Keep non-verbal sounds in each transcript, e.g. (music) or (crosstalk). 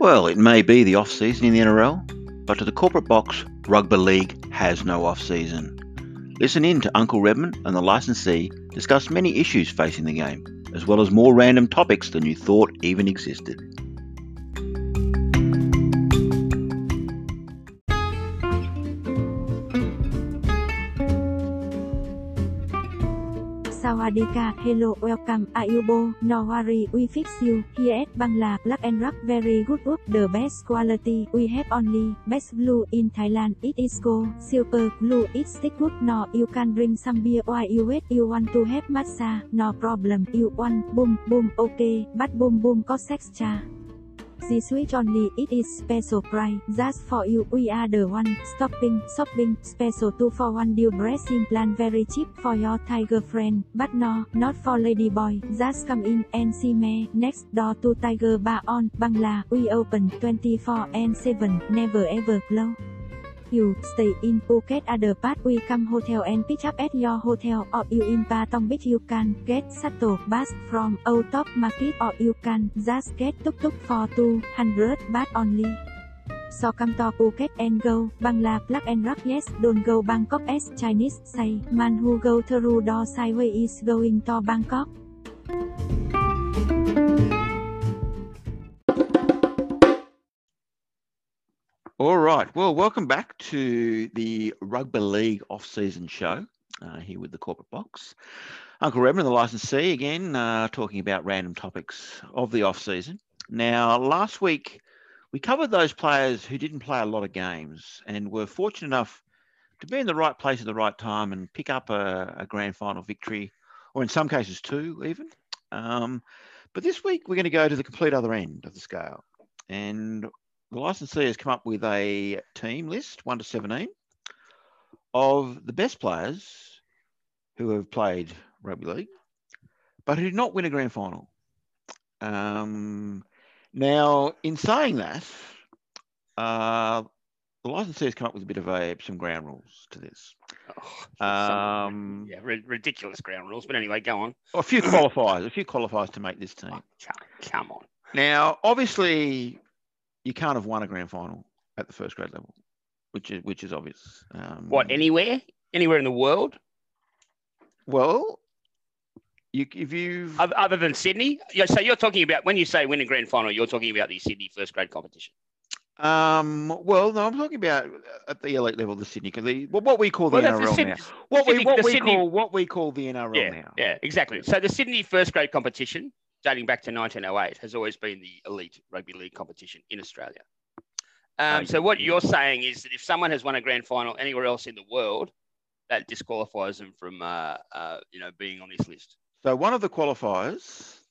Well, it may be the off season in the NRL, but to the corporate box, rugby league has no off season. Listen in to Uncle Redmond and the licensee discuss many issues facing the game, as well as more random topics than you thought even existed. Sawadika, hello, welcome, Ayubo, no worry, we fix you, here at Bangla, black and rock, very good up, the best quality, we have only, best blue in Thailand, it is go, super, blue, it's stick good, no, you can drink some beer while you wait, you want to have massage, no problem, you want, boom, boom, okay, but boom, boom, có sex cha. The switch only it is special price just for you. We are the one stopping shopping special two for one deal breast implant very cheap for your tiger friend. But no, not for lady boy. Just come in and see me next door to Tiger Bar on Bangla. We open 24 and 7. Never ever close. You stay in Phuket at the part we come hotel and pick up at your hotel or you in Patong Beach you can get shuttle bus from Old Top Market or you can just get tuk-tuk for 200 baht only. So come to Phuket and go, Bangla, Black and Rock yes, don't go Bangkok as Chinese say, man who go through door sideway is going to Bangkok. All right. Well, welcome back to the Rugby League off-season show uh, here with the Corporate Box. Uncle Redmond, the licensee, again uh, talking about random topics of the off-season. Now, last week we covered those players who didn't play a lot of games and were fortunate enough to be in the right place at the right time and pick up a, a grand final victory, or in some cases two even. Um, but this week we're going to go to the complete other end of the scale. And the licensee has come up with a team list, one to 17, of the best players who have played rugby league, but who did not win a grand final. Um, now, in saying that, uh, the licensee has come up with a bit of a, some ground rules to this. Oh, Um, yeah, ri- ridiculous ground rules. But anyway, go on. A few qualifiers, a few qualifiers to make this team. Oh, come, come on. Now, obviously, you can't have won a grand final at the first grade level, which is which is obvious. Um, What, anywhere? Anywhere in the world? Well, you, if you've Oth- Other than Sydney? Yeah, so you're talking about, when you say win a grand final, you're talking about the Sydney first grade competition. um, well, no, I'm talking about at the elite level, the Sydney, 'cause the, what what we call the Well, that's the NRL now. Sydney- What we Sydney- what the we Sydney- call what we call the NRL now. Yeah, exactly. So the Sydney first grade competition, dating back to 1908, has always been the elite rugby league competition in Australia. Um, so what you're saying is that if someone has won a grand final anywhere else in the world, that disqualifies them from, uh, uh, you know, being on this list. So one of the qualifiers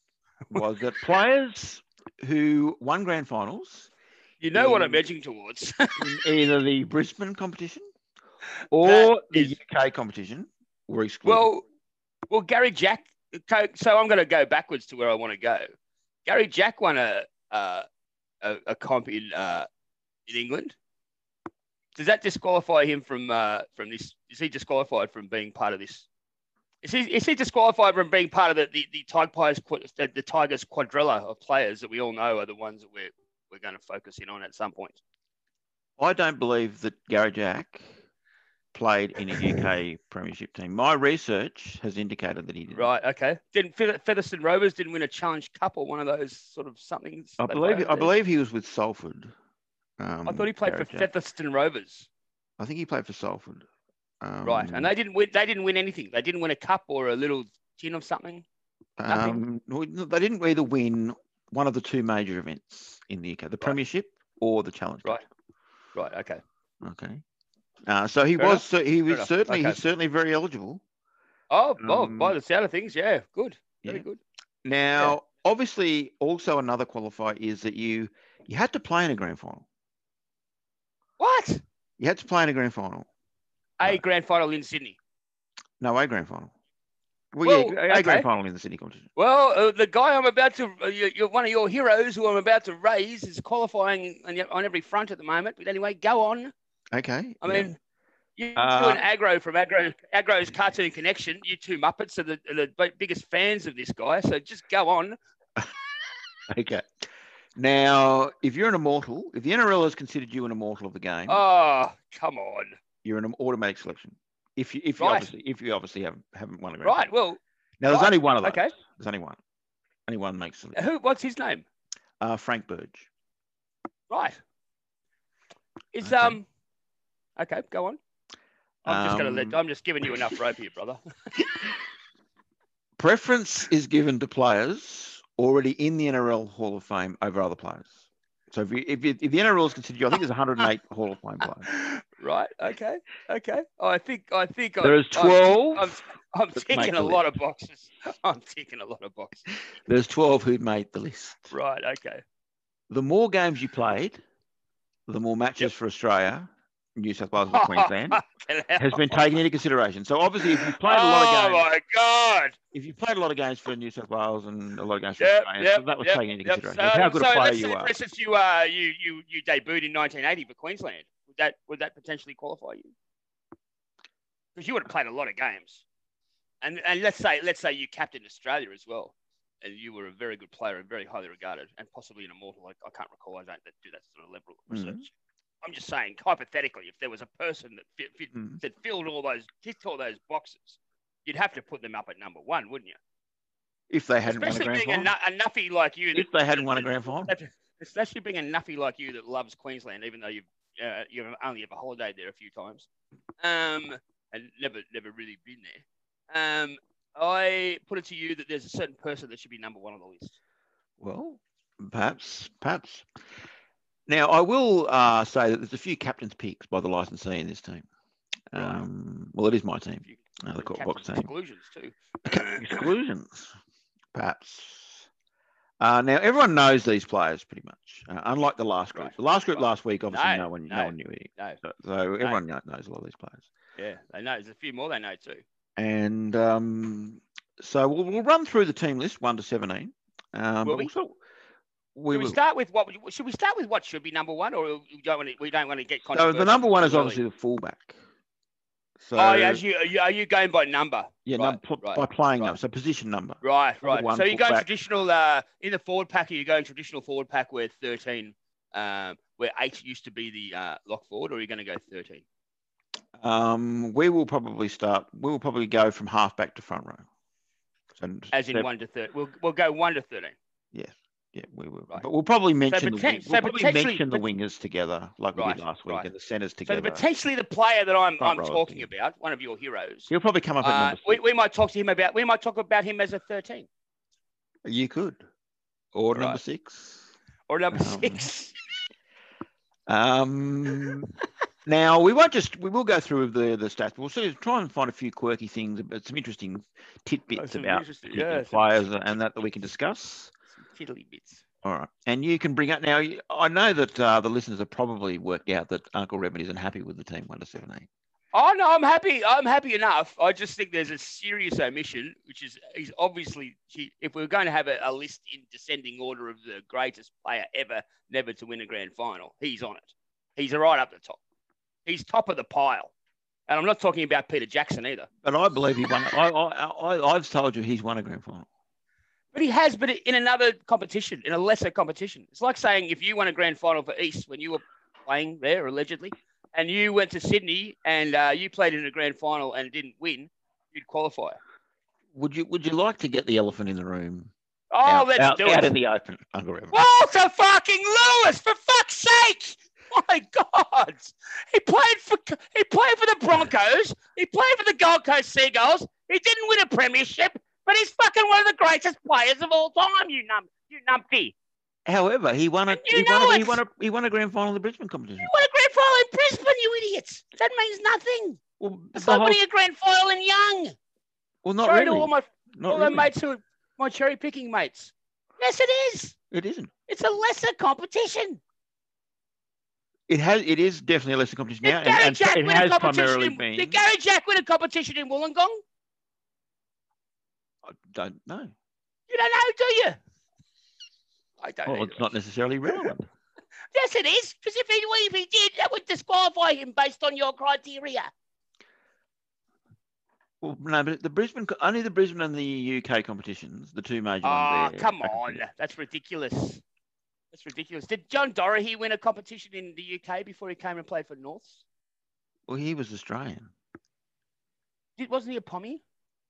was that players who won grand finals You know what I'm Mm. edging towards. (laughs) in either the Brisbane competition or the is- UK competition were excluded. well, well, Gary Jack. co- So I'm going to go backwards to where I want to go. Gary Jack won a a, a, a comp in uh, in England. Does that disqualify him from uh, from this? Is he disqualified from being part of this? Is he, is he disqualified from being part of the the, the Tigers quad- the, the Tigers quadrilla of players that we all know are the ones that we're we're going to focus in on at some point? I don't believe that Gary Jack played in (laughs) a UK Premiership team. My research has indicated that he did. Right. Okay. Didn't Fe- Featherston Rovers didn't win a Challenge Cup or one of those sort of somethings? I they believe. play I over there? believe he was with Salford. Um, I thought he played for Gary Jack. Featherston Rovers, I think he played for Salford. Um, right? And they didn't win. They didn't win anything. They didn't win a cup or a little tin of something. um, no, they didn't either win one of the two major events in the UK: the Premiership or the Challenge. Cup. Right. Right. Okay. Okay. Uh, so he Fair was. So he was enough. certainly. Okay. He's certainly very eligible. Oh, well, by Um, the sound of things, yeah, good, very yeah. good. Now, obviously, also another qualifier is that you you had to play in a grand final. What? You had to play in a grand final. A Right. grand final in Sydney. No, a grand final. Well, Well, yeah, a grand okay. final in the Sydney competition. Well, uh, the guy I'm about to, uh, you you're one of your heroes who I'm about to raise is qualifying on, y- on every front at the moment. But anyway, go on. Okay. I yeah. mean, you Uh, two and Agro from Agro Agro's Cartoon Connection, you two Muppets are the, are the bi- biggest fans of this guy. So just go on. okay. Now, if you're an immortal, if the NRL has considered you an immortal of the game, Oh, come on. you're an automatic selection. If you if you Right. obviously if you obviously haven't haven't won a grand Right. final. Well, Now there's right, only one of those. okay. There's only one. Only one makes it. Who? What's his name? Uh, Frank Burge. Right. It's Okay. um. Okay, go on. I'm just gonna let. Um, I'm just giving you enough rope here, (laughs) brother. Preference is given to players already in the NRL Hall of Fame over other players. So if you, if, you, if the NRL is considered you, I think there's 108 Hall of (laughs) Fame players. right. Okay. Okay. I think. I think. There is I'm- I'm- 12. I'm, I'm Let's ticking make a the lot of boxes. (laughs) I'm ticking a lot of boxes. There's 12 who'd made the list. Right. Okay. The more games you played, the more matches Yep. for Australia, New South Wales, and (laughs) Queensland has been taken into consideration. So obviously, if you played a lot of Oh games, my god! if you played a lot of games for New South Wales and a lot of games for Yep, Australia, yep, so that was yep, taken into Yep, consideration. How good so a player let's you say, are. For instance, you uh, you you you debuted in 1980 for Queensland. Would that would that potentially qualify you? Because you would have played a lot of games, and and let's say let's say you captained Australia as well, and you were a very good player and very highly regarded, and possibly an immortal. I, I can't recall. I don't do that sort of level of Mhm. research. I'm just saying hypothetically, if there was a person that fit, fit, Mhm. that filled all those ticked all those boxes, you'd have to put them up at number one, wouldn't you? If they hadn't won a Especially grand being a, final, nu- a nuffy like you. if that- they hadn't that- won a grand final, that- especially being a nuffy like you that loves Queensland, even though you've uh, you've only ever holidayed there a few times, um, and never never really been there. Um, I put it to you that there's a certain person that should be number one on the list. well, perhaps, perhaps. Now, I will uh, say that there's a few captains' picks by the licensee in this team. Right. Um, well, it is my team, If you- uh, the with Court captain's Box team. exclusions too. (coughs) exclusions, perhaps. Uh, now everyone knows these players pretty much, uh, unlike the last group. Right, The last group right. last week, obviously, no, No, one, no. no, one knew any. no. So, so everyone kno- knows a lot of these players. yeah, they know. There's a few more they know too. And um, so we'll, we'll run through the team list one to seventeen. Um, Will but we? we'll sort- Should we we will. start with what? Should we start with what should be number one, or we don't want to, we don't want to get So controversial the number one is too early? obviously the fullback. So Oh, yeah, as you, are you are you going by number? yeah, right, num- pl- right, by playing right. number, so position number. Right, right. one So you go fullback. traditional uh, in the forward pack. Are you going traditional forward pack where thirteen, um, where eight used to be the uh, lock forward, or are you going to go thirteen? Um, we will probably start. We will probably go from half back to front row. So As in so- one to thirteen, we'll we'll go one to thirteen. Yeah, we will. Right. But we'll probably mention the, poten- wing- so we'll probably potentially- mention the pot- wingers together, like we Right, did last week, right. and the centres So the, together. potentially the player that I'm Front row, I'm I talking think. about, one of your heroes. He'll probably come up at Uh, number we, six. we might talk to him about. We might talk about him as a thirteen You could, or number Right. six. or number Um, six. (laughs) Um, now we won't just we will go through the the stats. We'll see, try and find a few quirky things, but some interesting (laughs) tidbits some about interesting- particular yeah, some- players and that that we can discuss. Tiddly bits. All right. And you can bring up now. you- I know that uh, the listeners have probably worked out that Uncle Revan isn't happy with the team one to seven eight. Oh no, I'm happy. I'm happy enough. I just think there's a serious omission, which is he's obviously he, if we are going to have a, a list in descending order of the greatest player ever, never to win a grand final, he's on it. He's right up the top. He's top of the pile, and I'm not talking about Peter Jackson either. But I believe he won. I, I, I, I've told you he's won a grand final. But he has, but in another competition, in a lesser competition. It's like saying if you won a grand final for East when you were playing there allegedly, and you went to Sydney and uh, you played in a grand final and didn't win, you'd qualify. Would you Would you like to get the elephant in the room? Oh, out, let's out, do out it. in the open, Uncle Revan. Walter fucking Lewis, for fuck's sake! My God, he played for he played for the Broncos. He played for the Gold Coast Seagulls. He didn't win a premiership, but he's fucking one of the greatest players of all time. You num you numpty. However, he won a You he won know a, he it. won a he won a grand final in the Brisbane competition. What a grand final in Brisbane, you idiots! That means nothing. Well, It's the like whole- winning a grand final in Young. well not Sorry really. to all my not all really. my mates who my cherry picking mates. Yes, it is. It isn't. It's a lesser competition. It has. It is definitely a lesser competition Did now, and, Gary and Jack it win a has competition? primarily In, been. Did Gary Jack win a competition in Wollongong? I don't know. You don't know, do you? I don't. Well, either, Oh, it's not actually. necessarily relevant. (laughs) Yes, it is. Because if he, if he did, that would disqualify him based on your criteria. Well, no, but the Brisbane co- only the Brisbane and the UK competitions, the two major Ah, ones. there, come are on. competitive. That's ridiculous. That's ridiculous. Did John Dorahy win a competition in the UK before he came and played for Norths? Well, he was Australian. Did, wasn't he a pommy?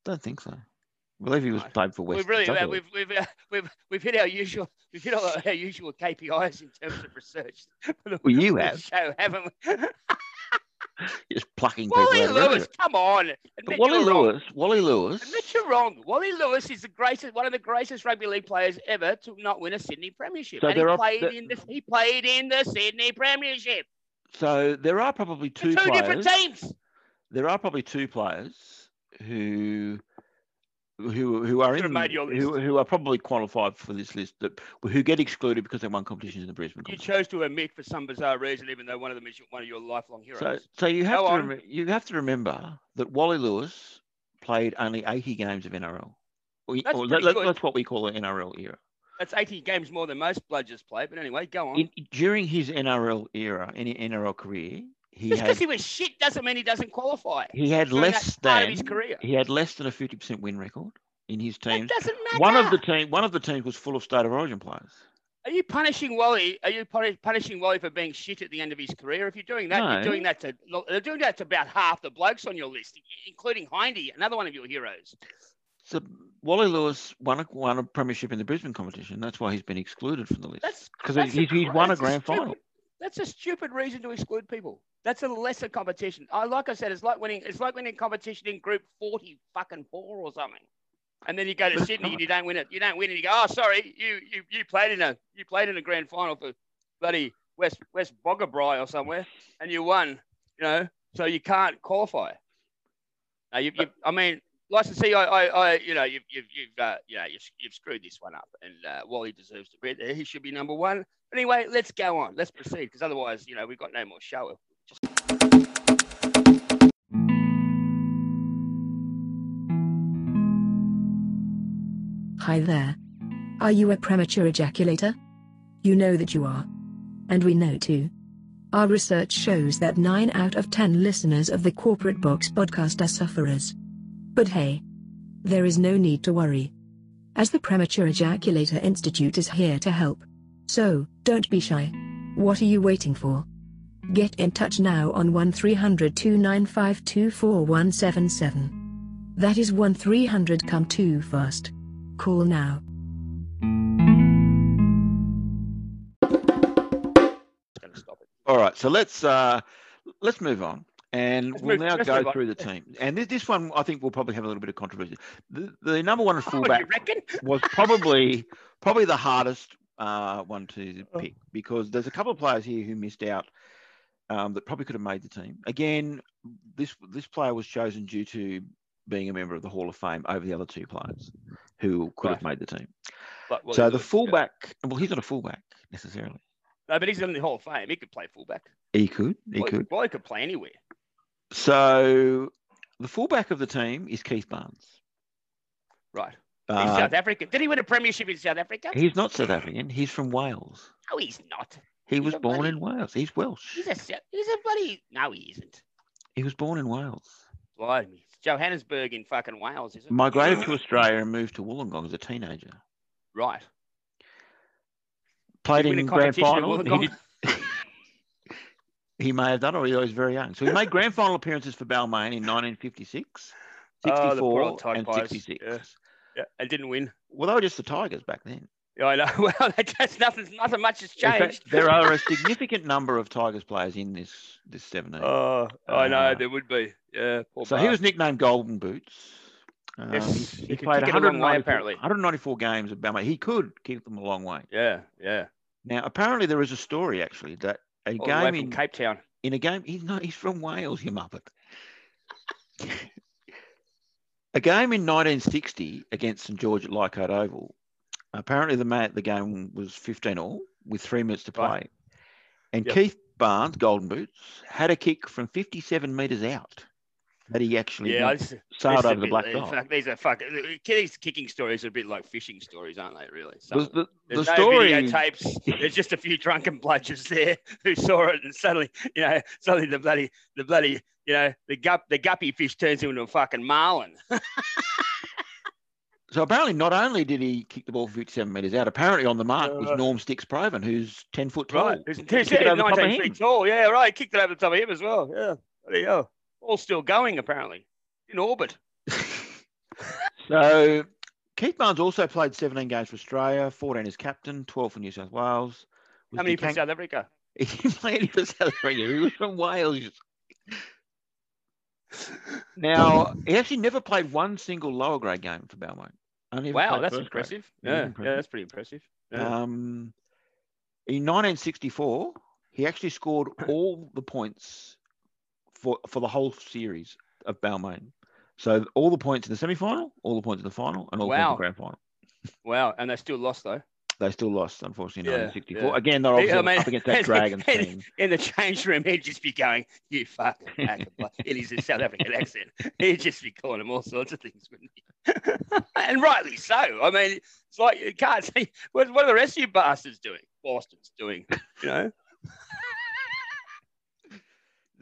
Don't think so. I believe he was No. played for West. We've really uh, Dudley. we've we've, uh, we've we've hit our usual we've hit all our usual KPIs in terms of research. well, you (laughs) We have show, haven't we? just plucking people Wally out of everywhere. Lewis, come on! But Admit Wally you're wrong. Lewis, Wally Admit Lewis, you're wrong. Wally Lewis is the greatest, one of the greatest rugby league players ever to not win a Sydney Premiership. So and he there are- played there- in the he played in the Sydney Premiership. So there are probably For two, two, players. different teams. There are probably two players who who who are Should have in made your who, list. who are probably qualified for this list that who get excluded because they won competitions in the Brisbane You competition. chose to admit for some bizarre reason, even though one of them is your- one of your lifelong heroes. So so you have Go to on. rem- you have to remember that Wally Lewis played only 80 games of NRL. Or, That's or pretty that- good. that's what we call the NRL era. That's 80 games more than most bludgers play. But anyway, go on. In, during his NRL era, any NRL career, he Just had because he was shit doesn't mean he doesn't qualify. he had during that less part than of his career. he had less than a 50% win record in his That teams. doesn't matter. One of the team, one of the teams was full of state of origin players. Are you punishing Wally? Are you puni- punishing Wally for being shit at the end of his career? If you're doing that, No. you're doing that to they're doing that to about half the blokes on your list, including Hindy, another one of your heroes. So Wally Lewis won a, won a premiership in the Brisbane competition. That's why he's been excluded from the list. That's because that's he's, he's cra- won a that's grand stupid- final. That's a stupid reason to exclude people. That's a lesser competition. I like I said, it's like winning. It's like winning competition in Group Forty, fucking four or something. And then you go to That's Sydney right. and you don't win it. You don't win it. You go, oh, sorry, you you you played in a you played in a grand final for bloody West West Bogabri or somewhere, and you won. You know, so you can't qualify. Now you, you I mean, licensee, I, I, I you know, you've you've you've uh, you know, you've, you've screwed this one up, and uh, Wally deserves to be there. He should be number one. But anyway, let's go on. Let's proceed because otherwise, you know, we've got no more show. Hi there. Are you a premature ejaculator? You know that you are. And we know too. Our research shows that 9 out of 10 listeners of the Corporate Box podcast are sufferers. But hey, there is no need to worry. As the Premature Ejaculator Institute is here to help. So, don't be shy. What are you waiting for? Get in touch now on 1300 295 24177. That is 1300 come too fast. Call now. It's going to stop it. All right, so let's uh, let's move on, and Let's we'll move- now let's go move on. through the team. And this, this one, I think, will probably have a little bit of controversy. The, the number one Oh, you fullback reckon? was probably probably the hardest uh, one to pick because there's a couple of players here who missed out um, that probably could have made the team. Again, this this player was chosen due to being a member of the Hall of Fame over the other two players who could have made the team. But Wally so the Lewis, yeah. fullback, well, he's not a fullback necessarily. No, but he's in the Hall of Fame. He could play fullback. He could, he Wally- could. Wally could play anywhere. So the fullback of the team is Keith Barnes. Right. He's Uh, South African. Did he win a premiership in South Africa? he's not South African. He's from Wales. no, he's not. He He's was a born bloody- in Wales. He's Welsh. He's a Sou- he's a bloody. No, he isn't. He was born in Wales. Lie to me. It's Johannesburg in fucking Wales, is it? migrated to Australia and moved to Wollongong as a teenager. Right. Played Did he in win a grand competition at final. He, Wollongong? did- (laughs) He may have done, or he was very young. So he made grand final appearances for Balmain in 1956, Oh, the poor 64, old Tide and Pies, 66. yeah. Yeah, and didn't win. Well, they were just the Tigers back then. Yeah, I know. (laughs) Well, that's nothing. Nothing much has In fact, changed. (laughs) there are a significant number of Tigers players in this this 17. (laughs) Oh, I Uh, know there would be. Yeah. poor so he bastard. was nicknamed Golden Boots. Um, Yes, he could played kick it a long way, 194 apparently. 194 games at Balmain. He could kick them a long way. Yeah, yeah. Now, apparently, there is a story actually that a All the way game from in Cape Town. in a game. He's not. He's from Wales, you muppet. (laughs) a game in 1960 against St George at Leichhardt Oval. Apparently, the ma the game was 15 all with three minutes to play, Right. and Yep. Keith Barnes, Golden Boots, had a kick from 57 metres out that he actually Yeah, knocked- this, this sailed is a over the bit- black in dot. fact, These are fucking. These kicking stories are a bit like fishing stories, aren't they? Really. Some The, of them. the- the There's no story. videotapes. There's just a few drunken bludgers there (laughs) who saw it, and suddenly, you know, suddenly the bloody, the bloody, you know, the gup, the guppy fish turns into a fucking marlin. So apparently, not only did he kick the ball 57 metres out, apparently on the mark was Right. Norm Sticks Proven, who's 10 foot tall. Uh, Right. He's, Oh. He he's, kicked it over the top of 19 him. feet tall. Yeah, right. Kicked it over the top of him as well. Yeah. There you go. All still going, apparently. In orbit. so Keith Barnes also played 17 games for Australia, 14 as captain, 12 for New South Wales. Was How many for Dekang- South Africa? (laughs) He didn't play any for South Africa. He was from Wales. Now, he actually never played one single lower grade game for Belmont. Only ever Wow, played that's first grade. impressive. Yeah, Yeah, impressive. yeah, that's pretty impressive. Yeah. Um, in 1964, he actually scored all the points for for the whole series of Balmain. So all the points in the semi-final, all the points in the final, and all the points in Wow. the grand final. Wow, and they still lost though. They still lost, unfortunately, in Yeah, 1964. yeah. Again, they're They- obviously I mean, up against (laughs) that Dragons team. In the (laughs) change room, he'd just be going, "You fuck!" (laughs) It is a South African accent. He'd just be calling him all sorts of things, wouldn't he? (laughs) and rightly so. I mean, it's like you can't see what, what are the rest of you bastards doing. Boston's doing, you know.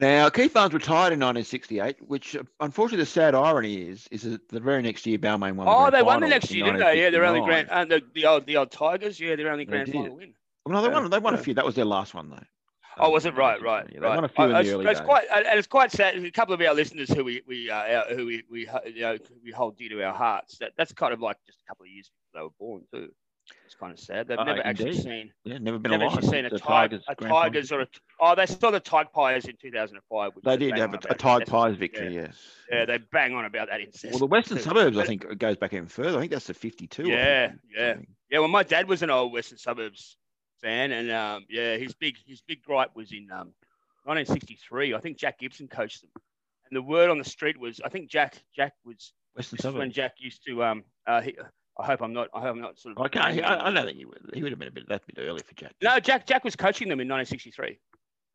Now, Keith Barnes retired in 1968, which uh, unfortunately the sad irony is, is that the very next year Balmain won. The Oh, grand they won the final next in year, didn't they? Yeah, they're only 1969. grand. Uh, the, the old the old Tigers. Yeah, they're only They grand did. final win. Well, no, they Yeah, won. They won yeah. a few. That was their last one, though. Oh, was it right? Right. Yeah, they right. won a few I- in the I- early It's days. quite, and and it's quite sad. A couple of our listeners who we we uh, our- who we we ho- you know, we hold dear to our hearts. That that's kind of like just a couple of years before they were born too. It's kind of sad. They've Uh, never actually indeed. seen. Yeah, never been Never alive. actually seen a since the tiger, a grand final. tigers or a oh, they saw the Tide Pies in two thousand and five. They did have a, a Tide Pies victory, yes. Yeah, they bang on about that incest. Well, the Western too. Suburbs, I But- think, goes back even further. I think that's the 52. I think, Yeah, or yeah. something. Yeah, well, my dad was an old Western Suburbs fan, and um, yeah, his big his big gripe was in um, 1963. I think Jack Gibson coached them, and the word on the street was I think Jack Jack was Western this is when Suburbs. Jack used to um. Uh, he, I hope I'm not. I hope I'm not sort of. I can't. naming I, I them. don't think he would. He would have been a bit. That's a bit early for Jack. No, Jack Jack was coaching them in 1963,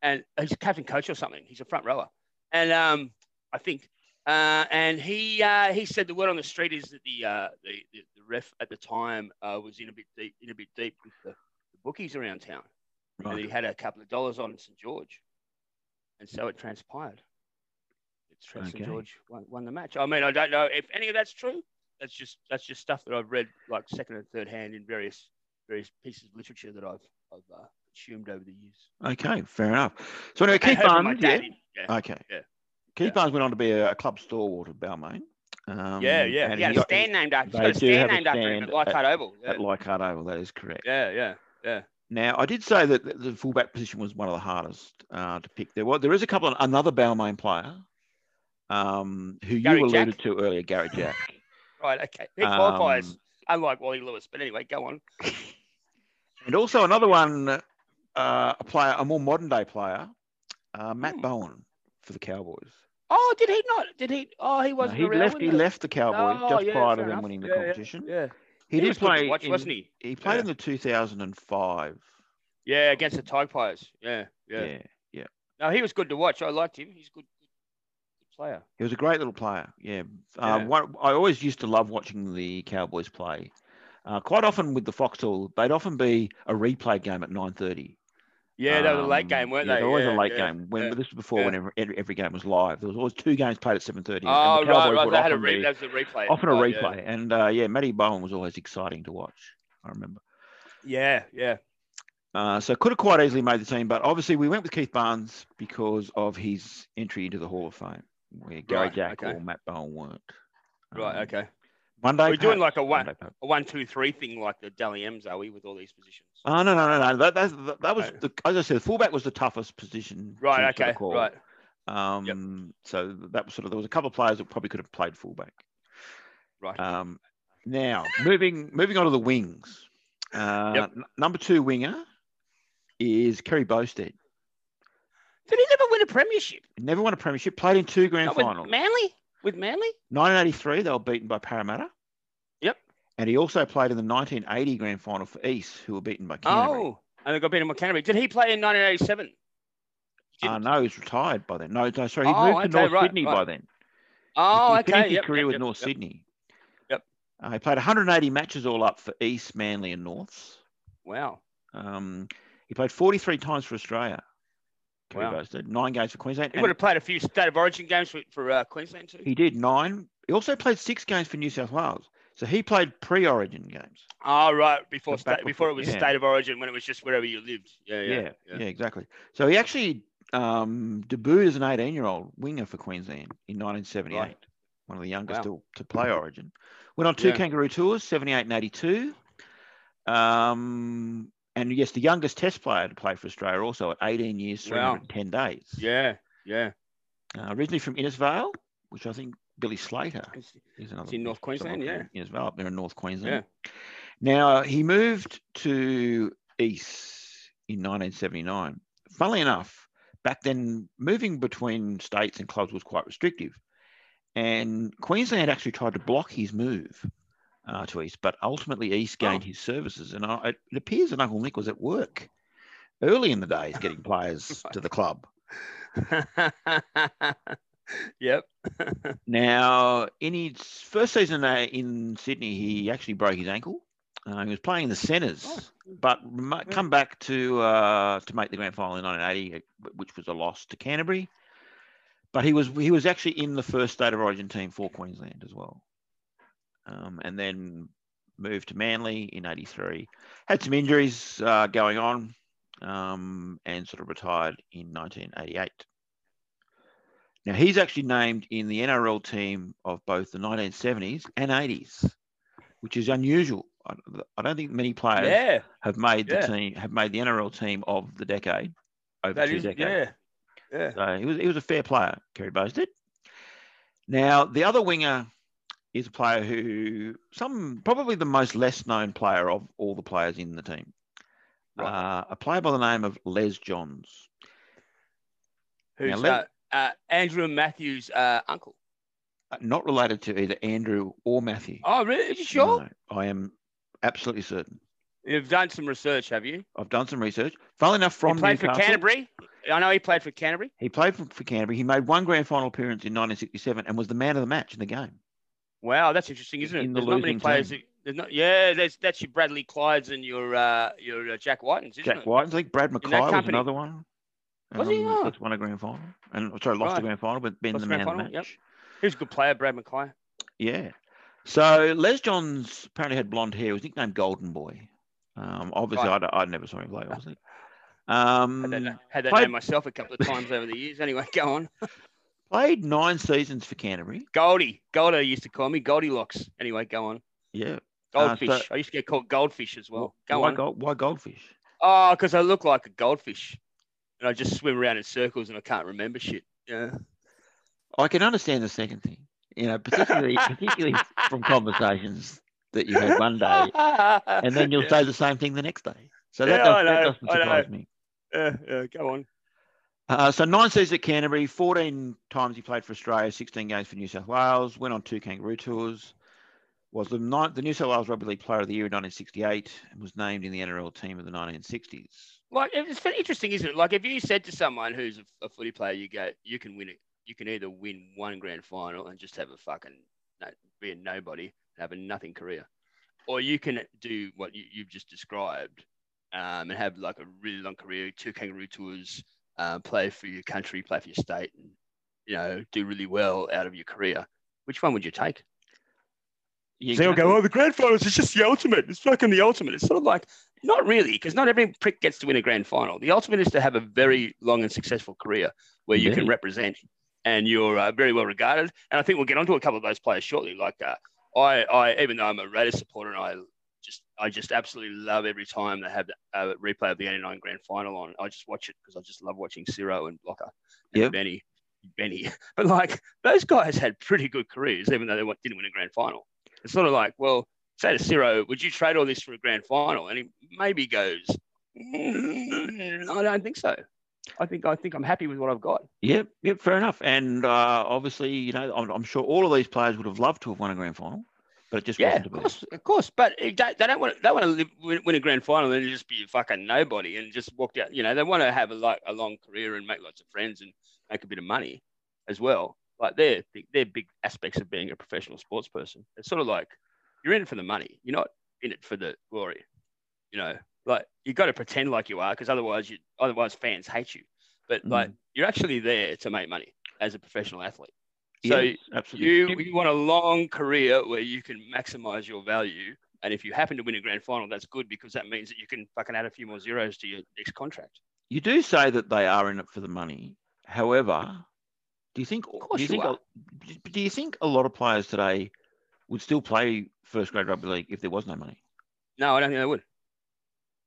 and uh, he's a captain coach or something. He's a front rower, and um, I think, uh, and he uh, he said the word on the street is that the uh, the, the, the ref at the time uh, was in a bit deep in a bit deep with the, the bookies around town, and he Right. had a couple of dollars on St George, and so it transpired. It's Tra- Okay. St George won, won the match. I mean, I don't know if any of that's true. That's just that's just stuff that I've read like second and third hand in various various pieces of literature that I've I've uh, consumed over the years. Okay, fair enough. So anyway, And Keith heard from my Barnes. Yeah. daddy. Yeah. Okay. Yeah. Keith Yeah. Barnes went on to be a, a club stalwart of Balmain. Um, yeah, yeah. and He had a got- stand named after. He's they got a do have stand a named after him at stand Leichhardt Oval. Yeah. at Leichhardt Oval. That is correct. yeah, yeah. Now, I did say that the- the fullback position was one of the hardest uh, to pick. There was there is a couple of another Balmain player um, who Gary you Jack? alluded to earlier, Gary Jack. Right. Okay. He qualifies, Um, unlike Wally Lewis. But anyway, go on. and also another one, uh, a player, a more modern day player, uh, Matt Hmm. Bowen for the Cowboys. Oh, did he not? Did he? Oh, he Now, wasn't he around. left. He wasn't left the Cowboys Oh, just yeah, prior to fair them enough. winning the Yeah, yeah, competition. Yeah. He, did was good to play. watch, in- wasn't he? He played Yeah. in the 2005. Yeah, against the Tide Pies. Yeah, yeah, yeah, No, he was good to watch. I liked him. He's a good, good player. he was a great little player. Yeah. Uh, Yeah. one, I always used to love watching the Cowboys play. Uh, quite often with the Foxhall, they'd often be a replay game at 9.30. Yeah, they were a late Um, game, weren't yeah, they? they were always Yeah, a late yeah. game. When yeah, This was before yeah. when every, every- every game was live. There was always two games played at 7.30. Oh, and the Cowboys right, right. would They had a often re- be- that was a replay. Often a Oh, yeah. replay. And, uh, yeah, Matty Bowen was always exciting to watch, I remember. Yeah, yeah. Uh, so could have quite easily made the team, but obviously we went with Keith Barnes because of his entry into the Hall of Fame, where Gary Right, Jack okay. or Matt Bowen weren't. Right, Um, okay. Monday. We're doing Pat. like a one, Monday, Pat. a one, two, three thing, like the Dally M's, are we, with all these positions? Oh no no no no! That that, that, that was Right. the, as I said, the fullback was the toughest position. to right, sort of okay, call. right. Um, so that was sort of there was a couple of players that probably could have played fullback. Right. Um, now moving moving on to the wings. Uh, Yep. n- number two winger is Kerry Bosted. Did he never win a premiership? Never won a premiership. Played in two grand Not finals. with Manly? With Manly? 1983, they were beaten by Parramatta. Yep. And he also played in the 1980 grand final for East, who were beaten by Canterbury. Oh, and they got beaten by Canterbury. Did he play in 1987? Uh, Didn't- no, he's retired by then. No, no sorry, he Oh, moved to okay, North right, Sydney right. by then. Oh, he okay. Finished his yep, career yep, with yep, North yep. Sydney. Yep. Uh, he played 180 matches all up for East, Manly, and Norths. Wow. Um, he played 43 times for Australia. Kerry Wow. Boasted, nine games for Queensland. He and would have played a few state of origin games for, for uh, Queensland too. he did nine. He also played six games for New South Wales. So he played pre-Origin games. Oh, right. Before The back state, before it was before- yeah. state of origin, when it was just wherever you lived. Yeah, yeah, yeah, exactly. So he actually um, debuted as an 18-year-old winger for Queensland in 1978, Right. one of the youngest Wow. to, to play Origin. Went on two Yeah. Kangaroo tours, 78 and 82. Um, and yes, the youngest Test player to play for Australia, also at 18 years, Wow. 310 days. yeah, yeah. Uh, originally from Innisfail, which I think Billy Slater It's- is another. It's in North Queensland, yeah. Innisfail up there in North Queensland. Now uh, he moved to East in 1979. Funnily enough, back then moving between states and clubs was quite restrictive, and Queensland actually tried to block his move uh, to East, but ultimately Oh. East gained his services, and I, it appears that Uncle Nick was at work early in the days getting (laughs) players to the club. yep. Now, in his first season uh, in Sydney, he actually broke his ankle. Uh, he was playing in the centres, but remo- come back to uh, to make the grand final in 1980, uh, which was a loss to Canterbury. But he was he was actually in the first state of origin team for Queensland as well, um, and then moved to Manly in '83. Had some injuries uh, going on, um, and sort of retired in 1988. Now he's actually named in the NRL team of both the 1970s and 80s, which is unusual. I, I don't think many players Yeah, have made the Yeah. team have made the NRL team of the decade over that two is. decades. Yeah, yeah. So he was he was a fair player, Kerry Bowes did. Now the other winger is a player who some probably the most less known player of all the players in the team. Right. Uh, a player by the name of Les Johns. Who's let- uh, uh, Andrew Matthews' uh, uncle? Uh, Not related to either Andrew or Matthew. Oh, really? Are you sure? No, I am absolutely certain. You've done some research, have you? I've done some research. Funnily enough, from he played for Newcastle- Canterbury. I know he played for Canterbury. He played for, for Canterbury. He made one grand final appearance in 1967 and was the man of the match in the game. Wow, that's interesting, isn't it? In the there's not many losing players. team. That, there's not. Yeah, that's that's your Bradley Clydes and your uh, your uh, Jack Whitens, isn't Jack it? White, I think Brad that Mackay was company. another one. Was he? Oh. That's won a grand final. And sorry, lost Right. the grand final, but been Lost the the man grand of the match. final, yep. He was a good player, Brad Mackay. Yeah. So Les Johns apparently had blonde hair. He was nicknamed Golden Boy. Um, obviously, Right. I, I never saw him play, obviously. Um, Had that, had that Played- name myself a couple of times over the years. Anyway, go on. played nine seasons for Canterbury. Goldie. Goldie used to call me Goldilocks. Anyway, go on. Yeah. Uh, so- Goldfish. I used to get called Goldfish as well. Wh- Go why, on. Gold, why Goldfish? Oh, because I look like a goldfish, and I just swim around in circles, and I can't remember shit. Yeah. I can understand the second thing, you know, (laughs) particularly particularly from conversations that you had one (laughs) day, and then you'll yeah. say the same thing the next day. So that, Yeah, does, I that know, doesn't I know. surprise me. Yeah, yeah, go on. Uh, so nine seasons at Canterbury, 14 times he played for Australia, 16 games for New South Wales, went on two Kangaroo tours, was the, ninth, the New South Wales Rugby League Player of the Year in 1968, and was named in the NRL team of the 1960s. Like it's very interesting, isn't it? Like if you said to someone who's a, a footy player, you go, you can win it. You can either win one grand final and just have a fucking no, be a nobody and have a nothing career, or you can do what you, you've just described um, and have like a really long career, two kangaroo tours, uh, play for your country, play for your state, and you know do really well out of your career. Which one would you take? Yeah, So they'll exactly. go, oh, the grand finals is just the ultimate. It's fucking the ultimate. It's sort of like, not really, because not every prick gets to win a grand final. The ultimate is to have a very long and successful career where you can Indeed. represent and you're uh, very well regarded. And I think we'll get onto a couple of those players shortly. Like, uh, I, I, even though I'm a Raiders supporter and I just, I just absolutely love every time they have a replay of the 89 grand final on, I just watch it because I just love watching Ciro and Blocker and Yep. Benny. Benny. (laughs) But like, those guys had pretty good careers, even though they wa- didn't win a grand final. It's sort of like, well, say to Ciro, would you trade all this for a grand final? And he maybe goes, "Mm, I don't think so. I think I think I'm happy with what I've got. Yep, yep, fair enough. And uh, obviously, you know, I'm, I'm sure all of these players would have loved to have won a grand final, but it just Yeah, wasn't of to be. course, of course. But it- they, they don't want they want to live, win, win a grand final and just be a fucking nobody and just walk out. You know, they want to have a like a long career and make lots of friends and make a bit of money as well. Like they're they're big aspects of being a professional sports person. It's sort of like you're in it for the money. You're not in it for the glory. You know, like you got to pretend like you are because otherwise you Mm. otherwise fans hate you. But like you're actually there to make money as a professional athlete. So Yes, absolutely. You, you want a long career where you can maximize your value. And if you happen to win a grand final, that's good because that means that you can fucking add a few more zeros to your next contract. You do say that they are in it for the money. However, do you think? course do you you think? are. a- Do you think a lot of players today would still play first grade rugby league if there was no money? No, I don't think they would.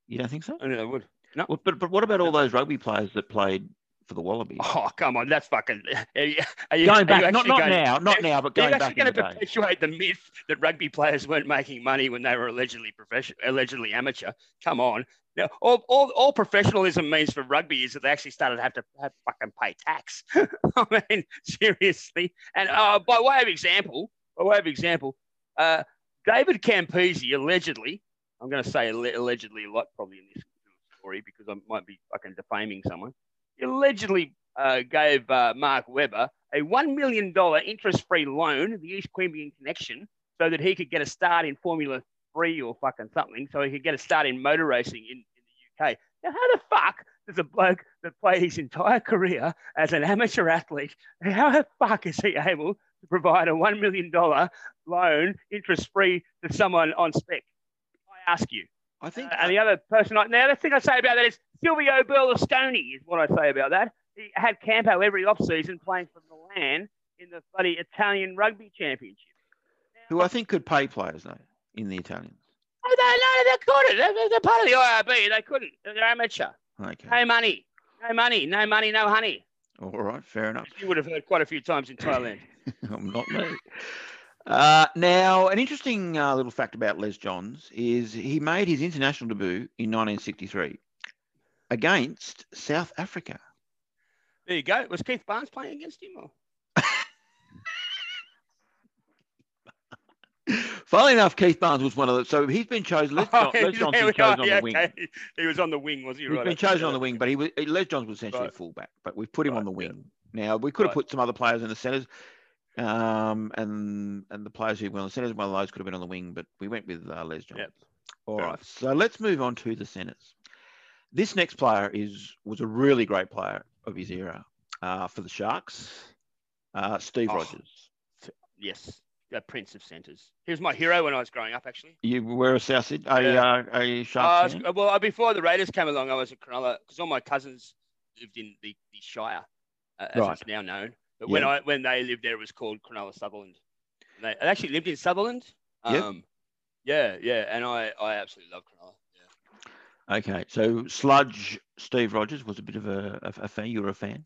You don't think so? I don't think they would. (laughs) Well, but but what about all No. those rugby players that played for the Wallabies? Oh, come on. That's fucking. (laughs) Are you, are you, going are you back, not actually not going, now, not now, but Are going you back actually in the going day. to perpetuate the myth that rugby players weren't making money when they were allegedly professional, allegedly amateur? Come on. Now, all, all, all professionalism means for rugby is that they actually started to have to have fucking pay tax. (laughs) I mean, seriously. And uh, by way of example, by way of example, uh, David Campese allegedly, I'm going to say alle- allegedly a lot probably in this story because I might be fucking defaming someone, he allegedly uh, gave uh, Mark Webber a $1 million interest free loan, the East Queanbeyan connection, so that he could get a start in Formula Three or fucking something, so he could get a start in motor racing in, in the UK. Now, how the fuck does a bloke that played his entire career as an amateur athlete, how the fuck is he able to provide a $1 million loan interest free to someone on spec? I ask you. I think Uh, and the other person, I, now the thing I say about that is Silvio Berlusconi is what I say about that. He had Campo every off-season playing for Milan in the bloody Italian rugby championship. who I think could pay players though in the Italians. Oh, they, no, they couldn't. They're, they're part of the IRB. They couldn't. They're amateur. Okay, No money. No money. No money. No honey. all right, fair enough. You would have heard quite a few times in Thailand. (laughs) I'm not me. Uh, now, an interesting uh, little fact about Les Johns is he made his international debut in 1963 against South Africa. (laughs) (laughs) There you go. Was Keith Barnes playing against him? Or? Funnily enough, Keith Barnes was one of the so he's been chosen. Les, (laughs) John, Les Johns There was we chosen are. on Yeah, the wing. okay. He was on the wing, was he? He's Right, been okay. chosen on the wing, but he was Les Johns was essentially Right. a fullback, but we've put him on Right, the yeah. wing. Now we could have Right. put some other players in the centres, um, and and the players who went on the centres, one of those could have been on the wing, but we went with uh, Les Johns. Yep. All Fair right, so let's move on to the centres. This next player is was a really great player of his era uh, for the Sharks, uh, Steve Oh. Rogers. Yes, the Prince of Centres. He was my hero when I was growing up, actually. You were a South Syd- a, Yeah. uh, a I Sharks was- fan? well, uh, before the Raiders came along, I was a Cronulla because all my cousins lived in the, the Shire, uh, as Right. it's now known. But when Yeah. I when they lived there, it was called Cronulla Sutherland. And They, they actually lived in Sutherland. Yeah. Um, yeah, yeah, and I, I absolutely love Cronulla. Yeah. Okay, so Sludge Steve Rogers was a bit of a, a, a fan. You were a fan.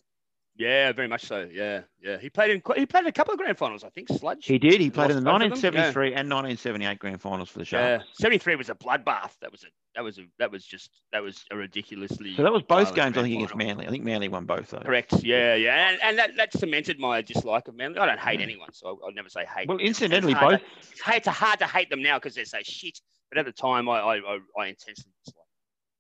Yeah, very much so. Yeah, yeah. He played in quite- he played in a couple of grand finals, I think. Sludge. He did. He played in lost the both of them? Yeah. 1973 and 1978 grand finals for the yeah, Sharks. seventy three was a bloodbath. That was a that was a that was just that was a ridiculously So that was both Ireland games, I grand think, against final. Manly. I think Manly won both, though. Correct. Yeah, yeah, and, and that, that cemented my dislike of Manly. I don't hate anyone, so I'll never say hate. Mm. Well, It's incidentally, hard to- both It's, hard, it's hard to hate them now because they're so shit. But at the time, I I, I, I intensely dislike.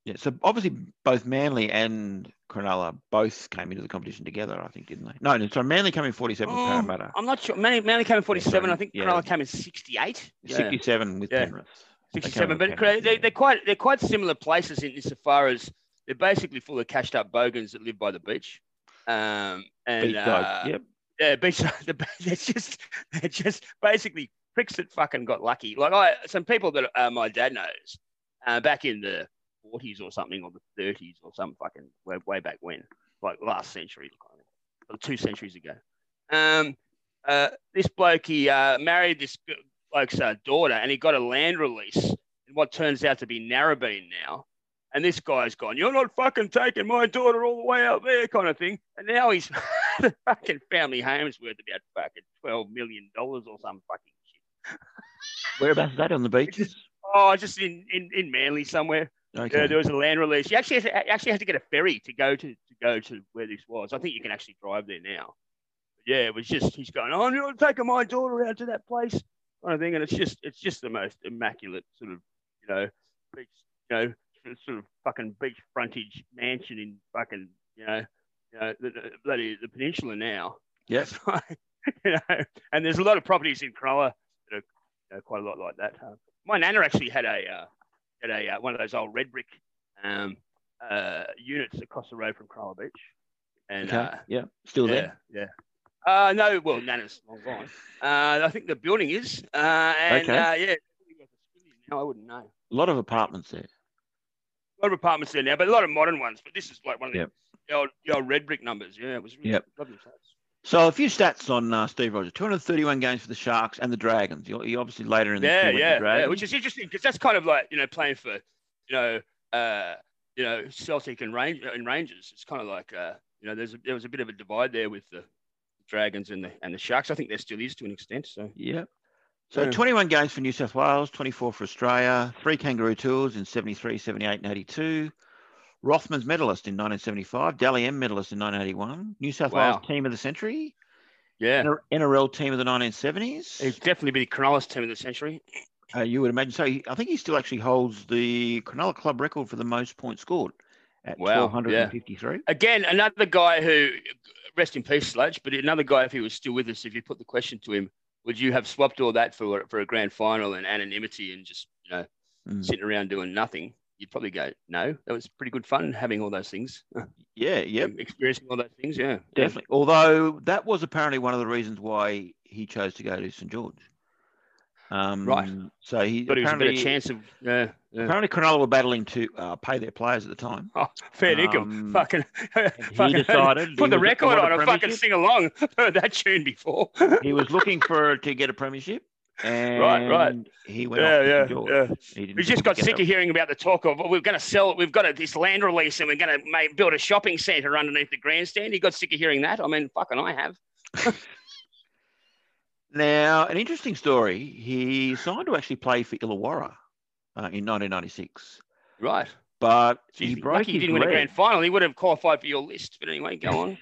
Yeah, so obviously both Manly and Cronulla both came into the competition together, I think, didn't they? No, no, so Manly came in 47 with Oh, Parramatta, I'm not sure. Manly, Manly came in 47. sorry. I think Yeah. Cronulla came in 68. Yeah. 67 with Yeah. Penrith. They came 67. with But Penrith, they, yeah. they're quite they're quite similar places in insofar as they're basically full of cashed up bogans that live by the beach. Um, and Beat uh, Dogs, yep. Yeah, but (laughs) the, it's just they're just basically pricks that fucking got lucky. Like I, some people that uh, my dad knows uh, back in the forties or something, or the thirties or some fucking way, way back when, like last century, kind of, or two centuries ago. Um, uh, this bloke he uh, married this g- bloke's uh, daughter, and he got a land release in what turns out to be Narrabeen now. And this guy's gone, you're not fucking taking my daughter all the way out there, kind of thing. And now he's (laughs) the fucking family home's worth about fucking twelve million dollars or some fucking shit. Whereabouts is that on the beaches? Oh, just in in, in Manly somewhere. Okay. (laughs) Yeah, there was a land release. You actually had to, actually had to get a ferry to go to to go to where this was. I think you can actually drive there now. Yeah, it was just he's going, oh, I'm taking my daughter out to that place kind of thing, and it's just it's just the most immaculate sort of you know beach, you know sort- sort of fucking beach frontage mansion in fucking you know you know the, the, bloody the peninsula now. Yep. It's like, (laughs) you know, and there's a lot of properties in Cronulla that are you know, quite a lot like that. Uh, my nana actually had a uh, had a uh, one of those old red brick um, uh, units across the road from Cronulla Beach, and Okay. uh, yeah. Still yeah, there. yeah. Uh, no, well, Nana's long gone. Uh, I think the building is. Uh, and Okay. uh, yeah, now I wouldn't know. A lot of apartments there. A lot of apartments there now, but a lot of modern ones. But this is like one of the, Yep. the old, the old red brick numbers. Yeah, it was really Yep. lovely place. So a few stats on uh, Steve Rogers: 231 games for the Sharks and the Dragons. You, you obviously later in the Yeah, year went to yeah, yeah, Dragons. which is interesting because that's kind of like you know playing for you know uh, you know Celtic and Range and Rangers. It's kind of like uh, you know there's a, there was a bit of a divide there with the Dragons and the and the Sharks. I think there still is to an extent. So Yeah. So Yeah. 21 games for New South Wales, 24 for Australia, three Kangaroo Tours in 73, 78, and 82. Rothman's medalist in 1975, Dally M medalist in 1981, New South Wow. Wales team of the century, yeah, NR- NRL team of the it's 1970s. definitely been the Cronulla's team of the century. Uh, you would imagine. So he- I think he still actually holds the Cronulla Club record for the most points scored at Wow, yeah. 1,253. Again, another guy who rest in peace, Sludge. But another guy, if he was still with us, if you put the question to him, would you have swapped all that for for a grand final and anonymity and just you know Mm. sitting around doing nothing, you'd probably go, no, that was pretty good fun having all those things, um, Yeah, yep. experiencing all those things. Yeah, Definitely. Although that was apparently one of the reasons why he chose to go to St George. Um, So he Thought it was a apparently better chance of, yeah, yeah. apparently Cronulla were battling to uh, pay their players at the time. Oh, fair dinkum. Um, Fucking, He fucking decided (laughs) put he the was- record wanted a on and fucking premiership. sing along. Heard (laughs) that tune before. He was looking for to get a premiership, and (laughs) right. He went off to yeah, yeah, St George. yeah. He didn't (laughs) We just think got he'd sick get of hearing about the talk of "Oh, we're going to sell, we've got a, this land release, and we're going to make, build a shopping centre underneath the grandstand. You got sick of hearing that? I mean, fucking, I have. that. Now, an interesting story. He signed to actually play for Illawarra uh, in 1996, Right. but Jeez, he lucky broke he his didn't win a leg. grand final. He would have qualified for your list. But anyway, go on.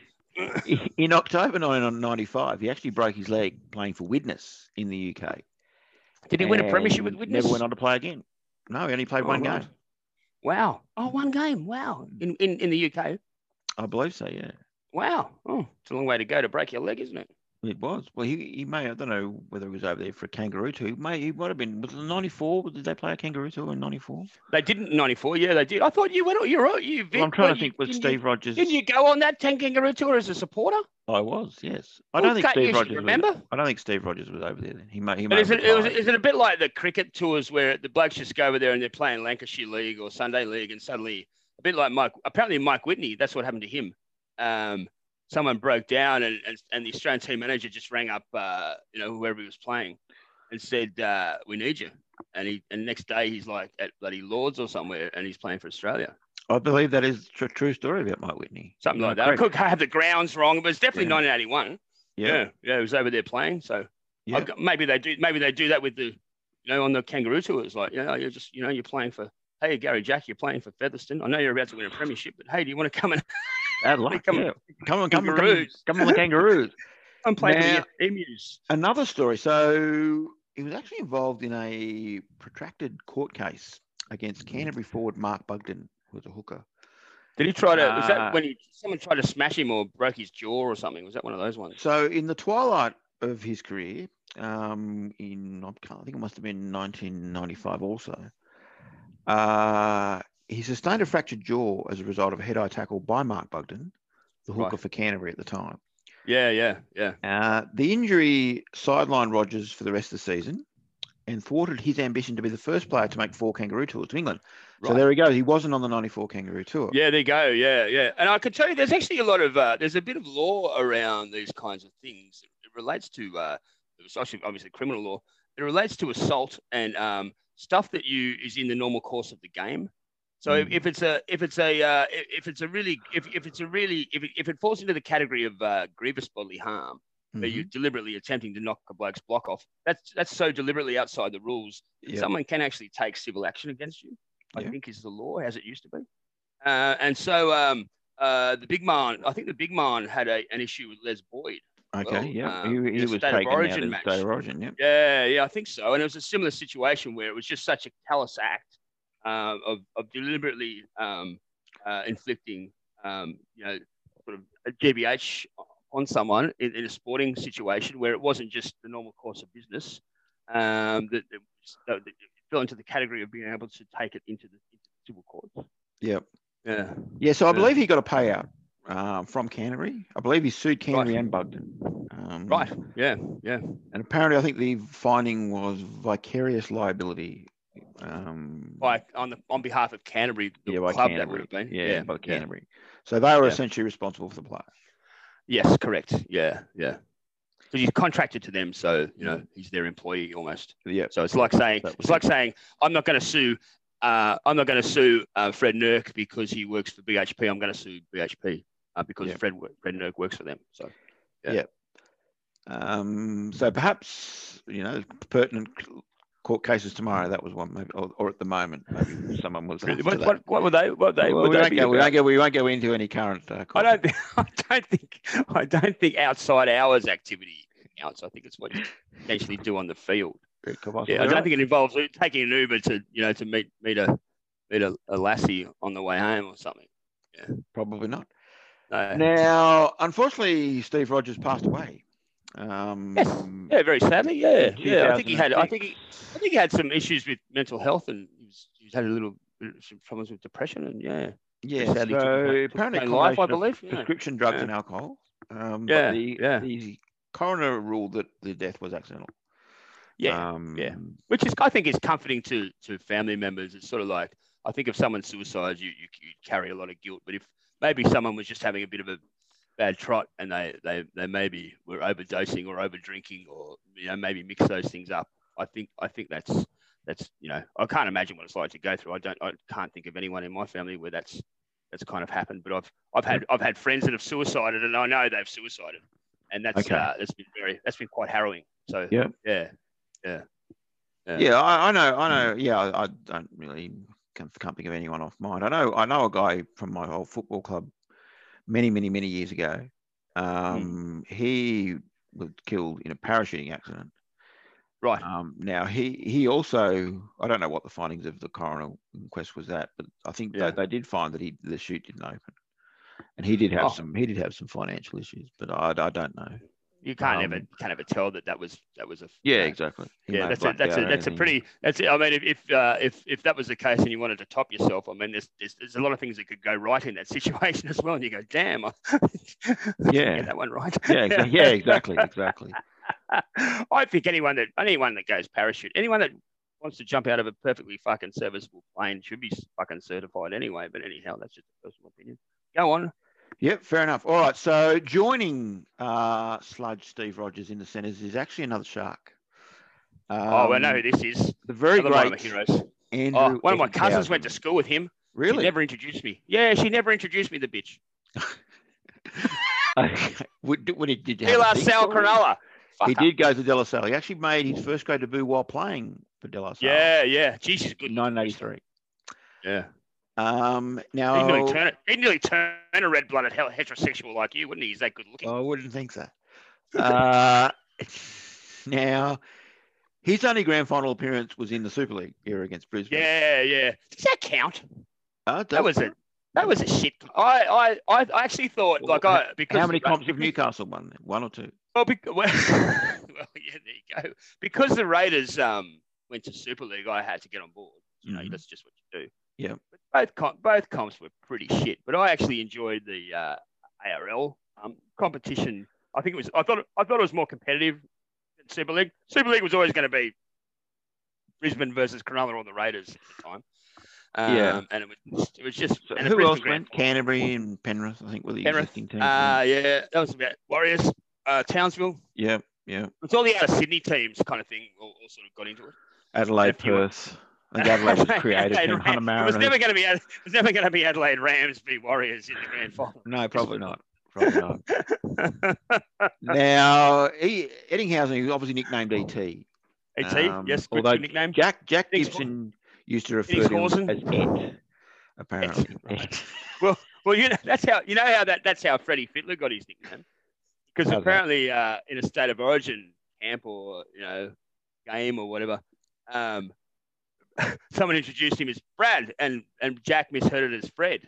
in October 1995, he actually broke his leg playing for Widnes in the UK. (laughs) Did he win a premiership with and Witness? Never went on to play again. No, he only played Oh, one right. game. Wow. Oh, one game. Wow. In, in, in the UK. I believe so, yeah. Wow. Oh, it's a long way to go to break your leg, isn't it? It was. Well, he, he may, I don't know whether he was over there for a kangaroo tour. He, may, he might have been, was it 94? Did they play a kangaroo tour in 94? They didn't in 94. Yeah, they did. I thought you went, you're right. You, Vic, Well, I'm trying what, to you- think, was didn't Steve Rogers? You, didn't you go on that 10 kangaroo tour as a supporter? I was, yes. I don't think can't you Steve should Rogers. was- remember? I don't think Steve Rogers was over there then. He may, he But may is have it, it was, retired. is it a bit like the cricket tours where the blokes just go over there and they're playing Lancashire League or Sunday League and suddenly a bit like Mike, apparently Mike Whitney, that's what happened to him. Um, someone broke down and, and, and the Australian team manager just rang up, uh, you know, whoever he was playing and said, uh, we need you. And he, and next day he's like at bloody Lords or somewhere and he's playing for Australia. I believe that is a true story about Mike Whitney. Something Yeah, like that. correct. I could have the grounds wrong, but it's definitely Yeah. 1981. Yeah. yeah. Yeah. He was over there playing. So, yeah. I've got- maybe they do. Maybe they do that with the, you know, on the kangaroo tours. Like, you know, you're just, you know, you're playing for. Hey, Gary Jack, you're playing for Featherstone. I know you're about to win a premiership, but hey, do you want to come and Bad luck. come- yeah. Come on, come on, come on. Kangaroos. Come on, the kangaroos. come play Now- for the Emus? another story. So he was actually involved in a protracted court case against Canterbury forward Mark Bugden, who was a hooker. Did he try to? was Ah. that when he, someone tried to smash him or broke his jaw or something? Was that one of those ones? So in the twilight of his career, um, in I can't- I think it must have been 1995 also, uh, he sustained a fractured jaw as a result of a head-eye tackle by Mark Bugden, the hooker Right. for Canterbury at the time. Yeah, yeah, yeah. Uh, the injury sidelined Rogers for the rest of the season and thwarted his ambition to be the first player to make four kangaroo tours to England. So Right. there we go. He wasn't on the 94 kangaroo tour. Yeah, there you go. Yeah, yeah. And I could tell you, there's actually a lot of uh, there's a bit of law around these kinds of things. It relates to uh, it's actually obviously criminal law. It relates to assault and um, stuff that you is in the normal course of the game. So if, Mm. if it's a if it's a uh, if if it's a really if, if it's a really if it, if it falls into the category of uh, grievous bodily harm, where Mhm. you're deliberately attempting to knock a bloke's block off, that's that's so deliberately outside the rules Yeah. someone can actually take civil action against you. I Yeah. think is the law as it used to be. Uh, and so um, uh, the big man, I think the big man had a, an issue with Les Boyd. Okay. well, yeah. um, he he it's was state of taken out origin of the match. state of origin. Yeah. Yeah, yeah, I think so. And it was a similar situation where it was just such a callous act um, of, of deliberately um, uh, inflicting, um, you know, sort of a GBH on someone in, in a sporting situation where it wasn't just the normal course of business, um, that, that, was- that- that it fell into the category of being able to take it into the, into the civil court. Yeah. Yeah. Yeah. So I Yeah. believe he got a payout um, from Canterbury. I believe he sued Canterbury and Bugden. Um, Right. Yeah. Yeah. And apparently, I think the finding was vicarious liability. Um, Like on the on behalf of Canterbury, the yeah, by club Canterbury. that would have been. Yeah, by yeah. Canterbury. So they were Yeah. essentially responsible for the player. Yes, correct. Yeah, yeah. Because he's contracted to them, so you know he's their employee almost. Yeah. So it's like saying That was it's like saying I'm not going to sue. Uh, I'm not going to sue uh, Fred Nurk because he works for BHP. I'm going to sue BHP uh, because Yeah. Fred wo- Fred Nurk works for them. So Um, so perhaps you know pertinent c- court cases tomorrow. That was one, maybe, or, or at the moment, maybe someone was. after what, that. what, what were they? What they? Well, we, what would won't they be go, we, about? won't go, we won't go into any current. Uh, I court don't think (laughs) I don't think I don't think outside hours activity counts. I think it's what you actually do on the field. cases. Could possibly, Yeah, I don't right? think it involves taking an Uber to you know to meet meet a meet a, a lassie on the way home or something. probably not. No. Now, unfortunately, Steve Rogers passed away. Um, Yes. Yeah, very sadly. Yeah, in yeah. I think he had. I think he. 2006. I think he had some issues with mental health, and he's, he's had a little bit of some problems with depression, and yeah, Yeah, sadly so took his own- took his apparently, own a life, I combination of believe. Yeah. prescription drugs Yeah. and alcohol. Um, Yeah, but the, yeah. the coroner ruled that the death was accidental. yeah. um, yeah. which is I think is comforting to to family members. It's sort of like I think if someone suicides, you you, you carry a lot of guilt. But if maybe someone was just having a bit of a bad trot and they they, they maybe were overdosing or over drinking or you know maybe mix those things up, I think I think that's that's you know I can't imagine what it's like to go through. I don't I can't think of anyone in my family where that's that's kind of happened. But I've I've had I've had friends that have suicided and I know they've suicided, and that's Okay. uh, that's been very that's been quite harrowing. So Yep. yeah. Yeah. Yeah, I, I know, I know. Yeah, I, I don't really can't, can't think of anyone off mind. I know, I know a guy from my old football club many, many, many years ago. Um, Hmm. He was killed in a parachuting accident. Right. Um, now he he also I don't know what the findings of the coroner inquest was that, but I think Yeah. they, they did find that he the chute didn't open, and he did have Oh. some he did have some financial issues, but I, I don't know. you can't ever Um, can't ever tell that that was that was a Yeah, uh, exactly. He may yeah have that's a blacked that's out a or that's a anything. pretty that's it. I mean if if, uh, if if that was the case and you wanted to top yourself I mean there's, there's there's a lot of things that could go right in that situation (laughs) as well and you go damn I (laughs) didn't Yeah. get that one right yeah, exa- yeah, (laughs) exactly, exactly. I think anyone that anyone that goes parachute anyone that wants to jump out of a perfectly fucking serviceable plane should be fucking certified anyway but anyhow that's just a personal opinion go on Yep, fair enough. All right, so joining uh, Sludge Steve Rogers in the centres is actually another shark. oh I know Um, who this is The very another one of my great heroes oh, Andrew. one of my cousins went to Ettinghouse. school with him She Really? never introduced me. Yeah, she never introduced me, the bitch. (laughs) Okay. Would, did- would he, did you De have a La big Salle story? Cronulla. He Fucker. did go to De La Salle. He actually made his first grade debut while playing for De La Salle. Yeah, yeah. Jeez, she's a good. In 1983. Yeah. Um, He'd now, nearly turn it. He'd nearly turn a red blooded hell heterosexual like you, wouldn't he? He's that good looking. I wouldn't think (laughs) so. Uh, (laughs) now, his only grand final appearance was in the Super League era against Brisbane. yeah, yeah. Does that count? Uh, it That does was count. a that was a shit. I I I I actually thought Well, like I because How many like, comps have Newcastle won? then? One or two? Well, bec- (laughs) well, well, yeah, there you go. Because the Raiders um, went to Super League, I had to get on board. You know, Mhm. that's just what you do. Yep. But both com- both comps were pretty shit, but I actually enjoyed the uh, ARL um, competition. I think it was. I thought. I thought it was more competitive than Super League. Super League was always going to be Brisbane versus Cronulla or the Raiders at the time. Um, Yeah. and it was. It was just. So and the who Brisbane else Grand went? Canterbury and Penrith, I think, were the Penrith, existing teams. Uh, yeah, that was about Warriors, uh, Townsville. yeah, yeah. It's all the out of Sydney teams kind of thing all, all sort of got into it. Adelaide, if you were- Perth. I think Adelaide was created. (laughs) Adelaide Hunter Rams. it was Mariners. never going to be Ad- it was never going to be Adelaide Rams v Warriors in the grand final. No, probably not. Probably not. (laughs) now, he, Eddinghausen, he was obviously nicknamed ET. AT, Um, yes, good, although good nickname. Jack Jack Eddings- Gibson used to refer to him Eddingshausen? as Ed, apparently. right. Well, you know that's how you know how that that's how Freddie Fittler got his nickname because How's that? apparently uh, in a state of origin camp or you know game or whatever, um, (laughs) someone introduced him as Brad and and Jack misheard it as Fred,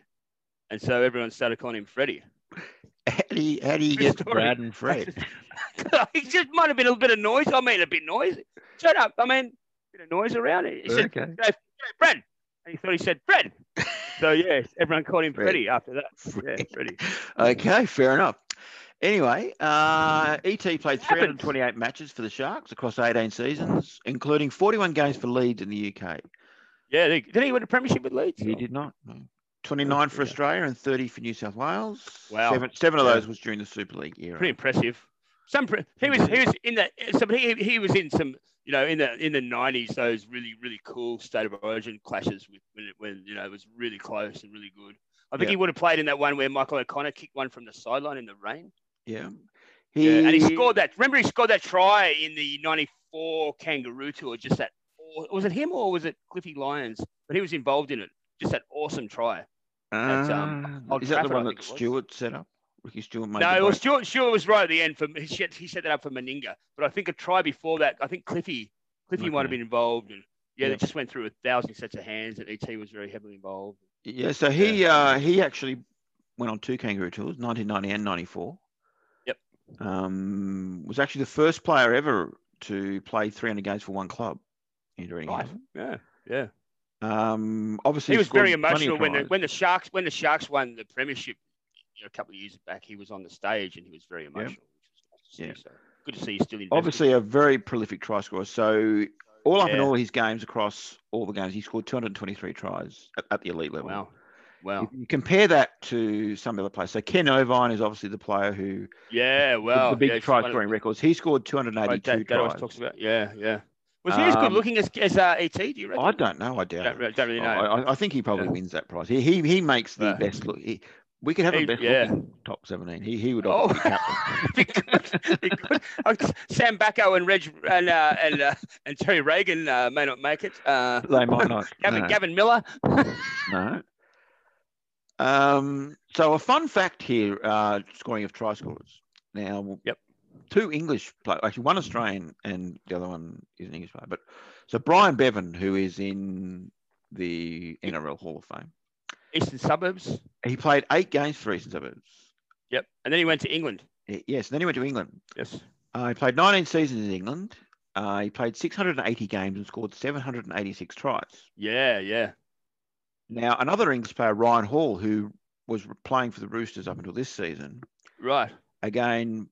and so everyone started calling him Freddie. How do you, how do you True get story. Brad and Fred? (laughs) it just might have been a little bit of noise. I mean, a bit noisy. Shut up. I mean, a bit of noise around it. He said, okay. "Hey, Fred. And he thought he said, Fred. (laughs) So yes, everyone called him Freddy. Freddy after that. Yeah, Freddy. Okay, fair enough. Anyway, uh, ET played happens. 328 matches for the Sharks across 18 seasons, including 41 games for Leeds in the UK. Yeah, they- did he win a premiership with Leeds? He did not. no. 29 for Hmm. yeah. Australia and 30 for New South Wales. Wow. Seven, seven of Yeah. those was during the Super League era. Pretty impressive. Some pre- he was he was in the some he, he was in some you know in the in the nineties those really really cool state of origin clashes with when, it- when you know it was really close and really good. I think Yeah. he would have played in that one where Michael O'Connor kicked one from the sideline in the rain. Yeah. Yeah, and he scored that. Remember, he scored that try in the '94 Kangaroo Tour. Just that. aw- Was it him or was it Cliffy Lyons? But he was involved in it. Just that awesome try. at, um, Ah, Old is that the Trafford, I one think that it was. Stewart set up? Ricky Stewart made no, the it was break. Stuart. Stuart was right at the end for he set, he set that up for Meninga. But I think a try before that, I think Cliffy Cliffy might have Okay. been involved. And yeah, Yeah. they just went through a thousand sets of hands, and ET was very heavily involved. Yeah, so he uh, he actually went on two kangaroo tours, 1990 and 94. Yep. Um, was actually the first player ever to play 300 games for one club. Andrew Right. Ingham. Yeah. Yeah. Um, obviously He was scored very plenty of emotional when the tries. when the Sharks when the Sharks won the premiership you know, a couple of years back. He was on the stage and he was very emotional. Which was nice to see. Yeah. So good to see he's still invested. obviously uh, a very prolific try scorer. So all up in Yeah. all his games across all the games, he scored 223 tries at, at the elite level. Wow. Wow. If you compare that to some other players, so Ken Irvine is obviously the player who Yeah. the- Well, the big yeah, try one of- scoring records. He scored 282 right, that, that tries. always talks about. Yeah. Yeah. Was he as good Um, looking looking as, as ET? Do you reckon? I don't know. I doubt. Don't, it. re- don't really know. I, I- I think he probably Yeah. wins that prize. He he, he makes the Yeah. best look. He, we could have a He- best yeah. looking top 17. He he would Oh, obviously captain. (laughs) be good. Be good. Uh, Sam Bacco and Reg and uh, and uh, and Terry Reagan uh, may not make it. Uh, They might (laughs) not. Gavin, no, Gavin Miller. no. Um, so a fun fact here: uh, scoring of try scorers. Now, Yep. two English players, actually one Australian and the other one is an English player. But so Brian Bevan, who is in the NRL Hall of Fame, Eastern suburbs. he played eight games for Eastern Suburbs. Yep. And then he went to England. Y- Yes, then he went to England. Yes. Uh, he played 19 seasons in England. Uh, he played 680 games and scored 786 tries. Yeah. Yeah. Now, another English player, Ryan Hall, who was playing for the Roosters up until this season, Right. again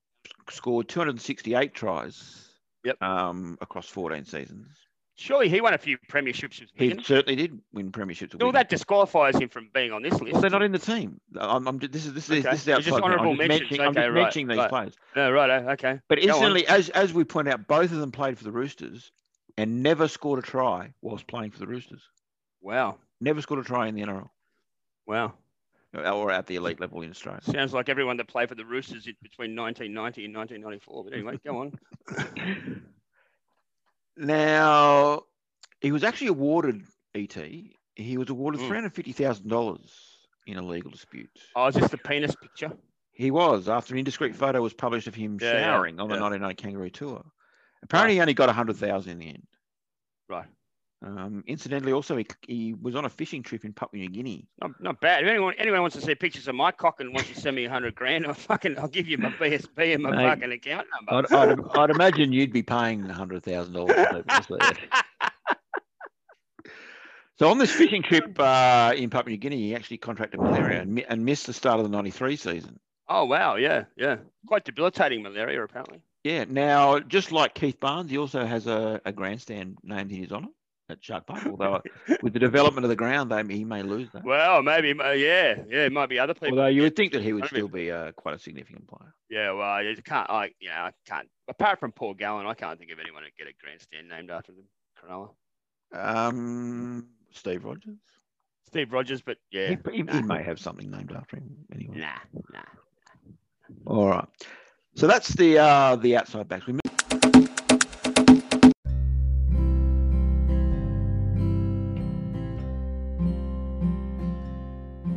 scored 268 tries Yep. um, across 14 seasons. Surely he won a few premierships. With He Wigan. certainly did win premierships. at All Wigan. that disqualifies him from being on this list. well, they're not in the team. I'm, I'm, this is this is Okay. this is They're just outside. the- I'm honourable mentions. mentioning, I'm Okay, just right, mentioning these right. players. No. Oh, Right. Okay. But Go on. incidentally, as as we point out, both of them played for the Roosters and never scored a try whilst playing for the Roosters. Wow. Never scored a try in the NRL Wow. uh, or at the elite level in (laughs) Australia. Sounds like everyone that played for the Roosters in- between 1990 and 1994. But anyway, go on. (laughs) Now, he was actually awarded ET. He was awarded Mm. three hundred fifty thousand dollars in a legal dispute. Oh, is this the penis picture? He was after an indiscreet photo was published of him Yeah, yeah, showering on the yeah. 1990 Kangaroo Tour. Apparently, he only got a hundred thousand in the end. Right. Um, incidentally, also he, he was on a fishing trip in Papua New Guinea. Not, not bad. If anyone anyone wants to see pictures of my cock and wants to send me a hundred grand, I'll fucking I'll give you my BSB and my Mate, fucking account I'd, number. (laughs) I'd, I'd imagine you'd be paying a hundred thousand dollars. So on this fishing trip uh, in Papua New Guinea, he actually contracted malaria and, mi- and missed the start of the '93 season. oh wow, yeah, yeah. Quite debilitating malaria apparently. Yeah. Now, just like Keith Barnes, he also has a, a grandstand named in his honour at Shark Park. (laughs) Although, uh, with the development of the ground, they, he may lose that. Well, maybe uh, yeah, yeah. It might be other people. Although you would think that he would I mean- still be uh, quite a significant player. Yeah, well, I just can't. I you know, I can't. Apart from Paul Gallen, I can't think of anyone to get a grandstand named after them. Cronulla, Um, Steve Rogers. Steve Rogers, but yeah, He, he- he nah. may have something named after him anyway. nah, nah. All right. So that's the uh, the outside backs. We move-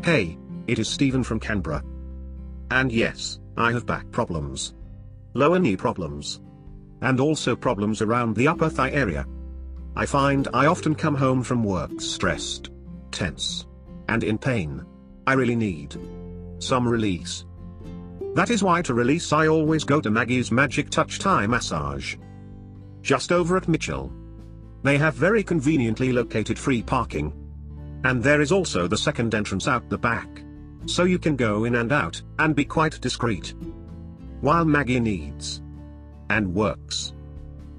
Hey, it is Stephen from Canberra. And yes, I have back problems. Lower knee problems. And also problems around the upper thigh area. I find I often come home from work stressed, tense, and in pain. I really need some release. That is why to release I always go to Maggie's Magic Touch Thai Massage. Just over at Mitchell. They have very conveniently located free parking. And there is also the second entrance out the back. So you can go in and out, and be quite discreet. While Maggie needs and works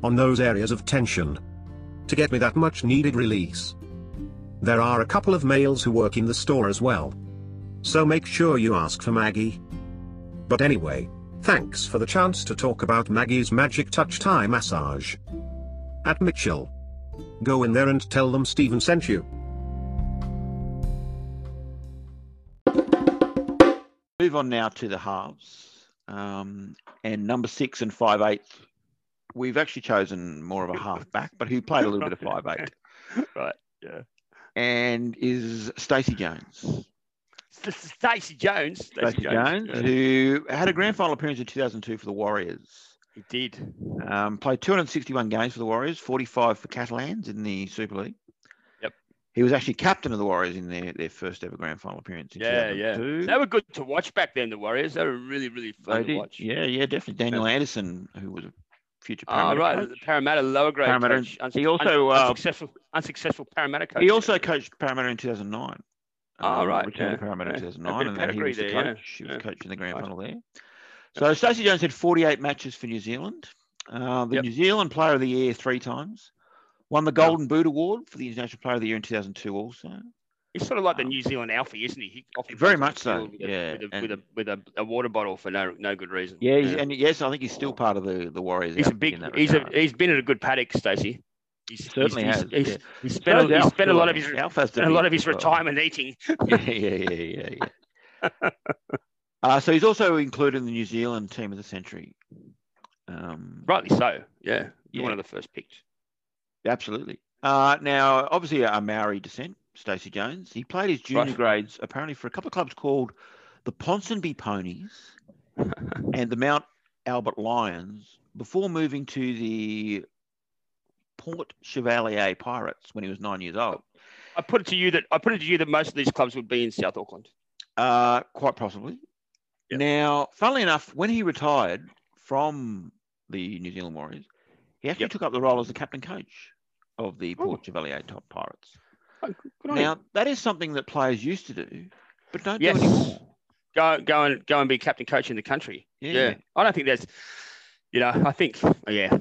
on those areas of tension to get me that much needed release. There are a couple of males who work in the store as well. So make sure you ask for Maggie. But anyway, thanks for the chance to talk about Maggie's magic touch Thai massage. At Mitchell. Go in there and tell them Steven sent you. Move on now to the halves. Um, and number six and five eighth. We've actually chosen more of a half back, but who played a little bit of five eight right. and is Stacey Jones. S- S- Stacey Jones. Stacey Jones, yeah. who had a grand final appearance in 2002 for the Warriors. He did. Um, played 261 games for the Warriors, 45 for Catalans in the Super League. Yep. He was actually captain of the Warriors in their, their first ever grand final appearance. In Yeah, yeah. 2002. They were good to watch back then, the Warriors. They were really, really They fun to did. watch. Yeah, yeah, definitely. Daniel Anderson, who was a future Oh, Parramatta right. coach. The Parramatta lower grade. Parramatta. Coach, He also, uh, unsuccessful, unsuccessful Parramatta coach. He also coached Parramatta in 2009. Oh, Um, right, Returned to yeah, Parramatta in yeah. A bit of 2009, and then he pedigree was the there, yeah, coach. He was yeah. coaching the grand Right. final there. So Stacey Jones had 48 matches for New Zealand. Uh, the Yep. New Zealand Player of the Year three times. Won the Golden Boot Award for the International Player of the Year in 2002 also. He's sort of like the Um, New Zealand Alfie, isn't he? he often Very comes on much the so, field With yeah, A, with, a, with, a, with a, a water bottle for no no good reason. Yeah, he's, and yes, I think he's still part of the, the Warriors. he's a outfit big. in that He's a, regard. he's been at a good paddock, Stacey. He's, he's- certainly he's, has. He's, yeah. he's spent, So a, is he's Alf spent a lot of Stewart. his Alf has done spent a lot of it his as well. retirement eating. (laughs) yeah, yeah, yeah, yeah, yeah. (laughs) Uh, so he's also included in the New Zealand Team of the Century. Um, Rightly so. Yeah, Yeah. You're one of the first picked. Absolutely. Uh, now, obviously, a Maori descent, Stacey Jones. He played his junior Right. grades apparently for a couple of clubs called the Ponsonby (laughs) Ponies and the Mount Albert Lions before moving to the Port Chevalier Pirates when he was nine years old. I put it to you that I put it to you that most of these clubs would be in South Auckland. Uh, quite possibly. Yep. Now, funnily enough, when he retired from the New Zealand Warriors, he actually Yep. took up the role as the captain coach of the Port Oh. Chevalier Top Pirates. Oh, good- good on him. Now, that is something that players used to do, but don't Yes. do anymore. go go and go and be captain coach in the country. Yeah. I don't think there's you know, I think yeah.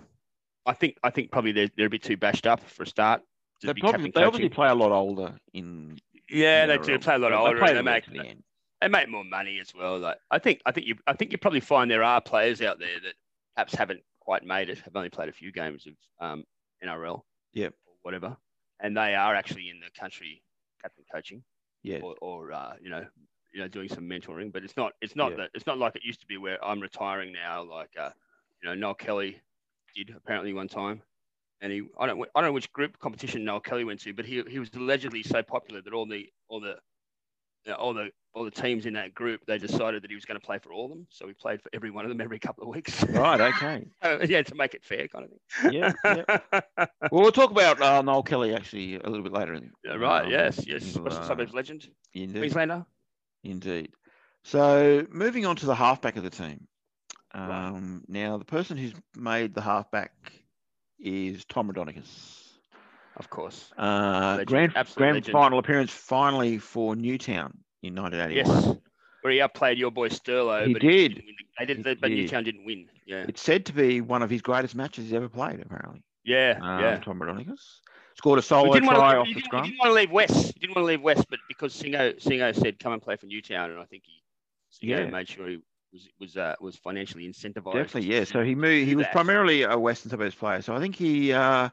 I think I think probably they're they're a bit too bashed up for a start. to They, be probably, captain they obviously coaching. play a lot older in. yeah, in they their do roles. play a lot of older play and they their way make to the end. they make more money as well. Like I think I think you I think you probably find there are players out there that perhaps haven't quite made it, have only played a few games of um, NRL. Yep. Or whatever. And they are actually in the country captain coaching. Yeah. or, or uh, you know, you know, doing some mentoring. But it's not, it's not Yeah. that, it's not like it used to be where I'm retiring now. Like, uh, you know, Noel Kelly did apparently one time, and he, I don't, I don't know which group competition Noel Kelly went to, but he, he was allegedly so popular that all the, all the, you know, all the, all the teams in that group, they decided that he was going to play for all of them. So he played for every one of them every couple of weeks. (laughs) (laughs) Right. Okay. Uh, yeah, to make it fair, kind of thing. (laughs) Yeah. yeah. well, we'll talk about uh, Noel Kelly actually a little bit later. In, Yeah, right. um, yes. Yes. in, What's the uh, suburbs legend? Indeed. Queenslander. Indeed. So moving on to the halfback of the team. Um, Right. Now, the person who's made the halfback is Tom Rodonicus. Of course. Uh, Legend, grand absolute grand legend. final appearance finally for Newtown in 1981. Yes, where he outplayed your boy Sterlo. He but did. didn't win the- They did, He they, but did. Newtown didn't win. Yeah, It's said to be one of his greatest matches he's ever played, apparently. yeah, Um, yeah. Tom Rodonicus scored a You solo didn't, try want Oh, off to, you, the didn't, you scrum. didn't want to leave West. You didn't want to leave West, but because Singo Singo said come and play for Newtown, and I think he Singo Yeah. made sure he was was uh, was financially incentivized. Definitely, yeah. So he moved. He do was that. primarily a Western Suburbs player. So I think he uh,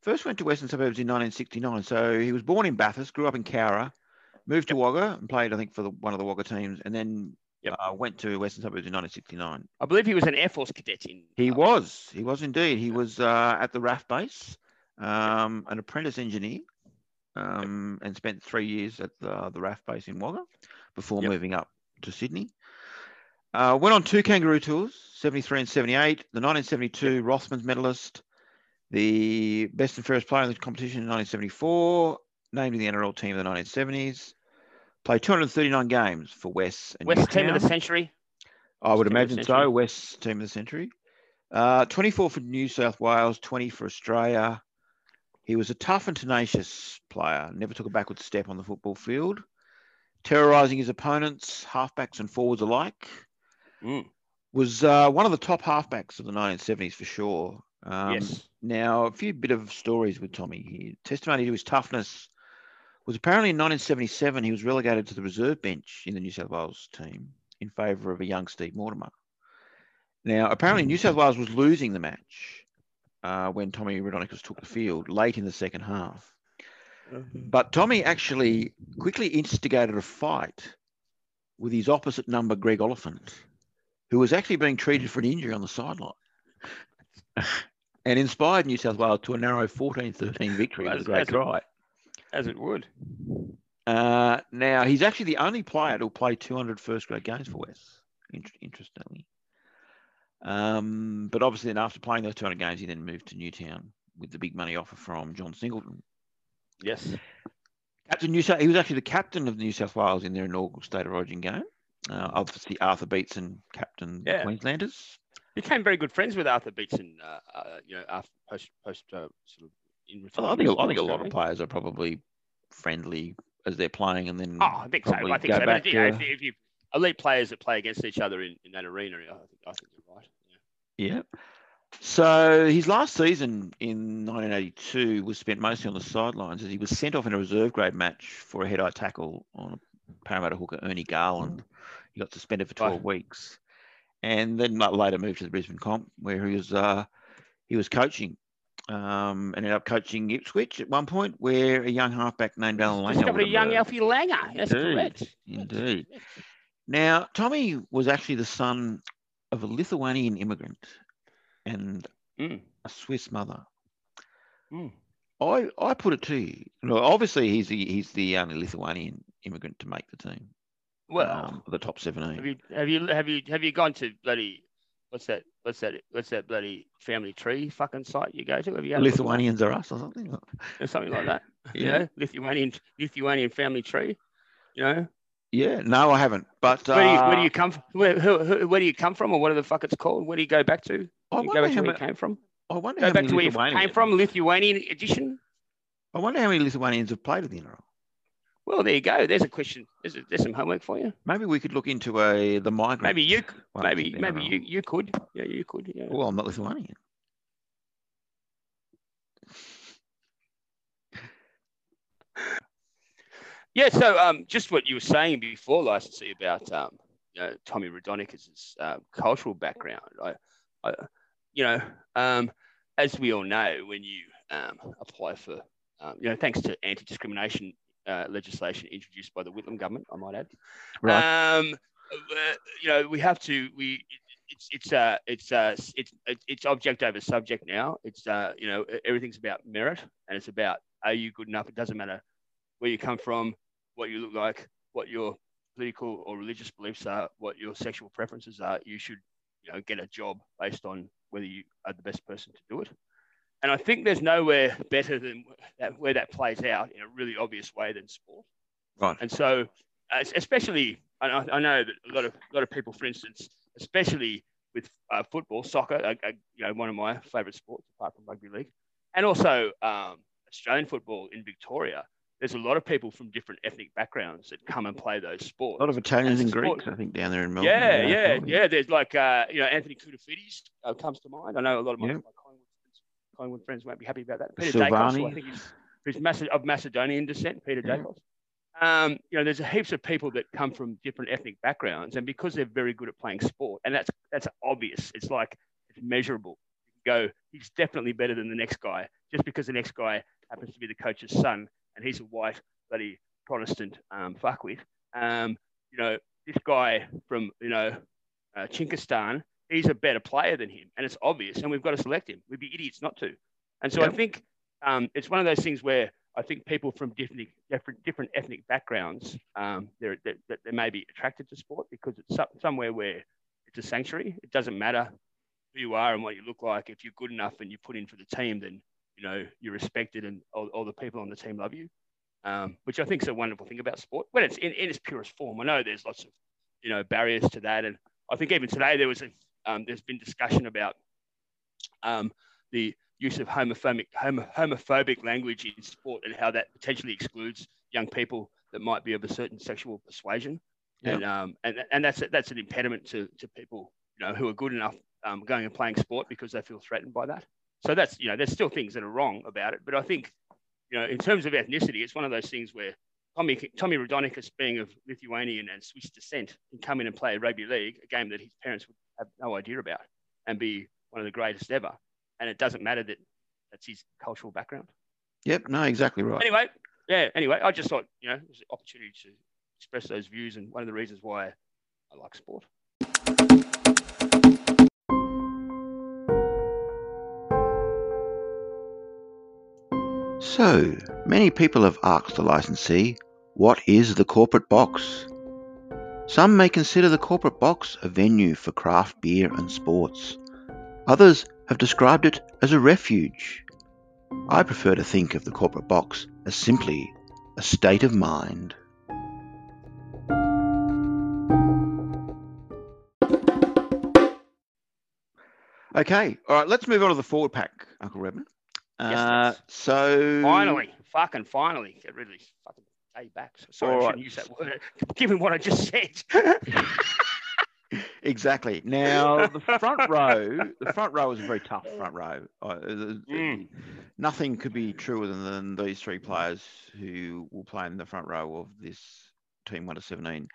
first went to Western Suburbs in 1969. So he was born in Bathurst, grew up in Cowra, moved to Wagga and played, I think, for the, one of the Wagga teams, and then Yep. uh, went to Western Suburbs in 1969. I believe he was an Air Force cadet in. He uh, was. He was indeed. He was uh, at the RAF base, um, an apprentice engineer, um, and spent three years at the, the RAF base in Wagga before Yep. moving up to Sydney. Uh, went on two kangaroo tours, 73 and 78, the 1972 Rothmans medalist, the best and fairest player in the competition in 1974, named in the NRL team of the 1970s, played 239 games for West and West team of Newtown. the century. I would Team of the imagine century. so. West team of the century. Uh, 24 for New South Wales, 20 for Australia, He was a tough and tenacious player, never took a backward step on the football field, terrorising his opponents, halfbacks and forwards alike. Mm. Was uh, one of the top halfbacks of the 1970s for sure. Um, yes. Now, a few bit of stories with Tommy here. Testimony to his toughness was apparently in 1977 he was relegated to the reserve bench in the New South Wales team in favour of a young Steve Mortimer. Now, apparently New South Wales was losing the match uh, when Tommy Rodonicus took the field late in the second half. But Tommy actually quickly instigated a fight with his opposite number, Greg Oliphant, who was actually being treated for an injury on the sideline and inspired New South Wales to a narrow 14 13 victory. Well, with a great as- try. As it would. Uh, now, he's actually the only player to play 200 first grade games for West, in- interestingly. Um, but obviously, then after playing those 200 games, he then moved to Newtown with the big money offer from John Singleton. Yes. Captain New South, he was actually the captain of New South Wales in their inaugural State of Origin game. Uh, obviously, Arthur Beetson captain Yeah. the Queenslanders. Became very good friends with Arthur Beetson, uh, uh, you know, after post, post uh, sort of in I retirement. think I think a lot of Certainly. players are probably friendly as they're playing, and then Oh, I think so. Mm, probably I think go so. back But, you know, to- if, if you elite players that play against each other in, in that arena, I think, I think you're right. Yeah. yeah. So his last season in 1982 was spent mostly on the sidelines as he was sent off in a reserve grade match for a head-eye tackle on Parramatta hooker Ernie Garland. He got suspended for 12 Right. weeks, and then like, later moved to the Brisbane Comp where he was uh, he was coaching. Um, ended up coaching Ipswich at one point, where a young halfback named Alan Langer Discovered would a young emerge. Alfie Langer. That's Indeed. correct. Indeed. Yes, yes. Now, Tommy was actually the son of a Lithuanian immigrant and Mm. a Swiss mother. Mm. I, I put it to you. No, obviously, he's the, he's the only Lithuanian immigrant to make the team. Well, um, the top 17. have you have you have you have you gone to bloody what's that what's that what's that bloody family tree fucking site you go to? Have you had a look at that? Lithuanians are us or something? or something (laughs) like that? You Yeah. know, Lithuanian Lithuanian family tree. You know, Yeah, no, I haven't. But where, do you, where uh, do you come from? Where, who, who, where do you come from, or whatever the fuck it's called? Where do you go back to? uh, I You go wonder back how to where you many, came from. I wonder Go how back many to where you Lithuanians- came from, Lithuanian edition. I wonder how many Lithuanians have played in the NRL. Well, there you go. There's a question. There's, a, there's some homework for you. Maybe we could look into a the migrant. Maybe you, one of maybe the maybe NRL. you, you could. Yeah, you could. Yeah. Well, I'm not Lithuanian. Yeah, so um, just what you were saying before, licensee, about um, you know, Tommy Rodonicus's uh, cultural background. I, I, you know, um, as we all know, when you um, apply for, um, you know, thanks to anti-discrimination uh, legislation introduced by the Whitlam government, I might add, Right. um, uh, you know, we have to. We it's it's uh it's uh it's it's- it's object over subject now. It's uh you know e- everything's about merit and it's about are you good enough? It doesn't matter where you come from, what you look like, what your political or religious beliefs are, what your sexual preferences are. You should you know get a job based on whether you are the best person to do it. And I think there's nowhere better than that, where that plays out in a really obvious way than sport. right. And so, uh, especially, I, I I know that a lot of a lot of people, for instance, especially with uh, football, soccer, uh, uh, you know, one of my favourite sports apart from rugby league, and also um, Australian football in Victoria. There's a lot of people from different ethnic backgrounds that come and play those A sports. lot of Italians and and sport- Greeks, I think, down there in Melbourne. Yeah, yeah, probably. yeah. There's like uh, you know Anthony Koutafidis uh, comes to mind. I know a lot of my, Yeah. my Collingwood, friends, Collingwood friends won't be happy about that. The Peter Dacos, who I Silvani. think he's, who's Mace- of Macedonian descent. Peter Yeah. Dacos. Um, you know, there's heaps of people that come from different ethnic backgrounds, and because they're very good at playing sport, and that's that's obvious. It's like it's measurable. You can go, he's definitely better than the next guy, just because the next guy happens to be the coach's son, and he's a white bloody Protestant um, fuckwit. Um, you know, this guy from you know uh, Chingistan, he's a better player than him, and it's obvious, and we've got to select him. We'd be idiots not to. And so I Yep. think um, it's one of those things where I think people from different different, different ethnic backgrounds, um, they're, they that they may be attracted to sport because it's some, somewhere where it's a sanctuary. It doesn't matter who you are and what you look like. If you're good enough and you put in for the team, then you know you're respected, and all, all the people on the team love you. Um, which I think is a wonderful thing about sport when it's in, in its purest form. I know there's lots of you know barriers to that, and I think even today there was a um, there's been discussion about um, the use of homophobic, homo, homophobic language in sport and how that potentially excludes young people that might be of a certain sexual persuasion. Yeah. And, um, and, and that's, that's an impediment to, to people you know, who are good enough um, going and playing sport because they feel threatened by that. So that's, you know, there's still things that are wrong about it. But I think, you know, in terms of ethnicity, it's one of those things where Tommy, Tommy Rodonicus, being of Lithuanian and Swiss descent, can come in and play rugby league, a game that his parents would have no idea about, and be one of the greatest ever. And it doesn't matter that that's his cultural background. Yep. No, exactly right. Anyway, yeah, anyway, I just thought, you know, it was an opportunity to express those views and one of the reasons why I like sport. So, many people have asked the licensee, what is the corporate box? Some may consider the corporate box a venue for craft beer and sports. Others have described it as a refuge. I prefer to think of the corporate box as simply a state of mind. Okay, all right, let's move on to the forward pack, Uncle Redmond. Yes, Uh, please. so Finally, fucking finally, get rid of these fucking day backs. Sorry, All I right. shouldn't use that word, (laughs) given what I just said. (laughs) Exactly. Now the (laughs) front row, the front row is a very tough front row. Uh, the- Mm. Nothing could be truer than, than these three players who will play in the front row of this team one to seventeen.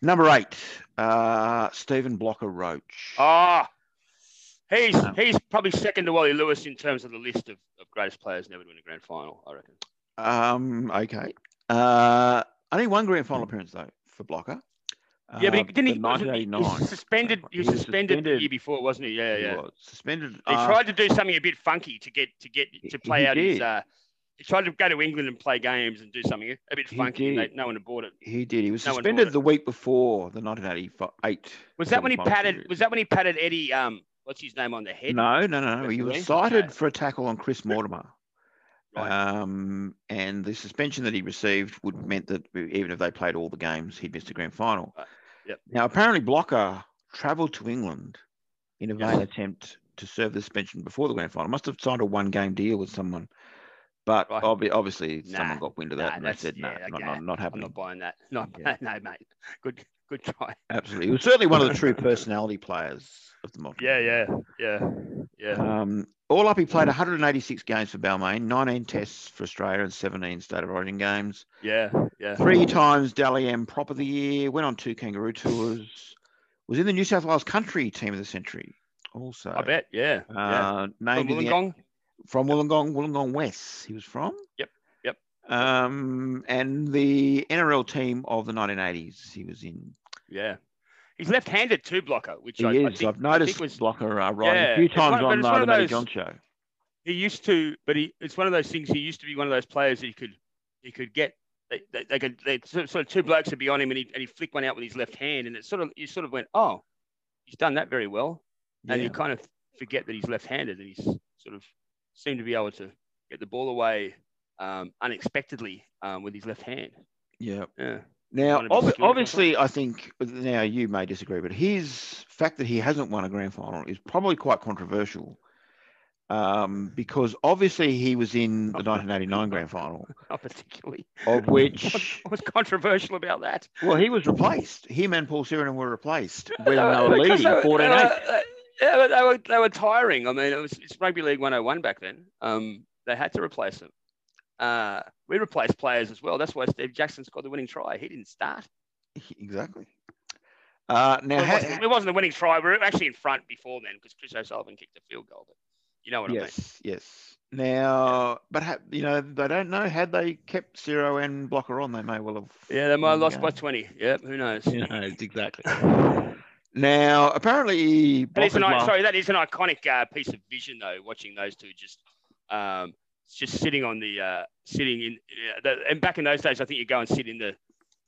Number eight, uh, Stephen Blocker Roach. Ah, he's No. he's probably second to Wally Lewis in terms of the list of, of greatest players never to win a grand final. I reckon. Um, okay. Uh, only one grand final appearance though for Blocker. Mm. Yeah, but he, Uh, didn't he? the wasn't he- 1989. He was suspended. He was He was suspended, the suspended. year before, wasn't he? Yeah, He yeah. was suspended. He after- tried to do something a bit funky to get to get Uh, He- to play he out his. did. Uh, he tried to go to England and play games and do something a bit He funky. And they, did. no one bought it. He did. He was No one bought suspended it. the week before the 1988. Was that when he semi-final patted? series. Was that when he patted Eddie? Um, what's his name on the head? No, no, no, no. He Definitely. was cited Okay. for a tackle on Chris Mortimer. Right. Um, and the suspension that he received would meant that even if they played all the games, he'd missed the grand final. Right. Yep. Now, apparently, Blocker travelled to England in a Yes. vain attempt to serve the suspension before the grand final. Must have signed a one-game deal with someone, but Right. obvi- obviously, Nah, someone got wind of that nah, and they that's- said, "No, yeah, not, okay. not, not I'm happening." not buying that. No, Yeah. (laughs) no, mate. Good, good try. Absolutely, he was certainly one of the (laughs) true personality players of the modern. Yeah, yeah, yeah, yeah. Mm. Um, all up, he played 186 games for Balmain, 19 tests for Australia, and 17 State of Origin games. Yeah, yeah. Three times Dally M Prop of the Year, went on two Kangaroo Tours, was in the New South Wales Country Team of the Century also. I bet. Yeah. yeah. Uh, From named in the- Wollongong. from Wollongong, Wollongong West, he was from. Yep, yep. Um, and the NRL team of the 1980s, he was in. Yeah. He's left-handed too, blocker, which He I, I is. think, I've noticed I think was, Blocker uh, riding Yeah, a few it's one- times but on it's uh, one the of Matty those- John show. he used to, but he it's one of those things. He used to be one of those players that he could he could get. They, they, they could they sort of- sort of two blokes would be on him and he and he flicked one out with his left hand and it sort of you sort of went oh he's done that very well and Yeah. you kind of forget that he's left-handed and he's sort of seemed to be able to get the ball away um, unexpectedly um, with his left hand. (laughs) yeah. Yeah. Now, Might have been ob- Stewart or obviously, I think now you may disagree, but his fact that he hasn't won a grand final is probably quite controversial, um, because obviously he was in (laughs) the 1989 grand final, Not particularly. of (laughs) which What's controversial about that? well he was replaced. Him and Paul Sirenen were (laughs) replaced when they were leading 14 8. Yeah, but they were they were tiring. I mean, it was it's rugby league 101 back then. Um, they had to replace them. Uh, we replaced players as well. That's why Steve Jackson scored the winning try. He didn't start. Exactly. Uh, now, Well, it, ha- wasn't, it wasn't a winning try. We were actually in front before then because Chris O'Sullivan kicked a field goal. But you know what I mean? yes, yes. Now, but ha- you know they don't know had they kept Ciro and Blocker on, they may well have. Yeah, they might won have the lost game. by 20. Yeah, who knows? (laughs) You know, exactly. Now, apparently, That is an, Blocker's i- last- sorry, that is an iconic uh, piece of vision, though. Watching those two just, um, just sitting on the, uh, sitting in, yeah, the, and back in those days, I think you go and sit in the,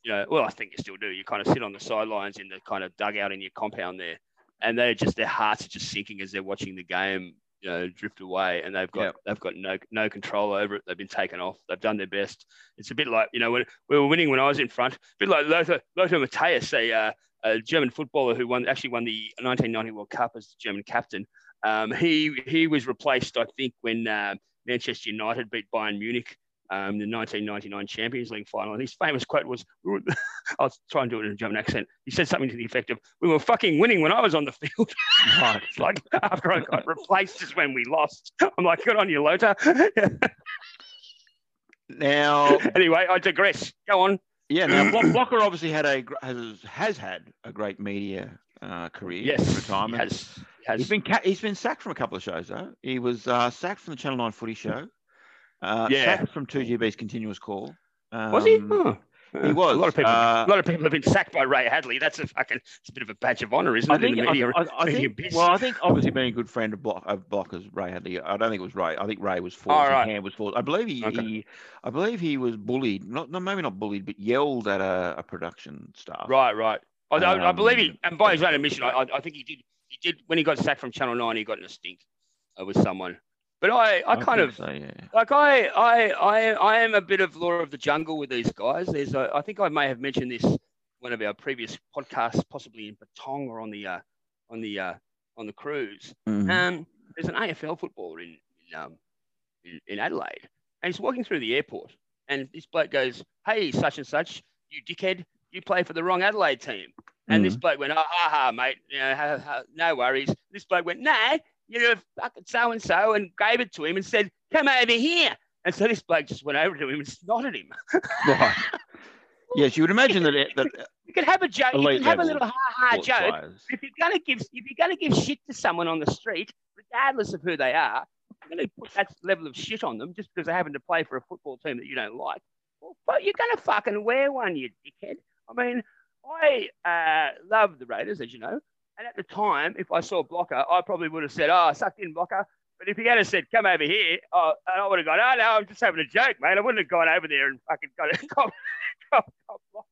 you know, well, I think you still do. You kind of sit on the sidelines in the kind of dugout in your compound there, and they're just their hearts are just sinking as they're watching the game, you know, drift away, and they've got Yep. they've got no no control over it. They've been taken off. They've done their best. It's a bit like you know when we were winning when I was in front. A bit like Lothar Lothar Matthäus, a uh, a German footballer who won actually won the 1990 World Cup as the German captain. Um, he he was replaced, I think, when uh, Manchester United beat Bayern Munich, um, the 1999 Champions League final. And his famous quote was, "We were- (laughs) "I'll try and do it in a German accent." He said something to the effect of, "We were fucking winning when I was on the field. (laughs) Right. It's like after I got replaced is when we lost." I'm like, "Good on you, Lothar." (laughs) Now, anyway, I digress. Go on. yeah, now Block, Blocker obviously had a gr- has, has had a great media uh, career. Yes, retirement. Yes. Yes. He's been ca- he's been sacked from a couple of shows though. He was uh, sacked from the Channel Nine Footy Show. Uh, Yeah. sacked from 2GB's continuous call. Was he? Um, Oh. He was. A lot of people. Uh, a lot of people have been sacked by Ray Hadley. That's a fucking. It's a bit of a badge of honour, isn't I it? think, in the media, I, I- I media think abyss? well, I think obviously being a good friend of Block of Blockers, Ray Hadley. I don't think it was Ray. I think Ray was forced. All and Oh, right. Ham was forced. I believe he, Okay. he, I believe he was bullied. Not, no, maybe not bullied, but yelled at a, a production staff. Right, right. I, I- I believe Um, he, and by his own admission, I, I- I think he did. He did when he got sacked from Channel Nine. He got in a stink uh, with someone. But I, I, think kind of so, yeah. like I, I, I, I am a bit of law of the jungle with these guys. There's, a, I think I may have mentioned this one of our previous podcasts, possibly in Batong or on the, uh, on the, uh, on the cruise. Mhm. (laughs) Um, there's an AFL footballer in in, um, in in Adelaide, and he's walking through the airport, and this bloke goes, "Hey, such and such, you dickhead, you play for the wrong Adelaide team." And Mm-hmm. this bloke went, "Oh, ha ha, mate, you know, ha, ha, no worries." This bloke went, "Nah, you're a fucking so and so," and gave it to him and said, "Come over here." And so this bloke just went over to him and snotted him. (laughs) right. Yes, you would imagine that it- that You can have a joke, you Elite can have a level little ha ha sports joke, players- if you're gonna give if you're gonna give shit to someone on the street, regardless of who they are, you're gonna put that level of shit on them just because they happen to play for a football team that you don't like. Well, but you're gonna fucking wear one, you dickhead. I mean, I uh, love the Raiders, as you know, and at the time, if I saw Blocker, I probably would have said, "Oh, sucked in Blocker." But if he had have said, "Come over here," oh, and I would have gone, "Oh no, I'm just having a joke, mate." I wouldn't have gone over there and fucking got it. (laughs) Got, got, got Blocker.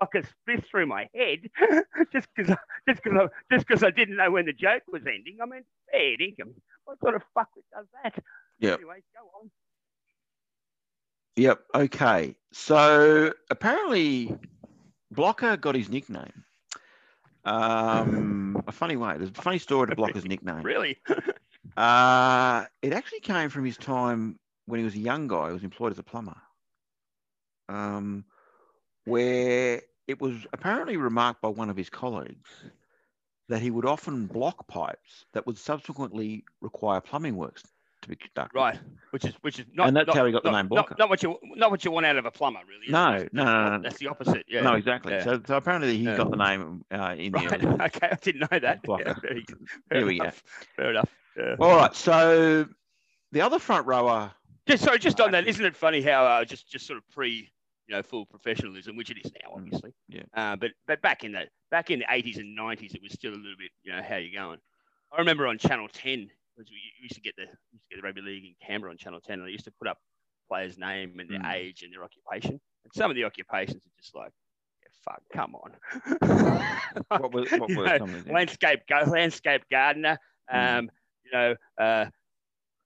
Blocker's fist through my head (laughs) just because just because I, just 'cause I didn't know when the joke was ending. I mean, fair income. What sort of fuck does that? Yep. Anyway, go on. Yep. Okay. So apparently, Blocker got his nickname. Um, a funny way. There's a funny story to Blocker's nickname. Really? Uh, it actually came from his time when he was a young guy. He was employed as a plumber. Um, where it was apparently remarked by one of his colleagues that he would often block pipes that would subsequently require plumbing works to be conducted. Right. Which is which is not. And that's not- how he got the not- name not- Blocker. Not, what you not what you want out of a plumber, really. is No, it? no, no, no. That's the opposite. Yeah. No, exactly. Yeah. So, so apparently he Yeah. got the name uh, in the (laughs) Right. (laughs) early Okay, I didn't know that. Yeah, Blocker. very good. Fair There we go. enough. Fair enough. Yeah. All right. So the other front rower, Just sorry, just on that, isn't it funny how uh, just just sort of pre, you know, full professionalism, which it is now, Mm, obviously. yeah. Uh, but but back in the back in the eighties and nineties, it was still a little bit, you know, how you going. I remember on Channel Ten, because we we used to get the we used to get the rugby league in Canberra on Channel Ten, and they used to put up players' name and their Mm. age and their occupation. And some of the occupations are just like, yeah, fuck, come on. (laughs) (laughs) what was what You were know, some of the things? landscape gar- landscape gardener, um, Mm. you know, uh,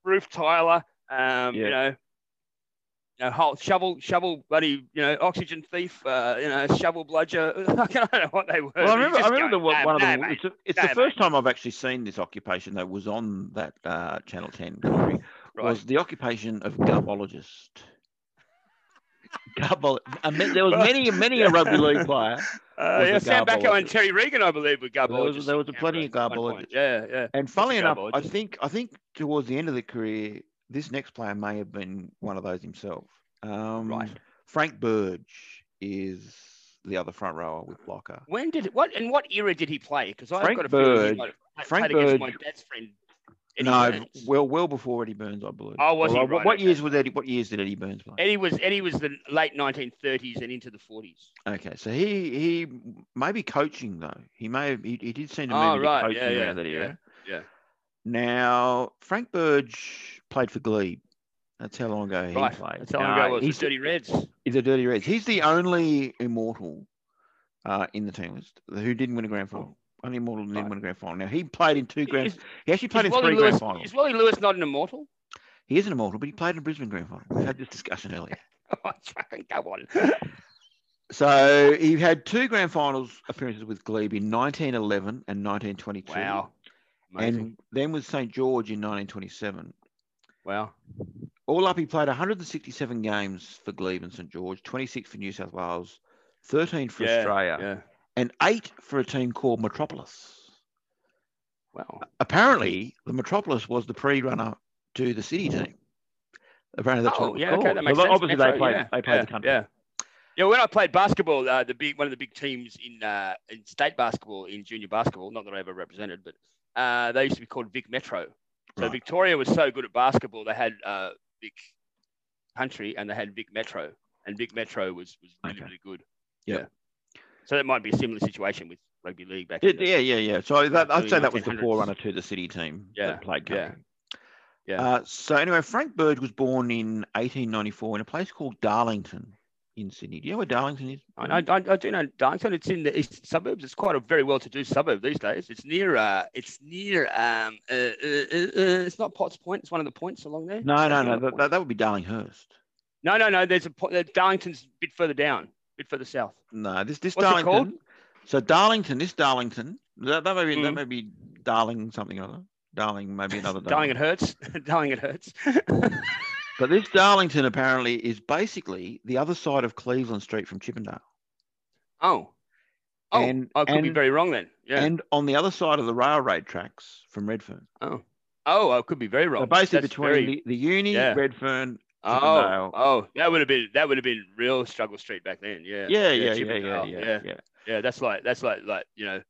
roof tiler, um, Yeah. you know, you know, whole shovel shovel buddy, you know, oxygen thief, uh, you know, shovel bludger. (laughs) I don't know what they were. Well, I but you remember, I just remember the, go, one "No, one of no, them. mate, It's, a, it's no, the mate." first time I've actually seen this occupation that was on that uh, Channel Ten. Commentary, Right. Was the occupation of (laughs) garbologist. Garbol- I mean, there was Well, many, many a (laughs) rugby league player. Uh, was yeah, a Sam Bacco and garbologist. Terry Regan, I believe, were was- garbologists. there was a in plenty of Canberra at one garbologist. point. Yeah, yeah. And funnily a enough, I garbologist. think I think towards the end of the career, this next player may have been one of those himself. Um, Right. Frank Burge is the other front rower with blocker. When did what and what era did he play? Because I've Frank got a feeling Bird- he might have Frank played against Bird- my dad's friend. Eddie no, Burns. well, well before Eddie Burns, I believe. Oh, was he? Well, Right, What okay. years was Eddie? What years did Eddie Burns play? Eddie was Eddie was the late 1930s and into the 40s. Okay, so he he may be coaching though. He may have, he, he did seem to Oh, move into right. coaching Yeah, yeah, around that era. yeah, yeah. Now Frank Burge played for Glebe. That's how long ago he right. played. That's how long Uh, ago it was. he's, The Dirty Reds. he's a dirty Reds. He's the only immortal uh, in the team list who didn't win a grand final. Only immortal who didn't Oh. Right. win a grand final. Now he played in two grand. Is, He actually played is in Wally three grand Lewis, finals. is Wally Lewis not an immortal? (laughs) He is an immortal, but he played in Brisbane grand final. We had this discussion earlier. Oh, fucking Go on. (laughs) So he had two grand finals appearances with Glebe in 1911 and 1922. Wow. Amazing. and then with St George in 1927. wow. All up, he played 167 games for Glebe and St George, 26 for New South Wales, 13 for Yeah, Australia, Yeah. and eight for a team called Metropolis. Wow. Apparently, the Metropolis was the pre-runner to the City team. Apparently, that's what Oh, it was yeah. Okay, called. that makes Well, sense. Obviously, Metro, they played. yeah, They played yeah, the country. Yeah. Yeah, when I played basketball, uh, the big one of the big teams in uh, in state basketball, in junior basketball, not that I ever represented, but uh, they used to be called Vic Metro. So Right. Victoria was so good at basketball, they had uh, Vic Country and they had Vic Metro, and Vic Metro was was really Okay. really good. Yeah. So that might be a similar situation with rugby league back. Yeah, in the- yeah, yeah, yeah. So that, I'd early say that was the 1900s. forerunner to the City team Yeah, that played yeah, country. yeah. Uh, so anyway, Frank Bird was born in 1894 in a place called Darlington in Sydney. Do you know where Darlington is? I, I, I- I do know Darlington. It's in the east suburbs. It's quite a very well-to-do suburb these days. It's near. Uh, it's near. Um, uh, uh, uh, uh, it's not Potts Point. It's one of the points along there. No, It's no, like no. another That, point. that, that would be Darlinghurst. no, no, no. There's a po- uh, Darlington's a bit further down, a bit further south. No, this this What's it called? Darlington. So Darlington, this Darlington. That, that may be that Mm. may be Darling something or other. Darling, maybe (laughs) another. Darling, it hurts. Darling, it hurts. But this Darlington apparently is basically the other side of Cleveland Street from Chippendale. oh, oh, And- I could be and- very wrong then. Yeah. And on the other side of the railroad tracks from Redfern. oh, I could be very wrong. So basically That's between very- the, the uni, yeah. Redfern. oh, Chippendale. oh, that would have been that would have been real struggle street back then. Yeah. Yeah, yeah, yeah, yeah, yeah, Chippendale, yeah. Yeah, that's like that's like like you know,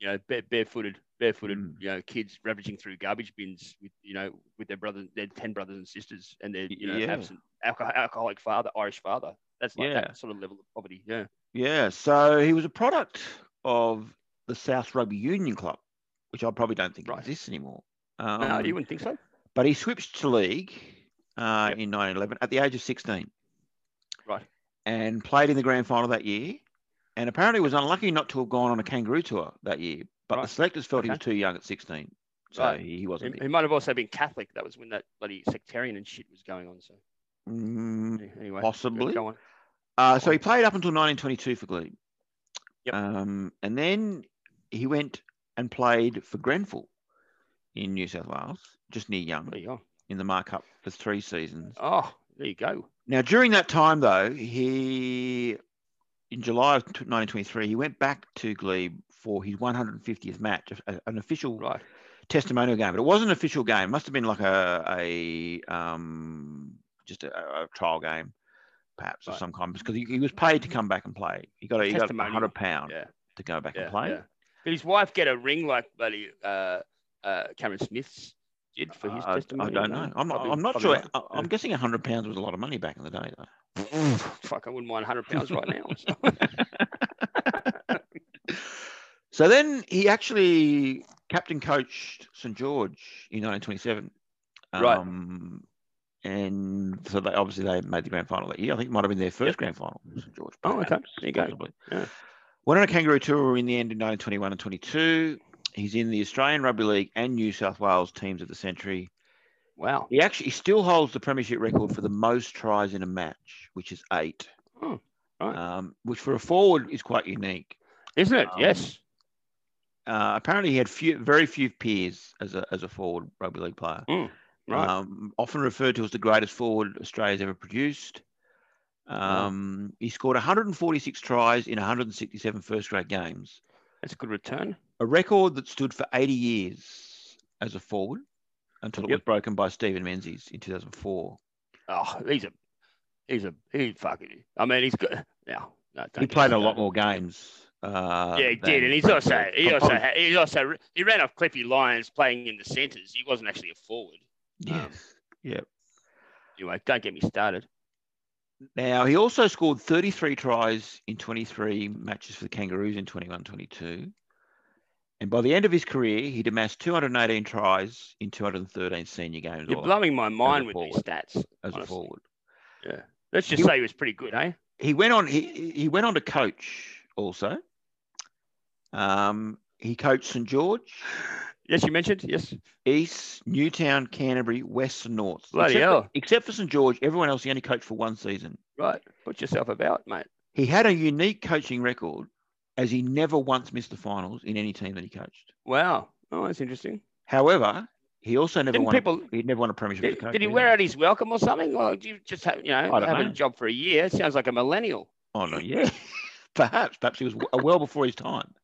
you know, bare, barefooted, barefooted, Mm. you know, kids ravaging through garbage bins with you know with their brothers, their ten brothers and sisters, and their you know Yeah. absent alcohol, alcoholic father, Irish father. That's like Yeah. that sort of level of poverty. Yeah. Yeah, So he was a product of the South Rugby Union Club, which I probably don't think Right. exists anymore. no, Um, you wouldn't think so. But he switched to league uh, Yep. in 1911 at the age of 16. Right. And played in the grand final that year. And apparently was unlucky not to have gone on a kangaroo tour that year. But the Right. selectors felt he was Okay. too young at 16. So Right. he he He, wasn't. he picked. might have also been Catholic. That was when that bloody sectarian and shit was going on. So Mm, anyway, possibly. Go on. Uh, so he played up until 1922 for Glebe. Yep. Um, and then he went and played for Grenfell in New South Wales, just near Young, There you go. in the markup for three seasons. Oh, there you go. Now, during that time, though, he, in July of 1923, he went back to Glebe for his 150th match, a- an official Right. testimonial game, but it wasn't an official game. It must have been like a, a um, just a, a trial game, perhaps, of Right. some kind, because he, he was paid to come back and play. He got a, he got a Testimonial. hundred pound Yeah. to go back yeah, and play. yeah. Did his wife get a ring like bloody uh, uh, Cameron Smith's did for his Uh, I- I- testimony? I don't know. I'm not. Probably- I'm not probably sure. not. I, I'm guessing a hundred pounds was a lot of money back in the day, though. (laughs) Fuck, I wouldn't mind 100 pounds right now. so. (laughs) So then he actually captain coached St George in 1927. Right. Um, and so they obviously they made the grand final that year. I think it might have been their first Yep. grand final, St George. Oh, okay. perhaps, There you go. possibly. Yeah. Went on a kangaroo tour in the end in 1921 and 22. He's in the Australian Rugby League and New South Wales teams of the century. Wow. He actually he still holds the premiership record for the most tries in a match, which is eight. Oh, right. Um, which for a forward is quite unique. Isn't it? Um, yes. Uh, apparently, he had few, very few peers as a, as a forward rugby league player. Mm, right. Um, often referred to as the greatest forward Australia's ever produced. Um, He scored 146 tries in 167 first grade games, That's a good return. a record that stood for 80 years as a forward until it was broken by Stephen Menzies in 2004. Oh, he's a, he's a, he fucking, I mean, he's good. No, no, don't he do played that, a lot don't. more games. Uh, Yeah, he than Oh, did, and he's Brad also Bird. he Prob- also had, he also he ran off Cliffy Lyons playing in the centres. He wasn't actually a forward. um, Yes. Anyway, don't get me started. Now, he also scored 33 tries in 23 matches for the Kangaroos in 21 22. And by the end of his career, he'd amassed 218 tries in 213 senior games You're or- blowing my mind with forward. these stats. as a honestly. forward. Let's just You- say he was pretty good, eh? He went on. He, he went on to coach also. Um, he coached St George, Yes, you mentioned. Yes. East, Newtown, Canterbury, West, and North. Bloody except, for- hell. except for St George, everyone else he only coached for one season. Right. Put yourself about, mate. He had a unique coaching record, as he never once missed the finals in any team that he coached. Wow. Oh, that's interesting. However, he also never Didn't won. people- A, he never won a premiership. as a Did, coach did he either. wear out his welcome or something? Or do you just have, you know, I don't have a know. job for a year? Sounds like a millennial. (laughs) Oh no, yeah, (laughs) perhaps, perhaps he was w- well before his time.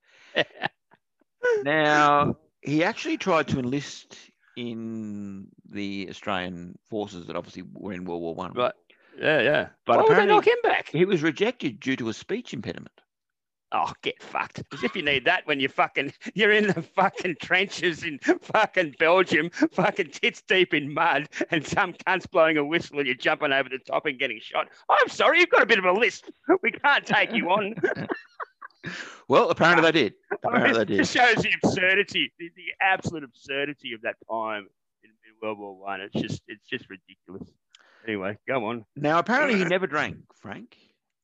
now he actually tried to enlist in the Australian forces that obviously were in World War One. Right. Yeah, yeah. But But Why would they apparently- knock him back? He was rejected due to a speech impediment. Oh, get fucked. As if you need that when you fucking you're in the fucking (laughs) trenches in fucking Belgium, fucking tits deep in mud, and some cunt's blowing a whistle and you're jumping over the top and getting shot. I'm sorry, you've got a bit of a list. We can't take you on. Well, apparently they did. Ah. (laughs) I mean, Apparently they did. it shows the absurdity, the, the absolute absurdity of that time in, in World War One. It's just, it's just ridiculous. Anyway, go on. Now apparently he never drank, Frank.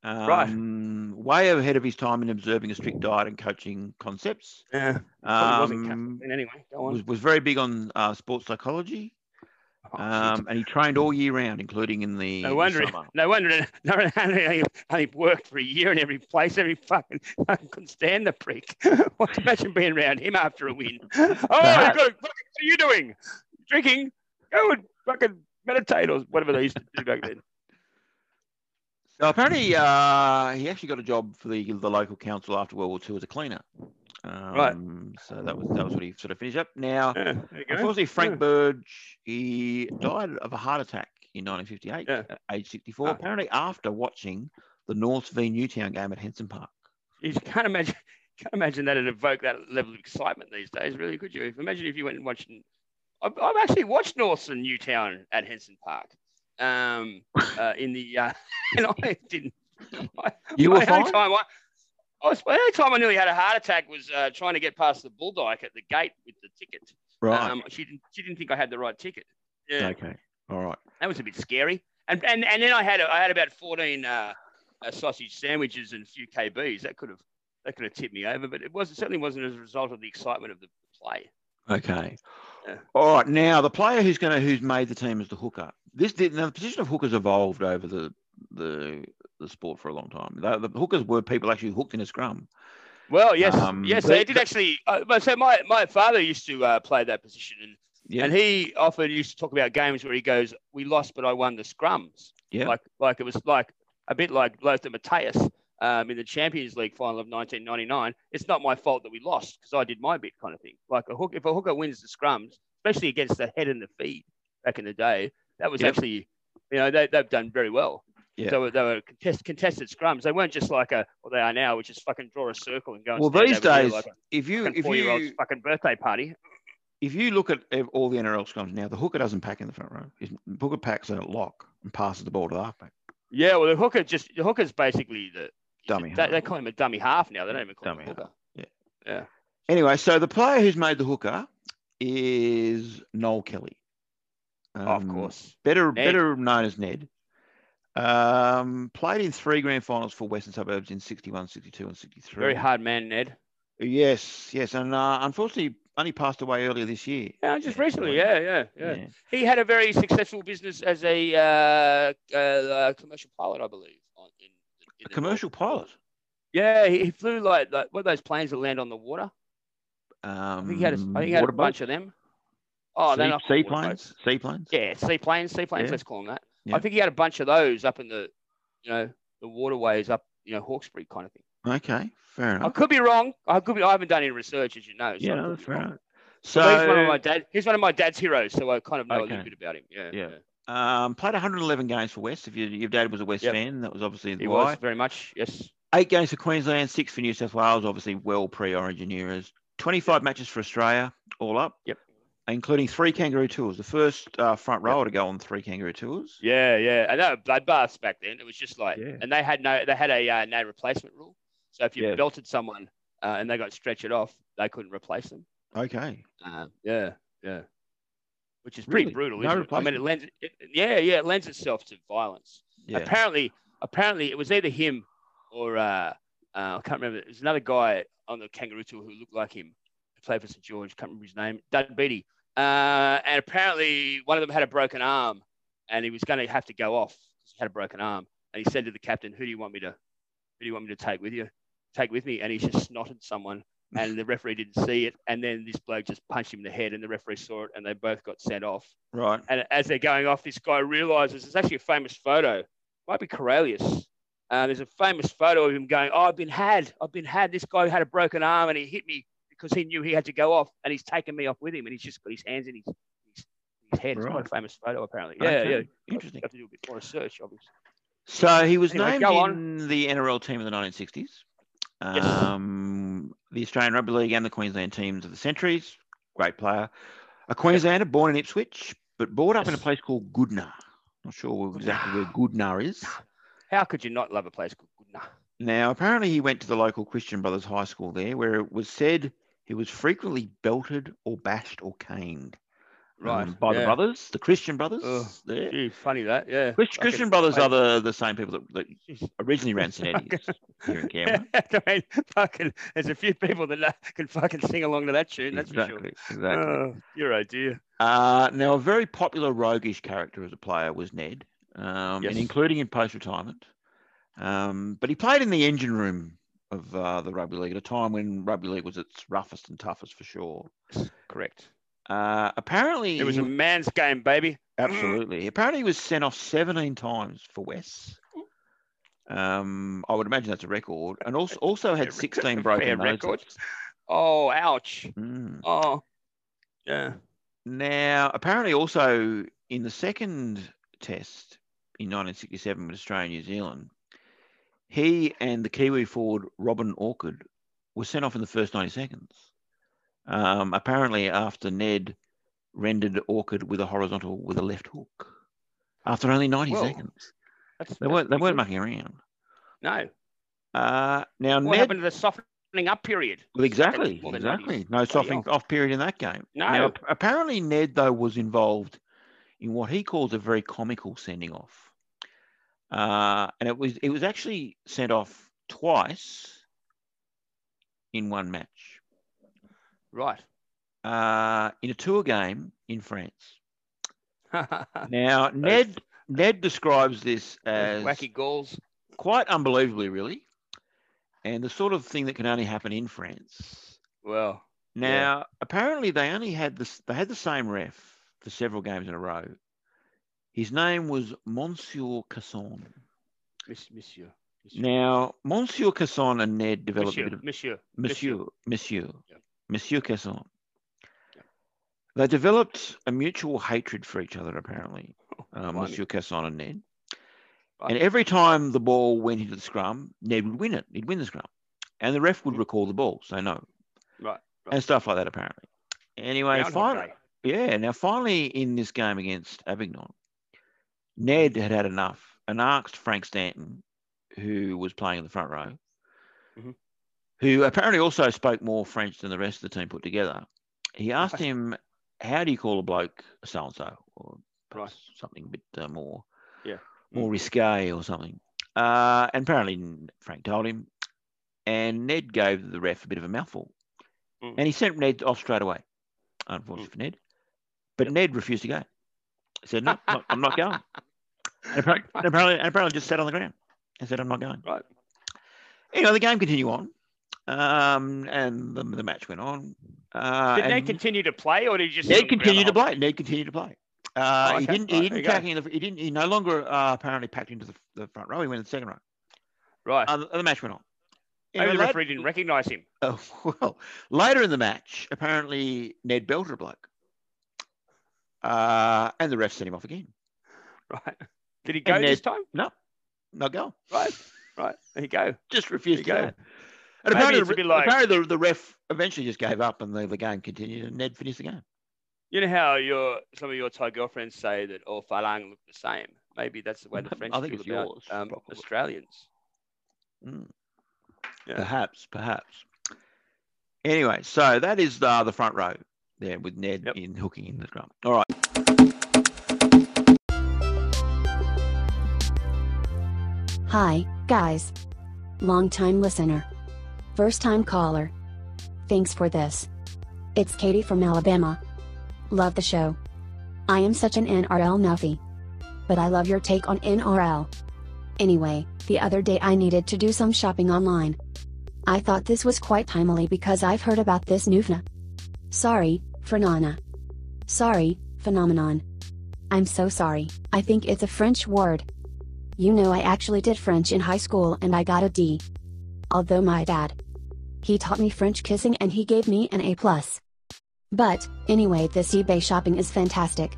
Right. Um, Way ahead of his time in observing a strict diet and coaching concepts. Yeah, probably wasn't Um, Catholic. Anyway, go on. was, was very big on uh, sports psychology, Oh, shit. um, and he trained all year round, including in the, No the wonder, summer. no wonder, no wonder, (laughs) only, only worked for a year in every place, every fucking, I couldn't stand the prick. (laughs) Well, Imagine being around him after (laughs) a win. Oh, you got to, what are you doing? Drinking? Go and fucking meditate or whatever they used to do back then. So apparently, uh, he actually got a job for the the local council after World War II as a cleaner. Um, So that was that was what he sort of finished up. Now, Yeah, there you go. unfortunately, Frank Yeah. Burge he died of a heart attack in 1958, Yeah. at age 64. Oh. Apparently, after watching the North v Newtown game at Henson Park. You just can't imagine. (laughs) Can't imagine that it'd evoke that level of excitement these days, really, could you? If- Imagine if you went and watched. I've, I've actually watched North and Newtown at Henson Park. (laughs) Um, uh, in the uh, (laughs) and I didn't. I, You my were only fine? time I, I was, my only time I nearly had a heart attack was uh, trying to get past the bull dyke at the gate with the ticket. Right. Um, she didn't. She didn't think I had the right ticket. Yeah. Okay. All right. That was a bit scary. And and, and then I had I had about fourteen uh, uh, sausage sandwiches and a few KBs. That could have that could have tipped me over, but it was it certainly wasn't as a result of the excitement of the play. Okay. Yeah. All right. Now the player who's going to who's made the team is the hooker. This did now the position of hookers evolved over the the the sport for a long time. The, the hookers were people actually hooked in a scrum. Well, yes, Um, yes, but- they did actually. Uh, but so my my father used to uh, play that position, and, Yeah. and he often used to talk about games where he goes, "We lost, but I won the scrums." Yeah. like like it was like a bit like Lothar Matthäus um, in the Champions League final of 1999. It's not my fault that we lost because I did my bit, kind of thing. Like a hook, if a hooker wins the scrums, especially against the head and the feet back in the day, that was Yep. actually, you know, they, they've done very well. Yeah. So they were contest, contested scrums. They weren't just like a what they are now, which is fucking draw a circle and go. And well, stand these over there days, like if you a if four year old's you fucking birthday party. if you look at ev- all the NRL scrums now, the hooker doesn't pack in the front row. His- Hooker packs a lock and passes the ball to the halfback. Yeah, well, the hooker just the hooker's basically the Dummy They, half. they call him a dummy half now. They don't even call Dummy him a half. hooker. Anyway, so the player who's made the hooker is Noel Kelly. Oh, of Um, course. better Ned. better known as Ned. Um, played in three grand finals for Western Suburbs in 61, 62, and 63. Very hard man, Ned. Yes, yes. And uh, unfortunately, only passed away earlier this year. Yeah, just Yeah, recently. yeah. Yeah, yeah, yeah, He had a very successful business as a uh, uh, uh, commercial pilot, I believe. On, in, in A the commercial North. pilot. Yeah, he, he flew like, like what are those planes that land on the water? Um, I think he had a, I think he Mm, had a bunch of them. Oh, they're not called water boats. seaplanes. Seaplanes. Yeah, seaplanes, seaplanes. Yeah. Let's call them that. Yeah. I think he had a bunch of those up in the, you know, the waterways up, you know, Hawkesbury kind of thing. Okay, fair I enough. could be wrong. I could be. I haven't done any research, as you know. So I yeah, could that's be fair wrong. enough. So he's one of my So, dad. He's one of my dad's heroes, so I kind of know a Okay. little bit about him. Yeah, Yeah. um, played 111 games for West. If you, your dad was a West Yep. fan, that was obviously He why. was very much. Yes. Eight games for Queensland, six for New South Wales, obviously well pre Origin eras. 25 matches for Australia, all up. Yep. Including three kangaroo tours. The first uh, front rower to go on three kangaroo tours. Yeah, yeah. And they were bloodbaths back then. It was just like, Yeah. and they had no, they had a uh, no replacement rule. So if you Yeah. belted someone uh, and they got stretchered off, they couldn't replace them. Okay. Um, yeah, yeah. Which is pretty Really? brutal, No isn't it? I mean, it replacement? lends. It, yeah, yeah. It lends itself to violence. Yeah. Apparently, apparently, it was either him or uh, uh, I can't remember. It was another guy on the kangaroo tour who looked like him. He played for St George. Can't remember his name. Doug Beatty. Uh, and apparently, one of them had a broken arm, and he was going to have to go off because he had a broken arm. And he said to the captain, "Who do you want me to? Who do you want me to take with you? Take with me?" And he just snotted someone and the referee didn't see it. And then this bloke just punched him in the head, and the referee saw it, and they both got sent off. Right. And as they're going off, this guy realizes it's actually a famous photo. Might be Corellius. Uh, there's a famous photo of him going, "Oh, I've been had. I've been had. This guy had a broken arm, and he hit me because he knew he had to go off, and he's taken me off with him, and he's just got his hands in his his, his head. It's quite Right. a famous photo, apparently. Yeah, Okay. yeah. Interesting. You have to do a bit more research, obviously. So he was Anyway, named go on. in the NRL team of the 1960s, Yes. um, the Australian Rugby League and the Queensland teams of the centuries. Great player. A Queenslander born in Ipswich, but brought up in a Yes. place called Goodna. Not sure exactly (sighs) where Goodna is. How could you not love a place called Goodna? Now, apparently, he went to the local Christian Brothers High School there, where it was said he was frequently belted or bashed or caned Right. um, by the yeah. brothers, the Christian Brothers. Ugh, there. Gee, funny that. Yeah. Chris- I Christian could- Brothers I- are the, the same people that, that originally ran (laughs) Sinettes here in Canberra. I mean, fucking, there's a few people that know- can fucking sing along to that tune. That's for sure. exactly. Exactly. Oh, you're right, dear. Uh, now, a very popular roguish character as a player was Ned, um, Yes. and including in post retirement. Um, but he played in the engine room of uh, the rugby league at a time when rugby league was its roughest and toughest for sure. Correct. Uh, apparently, It was he- a man's game, baby. absolutely. Apparently, he was sent off 17 times for Wes. Um, I would imagine that's a record, and also also had Fair- 16 (laughs) fair broken noses. record. Oh, ouch. Mm. Oh, yeah. Now, apparently, also in the second test in 1967 with Australia and New Zealand, he and the Kiwi forward Robin Orchard were sent off in the first 90 seconds. Um, apparently, after Ned rendered Orchard with a horizontal with a left hook, after only 90 Whoa. seconds, That's, they that's weren't they pretty weren't good. mucking around. No. Uh, now, What Ned, happened to the softening up period? well, exactly, Well, the exactly. 90s. No Bloody softening hell. off period in that game. Now, No. ap- apparently, Ned, though, was involved in what he calls a very comical sending off. Uh, and it was it was actually sent off twice in one match. Right. (laughs) Uh, in a tour game in France. Now, Ned Ned describes this as Wacky goals. quite unbelievably, really, and the sort of thing that can only happen in France. Well, Yeah. Now, apparently, they only had this. They had the same ref for several games in a row. His name was Monsieur Casson. miss, Monsieur. Monsieur. Now, Monsieur Casson and Ned developed a Monsieur. bit of Monsieur. Monsieur, Monsieur, Yeah. Monsieur Casson. Yeah. They developed a mutual hatred for each other, apparently, uh, Oh, blimey. Monsieur Casson and Ned. And Right. every time the ball went into the scrum, Ned would win it. He'd win the scrum. And the ref would recall the ball, say no. Right, right. And stuff like that, apparently. Anyway, Groundhog finally, Day. yeah. Now, finally, in this game against Avignon, Ned had had enough and asked Frank Stanton, who was playing in the front row, Mhm. who apparently also spoke more French than the rest of the team put together. He asked Right. him, "How do you call a bloke so and so, or Right. perhaps something a bit uh, more, Yeah. Mm. more risque or something?" Uh, and apparently, n- Frank told him, and Ned gave the ref a bit of a mouthful, Mm. and he sent Ned off straight away. Unfortunately for Ned, but Ned refused to go. He said, "No, I'm not- I'm not (laughs) going." And apparently, and apparently, and apparently just sat on the ground and said, I'm not going. Right. Anyway, the game continued on. Um, and the, the match went on. Uh, Did Ned and continue to play, or did he just? Ned sit on the continued to ground play. Ned continued to play. Uh, Oh, he okay. didn't. Right, He there you didn't go. pack in the. He didn't. He no longer uh, apparently packed into the, the front row. He went in the second row. the whole- Right. Uh, the, the match went on. Maybe Anyway, the late- referee (laughs) didn't recognise him. (laughs) Oh, well, later in the match, apparently Ned belted a bloke, uh, and the ref sent him off again. Right. Did he go Ned- this time? No, not going. Right. Right. There you go. just refused to There go. you go. And Maybe apparently, it's a the, bit like- apparently the, the ref eventually just gave up and the, the game continued and Ned finished the game. You know how your some of your Thai girlfriends say that all Falang look the same. Maybe that's the way the I French think feel it's about yours, um, probably. Australians. Mm. Yeah. Perhaps, perhaps. Anyway, so that is uh, the, the front row there with Ned Yep. in hooking in the drum. All right. Hi, guys. Long time listener. First time caller. Thanks for this. It's Katie from Alabama. Love the show. I am such an NRL nuffy. But I love your take on NRL. Anyway, the other day I needed to do some shopping online. I thought this was quite timely because I've heard about this nuvna. Sorry, Frenana. Sorry, phenomenon. I'm so sorry, I think it's a French word. You know, I actually did French in high school and I got a D. Although my dad. He taught me French kissing and he gave me an A. plus. But, anyway, this eBay shopping is fantastic.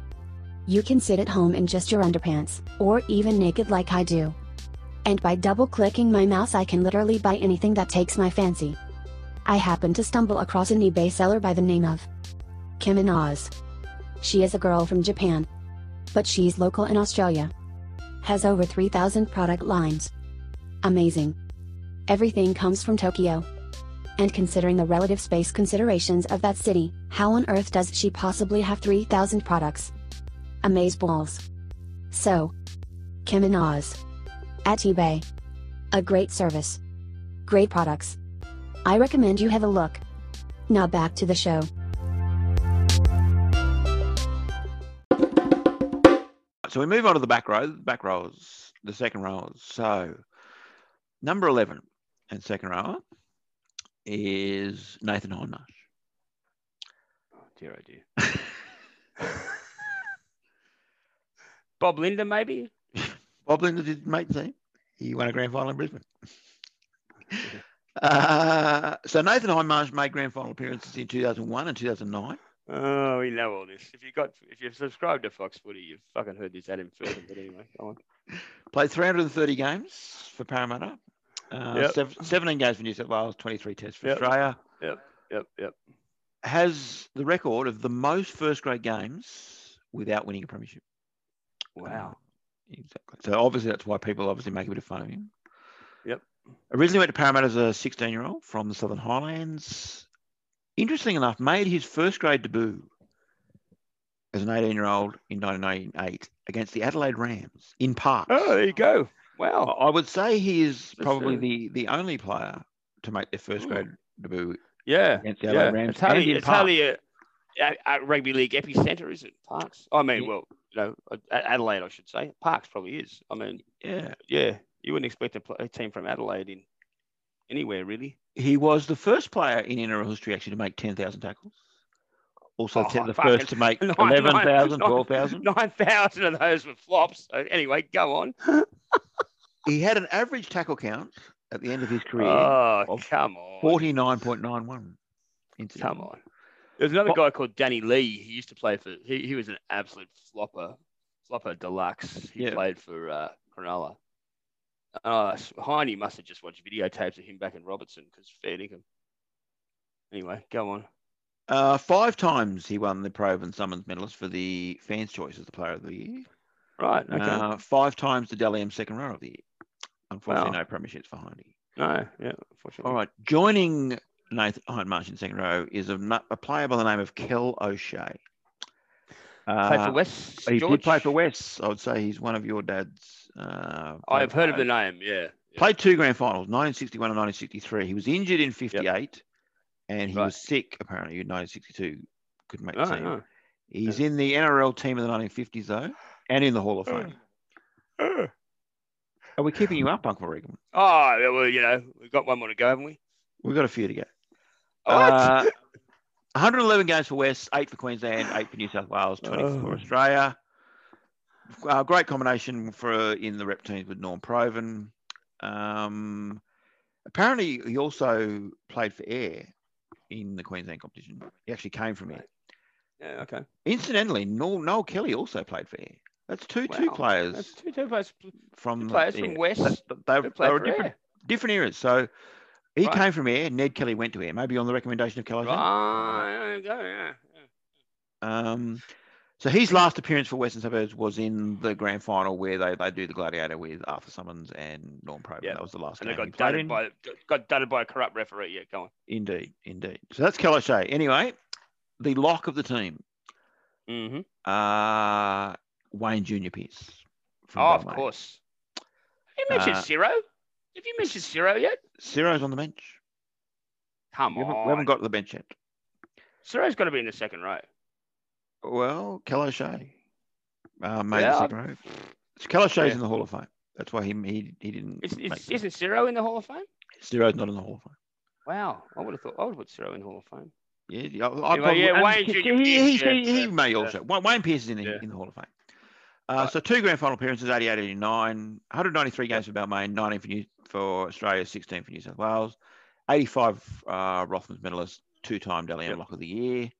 You can sit at home in just your underpants, or even naked like I do. And by double clicking my mouse, I can literally buy anything that takes my fancy. I happened to stumble across an eBay seller by the name of Kim in Oz. She is a girl from Japan. But she's local in Australia. Has over 3,000 product lines. Amazing. Everything comes from Tokyo. And considering the relative space considerations of that city, how on earth does she possibly have 3,000 products? Amaze balls. So, Kim in Oz. At eBay. A great service. Great products. I recommend you have a look. Now back to the show. So we move on to the back row, back rows, the second row. So number 11 and second rower is Nathan Hornash. Oh, dear, oh dear. (laughs) Bob Linda, maybe? Bob Linder did make the team. He won a grand final in (laughs) Brisbane. Uh, so Nathan Hindmarsh made grand final appearances in 2001 and 2009. Oh, we know all this. If you got, if you've subscribed to Fox Footy, you've fucking heard this Adam Furman. But anyway, go on. Played 330 games for Parramatta. Uh, Yep. sev- 17 games for New South Wales, 23 tests for Yep. Australia. Yep, yep. Has the record of the most first grade games without winning a premiership. Wow. Exactly. So obviously that's why people obviously make a bit of fun of him. Yep. Originally went to Parramatta as a 16 year old from the Southern Highlands. Interesting enough, made his first grade debut as an 18 year old in 1998 against the Adelaide Rams in Parks. Oh, there you go. Wow. I I would say he is Oh. That's probably a- the, the only player to make their first Ooh. grade debut Yeah. against the Adelaide yeah. Rams. It's hardly, and in it's Parks. hardly a, a, a rugby league epicenter, is it? Parks. I mean, Yeah. well, you know, A- Adelaide, I should say. Parks probably is. I mean, Yeah. yeah, you wouldn't expect a, pl- a team from Adelaide in anywhere really. (laughs) He was the first player in NRL history actually to make 10,000 tackles. Also, Oh, the fucking- first to (laughs) make Nine- 11,000, nine- (laughs) 12,000. 9,000 of those were flops. So anyway, go on. He had an average tackle count at the end of his career, Oh, Of come on. 49.91. incidentally. Come on. There's another Well- guy called Danny Lee. He used to play for, he, he was an absolute flopper, flopper deluxe. He Yeah. played for uh, Cronulla. Uh, Heine must have just watched videotapes of him back in Robertson because fair dinkum. Anyway, go on. Uh, five times he won the Proven and Summons medalist for the fans' choice as the player of the year. Right. Okay. Uh, five times the Dally M second row of the year. Unfortunately, Wow. no premierships for Hindy. no, yeah, unfortunately. All right, joining Nathan Hindmarsh in second row is a, nu- a player by the name of Kel O'Shea. Played Uh, for West. he George. did play for West. I would say he's one of your dad's. Uh, I've heard of players. the name. Yeah. yeah. Played two grand finals, 1961 and 1963. He was injured in 58 and he Right. was sick apparently in 1962. Couldn't make the Oh, team. no. He's in the NRL team of the 1950s though, and in the Hall of Oh. Fame. Are we keeping you up, Uncle Regan? Oh, yeah, well, you know, we've got one more to go, haven't we? Oh, We've got a few to go. What? (laughs) Uh, 111 games for West, eight for Queensland, eight for New South Wales, 20 for Oh. Australia. Uh, great combination for in the rep teams with Norm Proven. Um, apparently, he also played for Air in the Queensland competition. He actually came from Air. yeah, okay. Incidentally, Noel, Noel Kelly also played for Air. That's two two Wow. players That's two, two players, two from players from Air. West. That's- They, who they, played were for different, Air. different eras. So he Right. came from Air. Ned Kelly went to Air, maybe on the recommendation of Kelly. Right, there you go, Ah, yeah. yeah. Um, so his last appearance for Western Suburbs was in the grand final where they, they do the gladiator with Arthur Summons and Norm Probe. Yeah. That was the last And they game he got played dudded in. by got- got dudded by a corrupt referee. Yeah, go on. Indeed, indeed. So that's Kel O'Shea. Anyway, the lock of the team, Mm-hmm. uh, Wayne Junior Pierce. from Oh, of Balmain. course. Have you mentioned Uh, Ciro? Have you mentioned Ciro yet? Ciro's Ciro's on the bench. Come We haven't, on. we haven't got to the bench yet. Ciro's got to be in the second row. Well, Kel O'Shea uh, made Yeah, the second row. So Kel O'Shea's Yeah. in the Hall of Fame. That's why he he, he didn't. Is, make is, the- isn't Ciro in the Hall of Fame? Ciro's not in the Hall of Fame. Wow, I would have thought I would have put Ciro in Hall of Fame. Yeah, yeah, I- I Yeah, well, probably- yeah, and Wayne he, Junior he- is, he- yeah, he yeah, may yeah. also. Wa- Wayne Pierce is in the, Yeah. in the Hall of Fame. Uh, so two grand final appearances, 88, 89, 193 games for Balmain, 19 for, New, for Australia, 16 for New South Wales, 85 uh, Rothmans medalist, two-time Daly Yep. and Lock of the Year.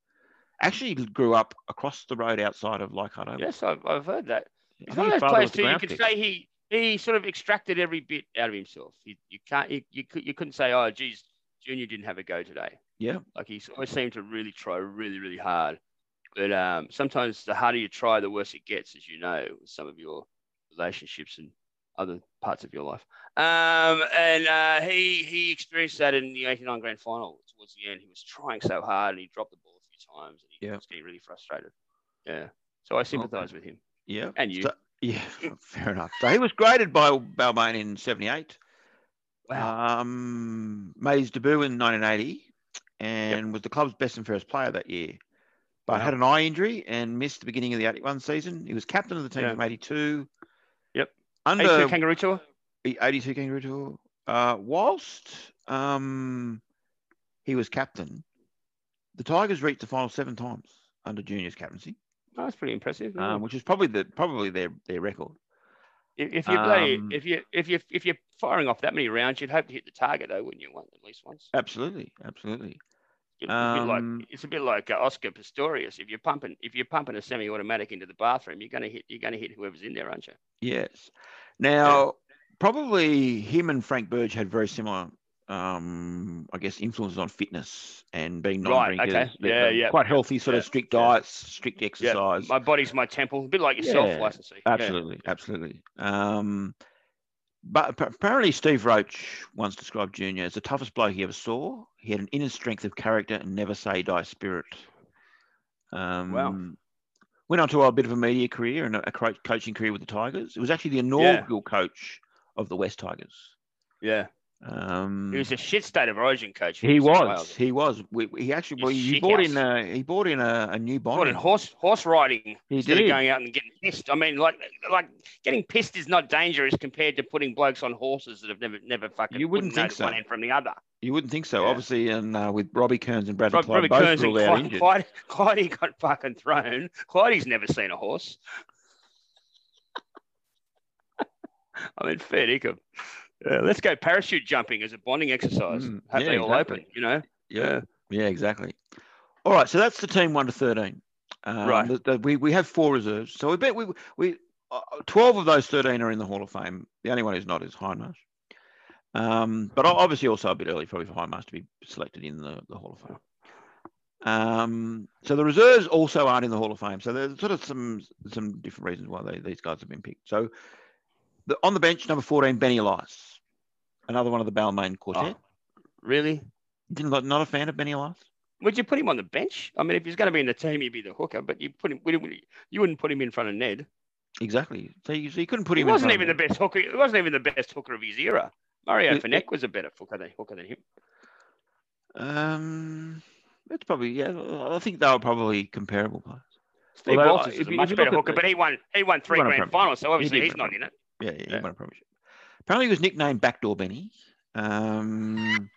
Actually grew up across the road outside of Leichhardt Oval. Yes, I've, I've heard I that. It's think one his of those father plays was the too. You ground could pick. say he he sort of extracted every bit out of himself. You, you can't you, you could you couldn't say oh geez Junior didn't have a go today. Yeah. Like he always seemed to really try really really hard. But um, sometimes the harder you try, the worse it gets, as you know, with some of your relationships and other parts of your life. Um, and uh, he he experienced that in the '89 Grand Final towards the end. He was trying so hard, and he dropped the ball a few times, and he Yeah. Oh, was getting really frustrated. Yeah. So I sympathise with him. Yeah. And you. So- (laughs) yeah, fair enough. So he was graded by Balmain in 78. Uh, Wow. Um, made his debut in 1980 and was the club's best and fairest player that year. But Wow. had an eye injury and missed the beginning of the 81 season. He was captain of the team Yeah. from 82. Yep. Under Hey, Sir Kangaroo Tour. 82 Kangaroo Tour. Uh, whilst um, he was captain, the Tigers reached the final seven times under Junior's captaincy, Oh, that's pretty impressive. yeah. um, which is probably the probably their, their record. if, if you play, um, if you if you if you're firing off that many rounds, you'd hope to hit the target though, wouldn't you? One at least once. Absolutely, absolutely. It's a bit Um, like it's a bit like uh, Oscar Pistorius. If you're pumping if you're pumping a semi-automatic into the bathroom, you're gonna hit you're gonna hit whoever's in there, aren't you? Yes. Now, probably him and Frank Burge had very similar, um, I guess, influences on fitness and being Right, okay. non-drinkers. but Yeah, they're yeah. Quite healthy, sort of Yeah, strict yeah. diets, strict exercise. My body's my temple. A bit like yourself, Yeah, licensee. Yeah. Absolutely, absolutely. Um, but ap- apparently, Steve Roach once described Junior as the toughest bloke he ever saw. He had an inner strength of character and never say die spirit. Um, Went on to a bit of a media career and a a cro- coaching career with the Tigers. It was actually the inaugural coach of the West Tigers. Yeah. Um, He was a shit state of origin coach. for he New South was. Wales. He was. We, we- he actually. You Well, he bought in. shithouse. A, he bought in a, a new What bond. in horse horse riding He instead did. of going out and getting pissed. I mean, like like getting pissed is not dangerous compared to putting blokes on horses that have never never fucking You wouldn't know think the one so. end from the other. You wouldn't think so. Yeah. Obviously, and uh, with Robbie Kearns and Bradley Rob, Clyde Robbie both Kearns and ruled out Clyde, injured. Clyde, Clyde got fucking thrown. Clyde's never seen a horse. (laughs) I mean, fair dinkum. Yeah, let's go parachute jumping as a bonding exercise. Mm, Hope yeah, they all exactly. open, you know? Yeah. Yeah, exactly. All right. So that's the team one to 13. Um, Right. the- the- we, we have four reserves. So we bet we, we uh, 12 of those 13 are in the Hall of Fame. The only one who's not is Hindmarsh. Um, but o- obviously, also a bit early probably for Hindmarsh to be selected in the, the Hall of Fame. Um, so the reserves also aren't in the Hall of Fame. So there's sort of some some different reasons why they, these guys have been picked. So the, on the bench, number 14, Benny Elias, another one of the Balmain quartet. Oh, really? Didn't, not not a fan of Benny Elias? Would you put him on the bench? I mean, if he's going to be in the team, he'd be the hooker, but you put him, would you- you wouldn't put him in front of Ned. Exactly. So you, so you couldn't put He him. wasn't in even the best hooker. He wasn't even the best hooker of his era. Mario Yeah, Fenech was a better hooker than, hooker than him. the. Um, it's probably yeah. I I think they were probably comparable players. Steve Although, Walters if is you- a if you much look better at hooker, the- but he won he won three won a grand premiership. finals, so obviously did he's win a not in it. Yeah, yeah. Yeah. He won a premiership. Apparently, he was nicknamed Backdoor Benny. Um,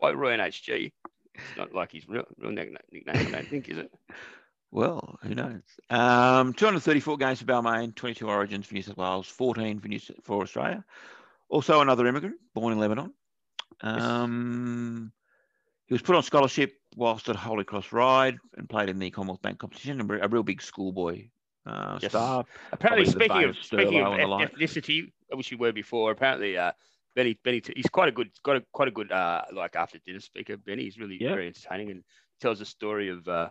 By Roy and HG. It's not like his real, real nick- nickname, I don't think, is it? well, who knows? Um, 234 games for Balmain, 22 Origins for New South Wales, 14 for New S- for Australia. Also, another immigrant born in Lebanon. Um, he was put on scholarship whilst at Holy Cross Ride and played in the Commonwealth Bank competition. A re- a real big schoolboy uh, Yes. star. Probably Apparently, the speaking of famous speaking of Sterlo and the like. eth- ethnicity, which you were before, apparently uh, Benny Benny he's quite a good got a quite a good uh, like after dinner speaker. Benny he's really Yeah. very entertaining and tells a story of uh,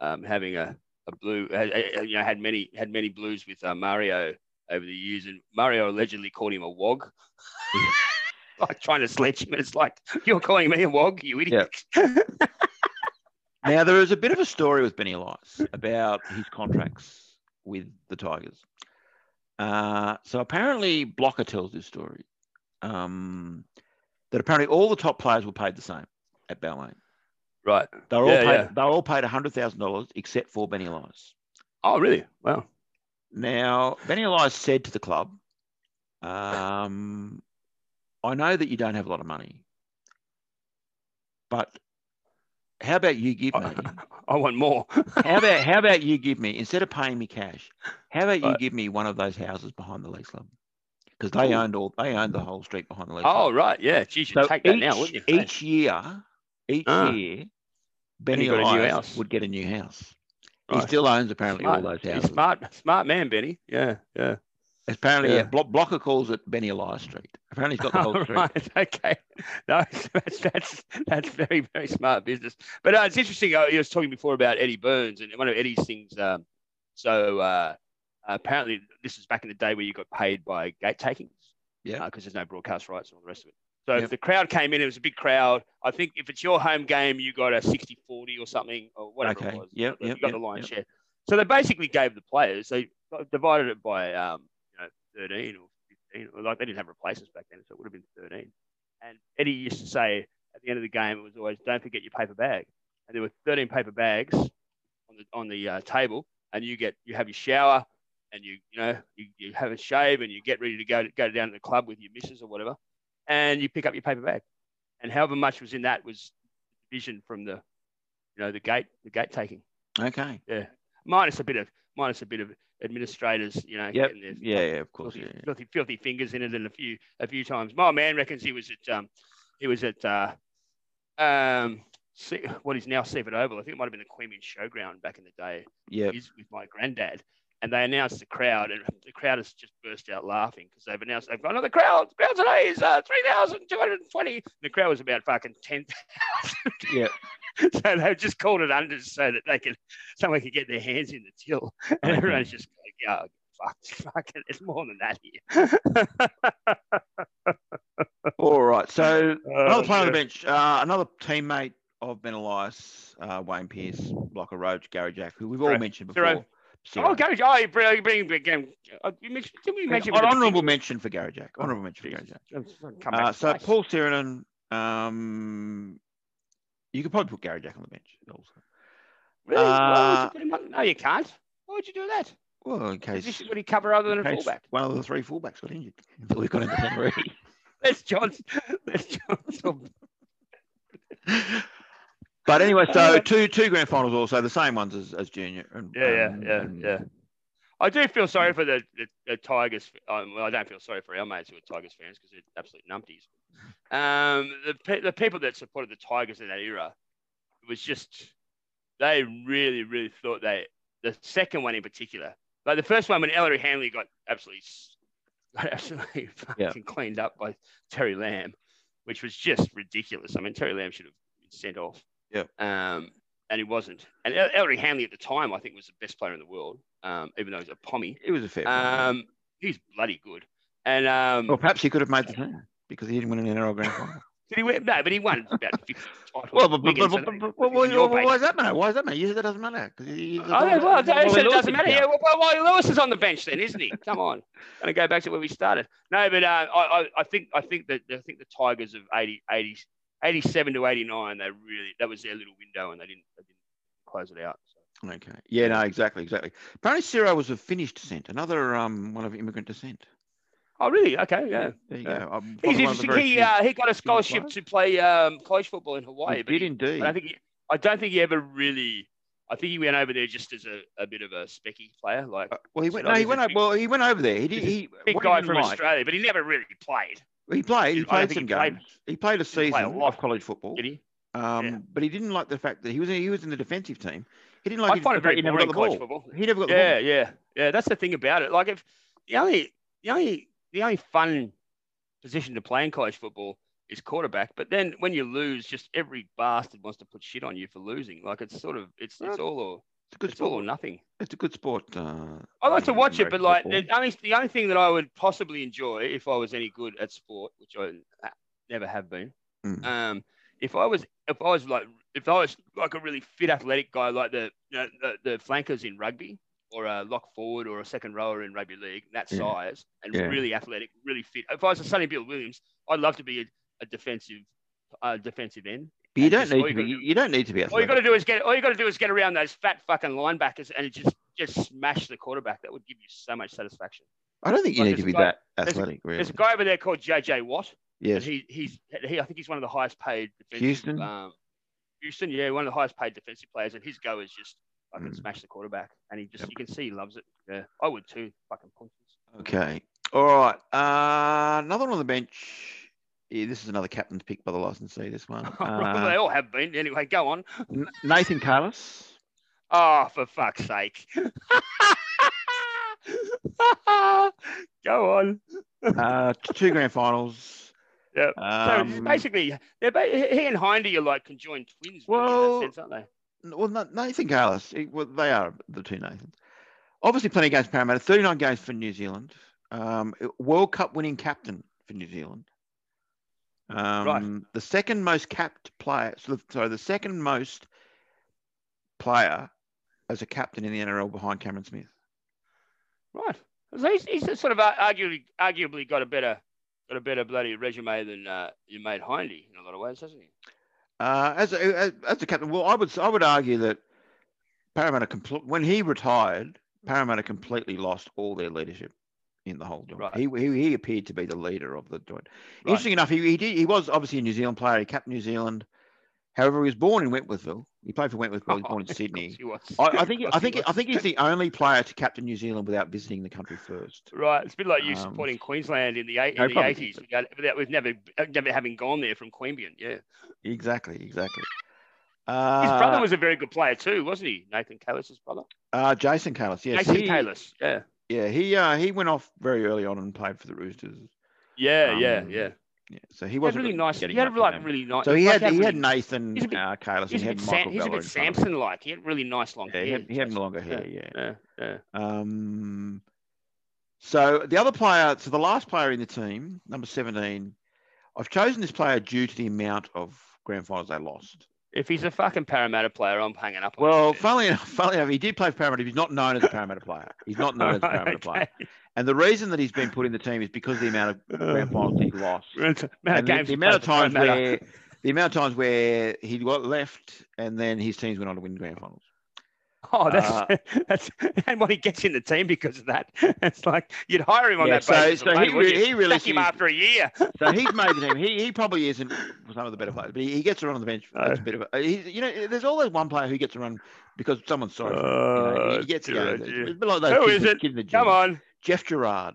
um, having a a blue had- had- you know had many had many blues with uh, Mario over the years, and Mario allegedly called him (laughs) a wog. Like trying to sledge him, and it's like you're calling me a wog, you idiot. Now, there is a bit of a story with Benny Elias about his contracts with the Tigers. Uh, so apparently, Blocker tells this story um, that apparently all the top players were paid the same at Balmain. Right. They were all Yeah, paid. yeah. They were all paid hundred thousand dollars except for Benny Elias. Oh, really? Wow. Now, Benny Elias said to the club, um, "I know that you don't have a lot of money, But how about you give me? I, I want more. How about how about you give me instead of paying me cash? How about you Right. give me one of those houses behind the Leagues Club? Because they Ooh. owned all they owned the whole street behind the Leagues Oh, Club. right. Yeah. Gee, You should take that now, wouldn't you? Hey, Each year, each Ah. year, Benny got a new Elias house. would get a new house. He Right. still owns apparently all those Smart. He's houses. smart, smart man, Benny. Yeah. Yeah. Apparently, yeah. Yeah. Blo- Blocker calls it Benny Elias Street. Apparently, he's got (laughs) the All whole right. street. Okay. No, (laughs) that's that's that's very very smart business. But uh, it's interesting. I, I was talking before about Eddie Burns and one of Eddie's things. Um, so uh, apparently, this is back in the day where you got paid by gate takings. Yeah. Because there's no broadcast rights and all the rest of it. So Yep. if the crowd came in, it was a big crowd. I think if it's your home game, you got a 60-40 or something or whatever Okay. it was. Yep, You yep, got the yep, lion's yep. share. So they basically gave the players. They divided it by um, you know, 13 or 15. Well, Like they didn't have replacements back then, so it would have been 13. And Eddie used to say at the end of the game, it was always, "Don't forget your paper bag." And there were 13 paper bags on the on the uh, table, and you get you have your shower, and you you know you, you have a shave, and you get ready to go to, go down to the club with your missus or whatever, and you pick up your paper bag, and however much was in that was division from the you know the gate the gate taking Okay. minus a bit of minus a bit of administrators, you know, Yep. getting their Yeah, yeah, of course. filthy, yeah, yeah. filthy, filthy fingers in it and a few a few times. My man reckons he was at um he was at uh um Se- what is now Seaford Oval. I think it might have been the Queen Showground back in the day. Yep. He's with my granddad. And they announced the crowd, and the crowd has just burst out laughing because they've announced they've got another crowd. The crowd today is uh, 3,220. The crowd was about fucking 10,000 Yeah. (laughs) so they've just called it under so that they can someone can get their hands in the till, and Okay. everyone's just like, oh, fuck, (laughs) fuck it, it's more than that here. All right. So Oh, another player on the dear. bench, uh, another teammate of Ben Elias, uh, Wayne Pierce, Blocker Roach, Gary Jack, who we've all Zero. mentioned before. Zero. Zero. Oh, Gary, oh, you bring, you bring again. uh, you mix- Did we An mention honourable mention for Gary Jack. Honourable mention for Gary Jack. Oh, Uh, so Paul Sirenen, um, you could probably put Gary Jack on the bench also. Really? Why would you uh, put him on? No, you can't. Why would you do that? Well, in case, Position would he cover other than in a case fullback? (laughs) one of the three fullbacks got injured. (laughs) So we've got him at three. Let's John's. Let's John's. But anyway, so two two grand finals also, the same ones as, as junior. And, (laughs) Yeah, um, yeah, yeah, and- yeah. I do feel sorry for the, the, the Tigers. Um, well, I don't feel sorry for our mates who are Tigers fans because they're absolute numpties. Um, the, pe- the people that supported the Tigers in that era, it was just, they really, really thought they, the second one in particular, like the first one when Ellery Hanley got absolutely, s- got (laughs) absolutely fucking Yeah. cleaned up by Terry Lamb, which was just ridiculous. I mean, Terry Lamb should have been sent off. Yeah. Um, and he wasn't. And El- Ellery Hanley at the time, I think, was the best player in the world, um, even though he's a pommy. It was a fair. Um, Um, he's bloody good. And um, well, perhaps he could have made the team because he didn't win an NRL grand final. did he win? No, but he won about (laughs) 50 titles. (laughs) Well, but, but, but, Wigan, so but, that- but, but on your why basis. does that matter? Why does that matter? You said that doesn't matter. 'cause he- Oh, no, well, Wally I said it Lewis doesn't didn't matter. count. Yeah, well, Wally Lewis is on the bench then, isn't he? Come on, (laughs) going to go back to where we started. No, but uh, I, I, I think I think that I think the Tigers of 80, 80, 87 to eighty nine. They really that was their little window, and they didn't they didn't close it out. So. Okay. Yeah, no, exactly, exactly. Apparently, Ciro was of Finnish descent, another um, one of immigrant descent. Oh, really? Okay, yeah. There you Yeah. go. Um, probably He's one of the interesting. very He few- uh, he got a scholarship players. to play um, college football in he Hawaii, but did he, indeed. but I think he, I don't think he ever really. I think he went over there just as a, a bit of a specky player, like Uh, well, he went. so No, he he's a went. o- big- well, he went over there. He did. he's a He big what he guy didn't from like- Australia, but he never really played. He played. I He don't played think some he played- games. He played a play a season lot. of college football. Did he? Um, Yeah. but he didn't like the fact that he was. In, he was in the defensive team. He didn't like. I it- find the fact it very he never boring got the college ball. football. He never got the Yeah, yeah, yeah. That's the thing about it. Like if the only the only the only fun position to play in college football is quarterback, but then when you lose, just every bastard wants to put shit on you for losing. Like it's sort of it's Right. it's all or ball. It's a good it's all or sport. nothing. It's a good sport. Uh, I like to in watch it, but American like football. the only the only thing that I would possibly enjoy if I was any good at sport, which I uh, never have been, Mm. um, if I was if I was like if I was like a really fit athletic guy like the you know, the, the flankers in rugby or a lock forward or a second rower in rugby league that Yeah. size and Yeah. really athletic, really fit. If I was a Sonny Bill Williams, I'd love to be a, a defensive uh, defensive end. But you and don't just- need all to you be. gotta You, do- you don't need to be. All you Athletic. got to do is get all you got to do is get around those fat fucking linebackers and just just smash the quarterback. That would give you so much satisfaction. I don't think you like, need there's to a be guy- that there's a- athletic. Really. There's a guy over there called JJ Watt. Yes. And he, he's he, I think he's one of the highest paid defensive Houston? um, Houston, yeah, one of the highest paid defensive players, and his go is just fucking Mm. smash the quarterback, and he just Yep. you can see he loves it. Yeah, I would too. Fucking punches. (laughs) Okay. All right. Uh, another one on the bench. Yeah, this is another captain's pick by the licensee. This one. Well, they Uh, (laughs) all have been. Anyway, go on. N- Nathan Carlos. Oh, for fuck's sake. (laughs) go on. Uh, t- two grand finals. Yep. so Um, basically, they're ba- he and Hindy are like conjoined twins, really, Well- in that sense, aren't they? n- well, Na- Nathan Carlos. he- well, they are the two Nathans. Obviously, plenty of games for Parramatta. Thirty-nine games for New Zealand. Um, World Cup winning captain for New Zealand. Um, The second most capped player. So the, sorry, the second most player as a captain in the NRL behind Cameron Smith. Right. 'Cause He's, he's sort of ar- arguably, arguably got a better got a better bloody resume than uh, your mate Hindy in a lot of ways, hasn't he? Uh, as a as- as a captain, well, I would I would argue that Parramatta compl- when he retired, Parramatta completely lost all their leadership in the whole job. Right. He, he he appeared to be the leader of the joint. Right. Interesting enough, he he, did, he was obviously a New Zealand player. He capped New Zealand. However, he was born in Wentworthville. He played for Wentworthville. He was born in (laughs) Of course Sydney. he was. I, I think Of course I he think was. I think he's the only player to captain New Zealand without visiting the country (laughs) first. (laughs) Right, it's a bit like Um, you supporting Queensland in the eight, no, in the probably, eighties without, without with never never having gone there from Queanbeyan. Yeah, his Exactly, exactly. Uh, brother was a very good player too, wasn't he? Nathan Kalis' brother, uh, Jason Callis. Yes, Nathan he- Kalis. Yeah, Yeah, he uh, he went off very early on and played for the Roosters. yeah, yeah, Um, yeah. Yeah, so he He had wasn't really nice. He getting had much like of them. really nice. So he like, had he had really- Nathan he's a bit- uh, Kalis and He's he a had bit, Sam, Michael he's a Bello bit in front of him. Samson-like. He had really nice long Yeah, he hair. had, he had longer hair. Yeah. Yeah, yeah. Um. So the other player, so the last player in the team, number seventeen, I've chosen this player due to the amount of grand finals they lost. If he's a fucking Parramatta player, I'm hanging up. on Well, him. funnily enough, funnily enough, he did play for Parramatta. He's not known as a Parramatta player. He's not (laughs) known as a Parramatta player. And the reason that he's been put in the team is because of the amount of grand finals he lost. Amount (laughs) And of the, games the he amount of played for times Parramatta. where the amount of times where he got left and then his teams went on to win grand finals. (laughs) Oh, that's uh, (laughs) that's and what he gets in the team because of that. (laughs) It's like you'd hire him on Yeah, that so- basis. so alone, he wouldn't re- you? he really sack him should- after a year. So he's made (laughs) the team. He, he probably isn't some of the better players, but he, he gets around on the bench. Oh. That's a bit of a, he's, you know, there's always one player who gets around because someone's sorry. for him, you know, Oh, he gets it. dear, out. dear. It's a bit like those Who kids is that- it? kid in the gym. Come on. Jeff Gerard.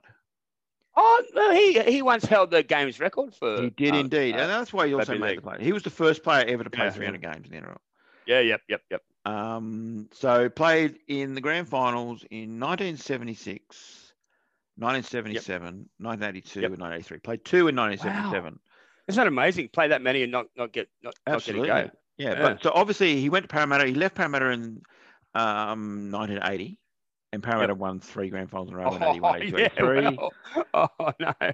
Oh, no, he he once held the game's record for. He did uh, indeed, uh, and that's why he also Rugby made League. the play. He was the first player ever to play Yeah. 300 games in the NRL. yeah, yep, yep, yep. Um, so played in the grand finals in 1976, 1977, 1982, Yep. and 1983. Played two in 1977. Isn't that amazing? Play that many and not not get not, not get a Absolutely. go. Yeah, Yeah. But so obviously he went to Parramatta. He left Parramatta in um, 1980, and Parramatta won three grand finals in a (laughs) row in 81, 82, Oh, yeah, 83. well, (laughs) oh no. He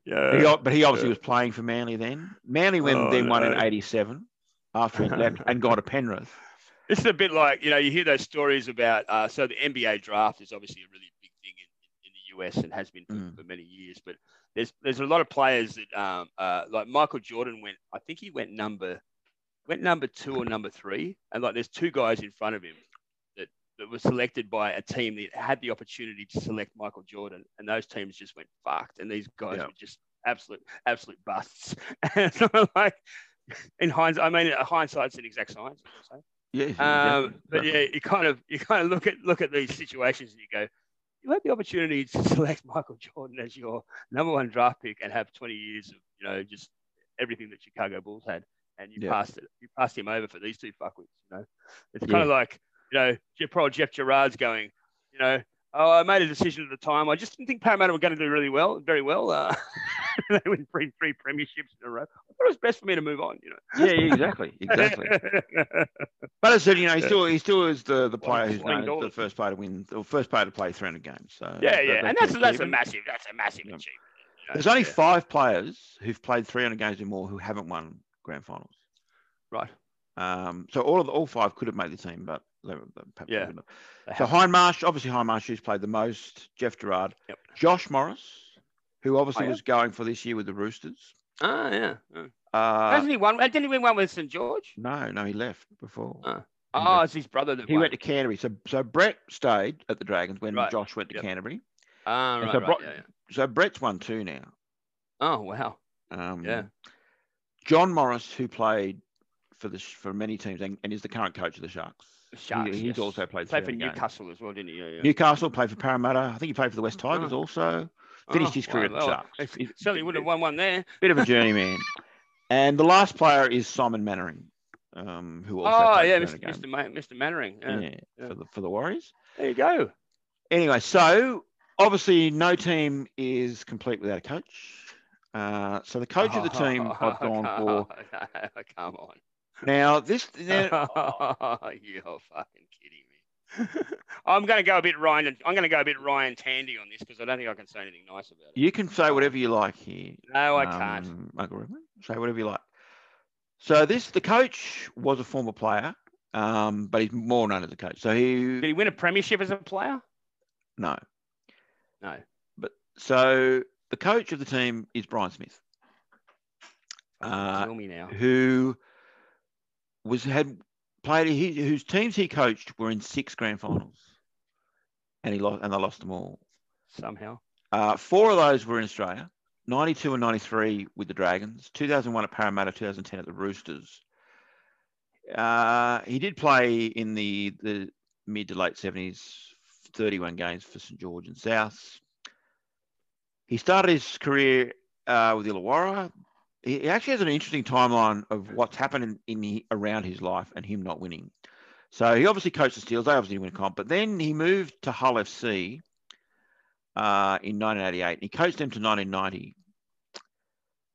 (laughs) Yeah. ob- but he obviously yeah. was playing for Manly then. Manly went, Oh, then won in no. 87 after he (laughs) left and got a Penrith. This is a bit like you know you hear those stories about uh, so the NBA draft is obviously a really big thing in, in the US and has been for, Mm. for many years. But there's there's a lot of players that um, uh, like Michael Jordan went I think he went number went number two or number three and like there's two guys in front of him that that were selected by a team that had the opportunity to select Michael Jordan and those teams just went fucked and these guys Yeah. were just absolute absolute busts. (laughs) and it's sort of like in hindsight, I mean uh, hindsight's an exact science. I eh? would say. Yeah, Um, exactly. but yeah, you kind of you kind of look at look at these situations and you go, you had the opportunity to (laughs) select Michael Jordan as your number one draft pick and have 20 years of you know just everything that Chicago Bulls had, and you Yeah. passed it. You passed him over for these two fuckwits. You know, it's kind of like you know Jeff Pro Jeff Gerard's going, you know. Oh, I made a decision at the time. I just didn't think Parramatta were going to do really well, very well. Uh, (laughs) they win three, three premierships in a row. I thought it was best for me to move on, you know. yeah, yeah, exactly, exactly. (laughs) But as I said, you know, he Yeah. still he still is the, the Well, player it's who's known as the $20. first player to win or first player to play 300 games. So Yeah, that- yeah, and that's an that's a achievement. massive that's a massive Yeah. achievement. you know, There's only yeah. five players who've played 300 games or more who haven't won grand finals. Right. Um, so all of the, all five could have made the team, but they were, they perhaps Yeah. couldn't They have. So Hindmarsh, obviously Hindmarsh, who's played the most. Jeff Gerard, Yep. Oh, Josh Morris, who obviously yeah. was going for this year with the Roosters. Ah, yeah. Mm. Uh, Hasn't he won? Didn't he win one with St George? no, no, he left before. Oh, Yeah. Oh, it's his brother that he won. went to Canterbury. So so Brett stayed at the Dragons when Right. Josh went to Yep. Canterbury. Ah, and right, so right, Brock- yeah, yeah. So Brett's won two now. Oh, wow. Um, Yeah. John Morris, who played for the for many teams and, and is the current coach of the Sharks. Sharks. he's yes. also played played throughout for the game. Newcastle as well, didn't he? Yeah, yeah. Newcastle played for Parramatta. I think he played for the West Tigers Oh. also. Finished his career at well, Sharks. (laughs) he Certainly would have won one there. Bit of a journeyman. and the last player is Simon Mannering, um, who also Oh played yeah, throughout Mr. the game. Mr. Ma- Mr. Mannering. Yeah. yeah, For, the, for the Warriors. There you go. Anyway, so obviously no team is complete without a coach. Uh, so the coach (laughs) of the team I've gone for Oh, Come on. (laughs) now. This now, You're fucking kidding me. I'm going to go a bit Ryan. I'm going to go a bit Ryan Tandy on this because I don't think I can say anything nice about it. you can say whatever you like here. No, I can't. um, Michael Redmond. Say whatever you like. So this the coach was a former player, um, but he's more known as a coach. So Did he he win a premiership as a player? no. No. So the coach of the team is Brian Smith, uh, Tell me now. who was had played he, whose teams he coached were in six grand finals, and he lost and they lost them all. Somehow. Uh, four of those were in Australia 92 and 93 with the Dragons, 2001 at Parramatta, 2010 at the Roosters. Uh, he did play in the, the mid to late 70s, 31 games for St George and South. He started his career uh, with Illawarra. He he actually has an interesting timeline of what's happened in, in he- around his life and him not winning. So he obviously coached the Steelers. They obviously didn't win a comp, but then he moved to Hull FC uh, in 1988. He coached them to 1990.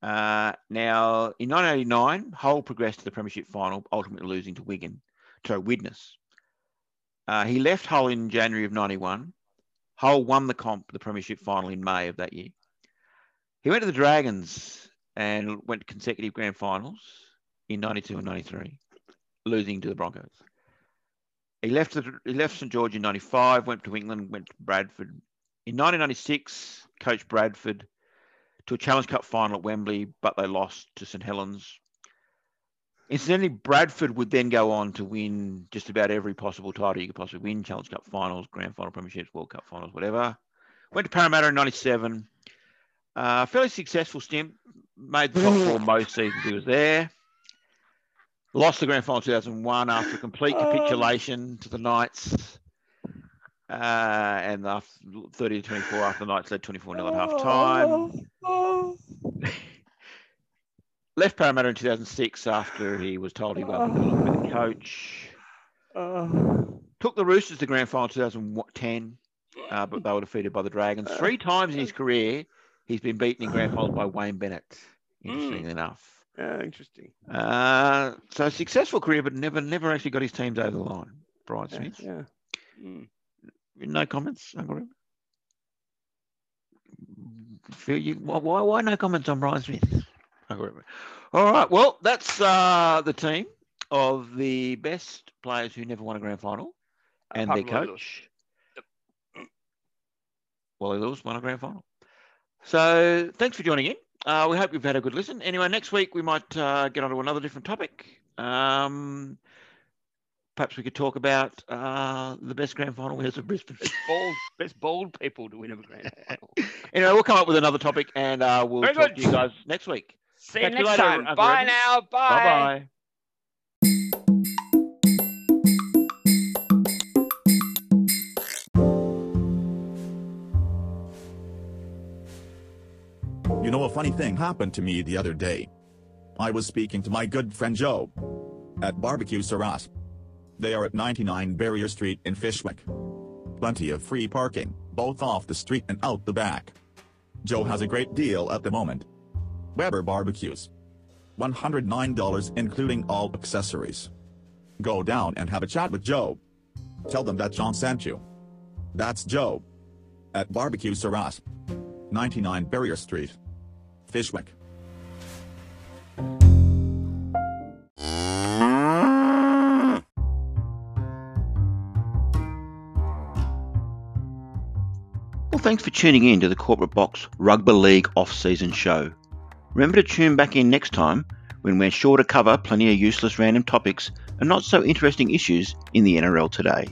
Uh, now, in 1989, Hull progressed to the Premiership final, ultimately losing to Wigan, to Widnes. Uh, he left Hull in January of 91. Hull won the comp, the Premiership final in May of that year. He went to the Dragons and went to consecutive grand finals in 92 and 93, losing to the Broncos. He left, the, he left St George in 95, went to England, went to Bradford, in 1996, coached Bradford to a Challenge Cup final at Wembley, but they lost to St Helens. Incidentally, Bradford would then go on to win just about every possible title you could possibly win Challenge Cup finals, Grand Final Premierships, World Cup finals, whatever. Went to Parramatta in 97. Uh, fairly successful stint, made the top four most seasons he was there. Lost the Grand Final 2001 after a complete Oh. capitulation to the Knights. Uh, and after 30 to 24 after the Knights led 24 Oh. 0 at half time. (laughs) Left Parramatta in 2006 after he was told he wasn't going to be the coach. Uh, Took the Roosters to grand final 2010, uh, but they were defeated by the Dragons. Three times in his career, he's been beaten in grand finals by Wayne Bennett. Interestingly enough. Yeah, interesting. Uh, so successful career, but never, never actually got his teams over the line. Brian Yeah, Smith. yeah. Mm. No comments, Uncle Rupert? Phil, you, why, why, why no comments on Brian Smith? Uncle Rupert. All right. Well, that's uh, the team of the best players who never won a grand final and their Apart from Lloyd Lewis. coach. Wally Lewis won a grand final. So thanks for joining in. Uh, we hope you've had a good listen. Anyway, next week we might uh, get onto another different topic. Um, perhaps we could talk about uh, the best grand final winners of Brisbane. (laughs) Best bald, best bald people to win a grand final. anyway, we'll come up with another topic and uh, we'll Very talk good. to you guys next week. See you Catch you next later, time. Uncle Bye Evan. now. Bye bye. You know, a funny thing happened to me the other day. I was speaking to my good friend Joe at Barbecue Saras. They are at 99 Barrier Street in Fishwick. Plenty of free parking, both off the street and out the back. Joe has a great deal at the moment. Weber Barbecues. $109 including all accessories. Go down and have a chat with Joe. Tell them that John sent you. That's Joe. At Barbecue Saras. 99 Barrier Street. Fishwick. Well, thanks for tuning in to the Corporate Box Rugby League off season show. Remember to tune back in next time when we're sure to cover plenty of useless random topics and not so interesting issues in the NRL today.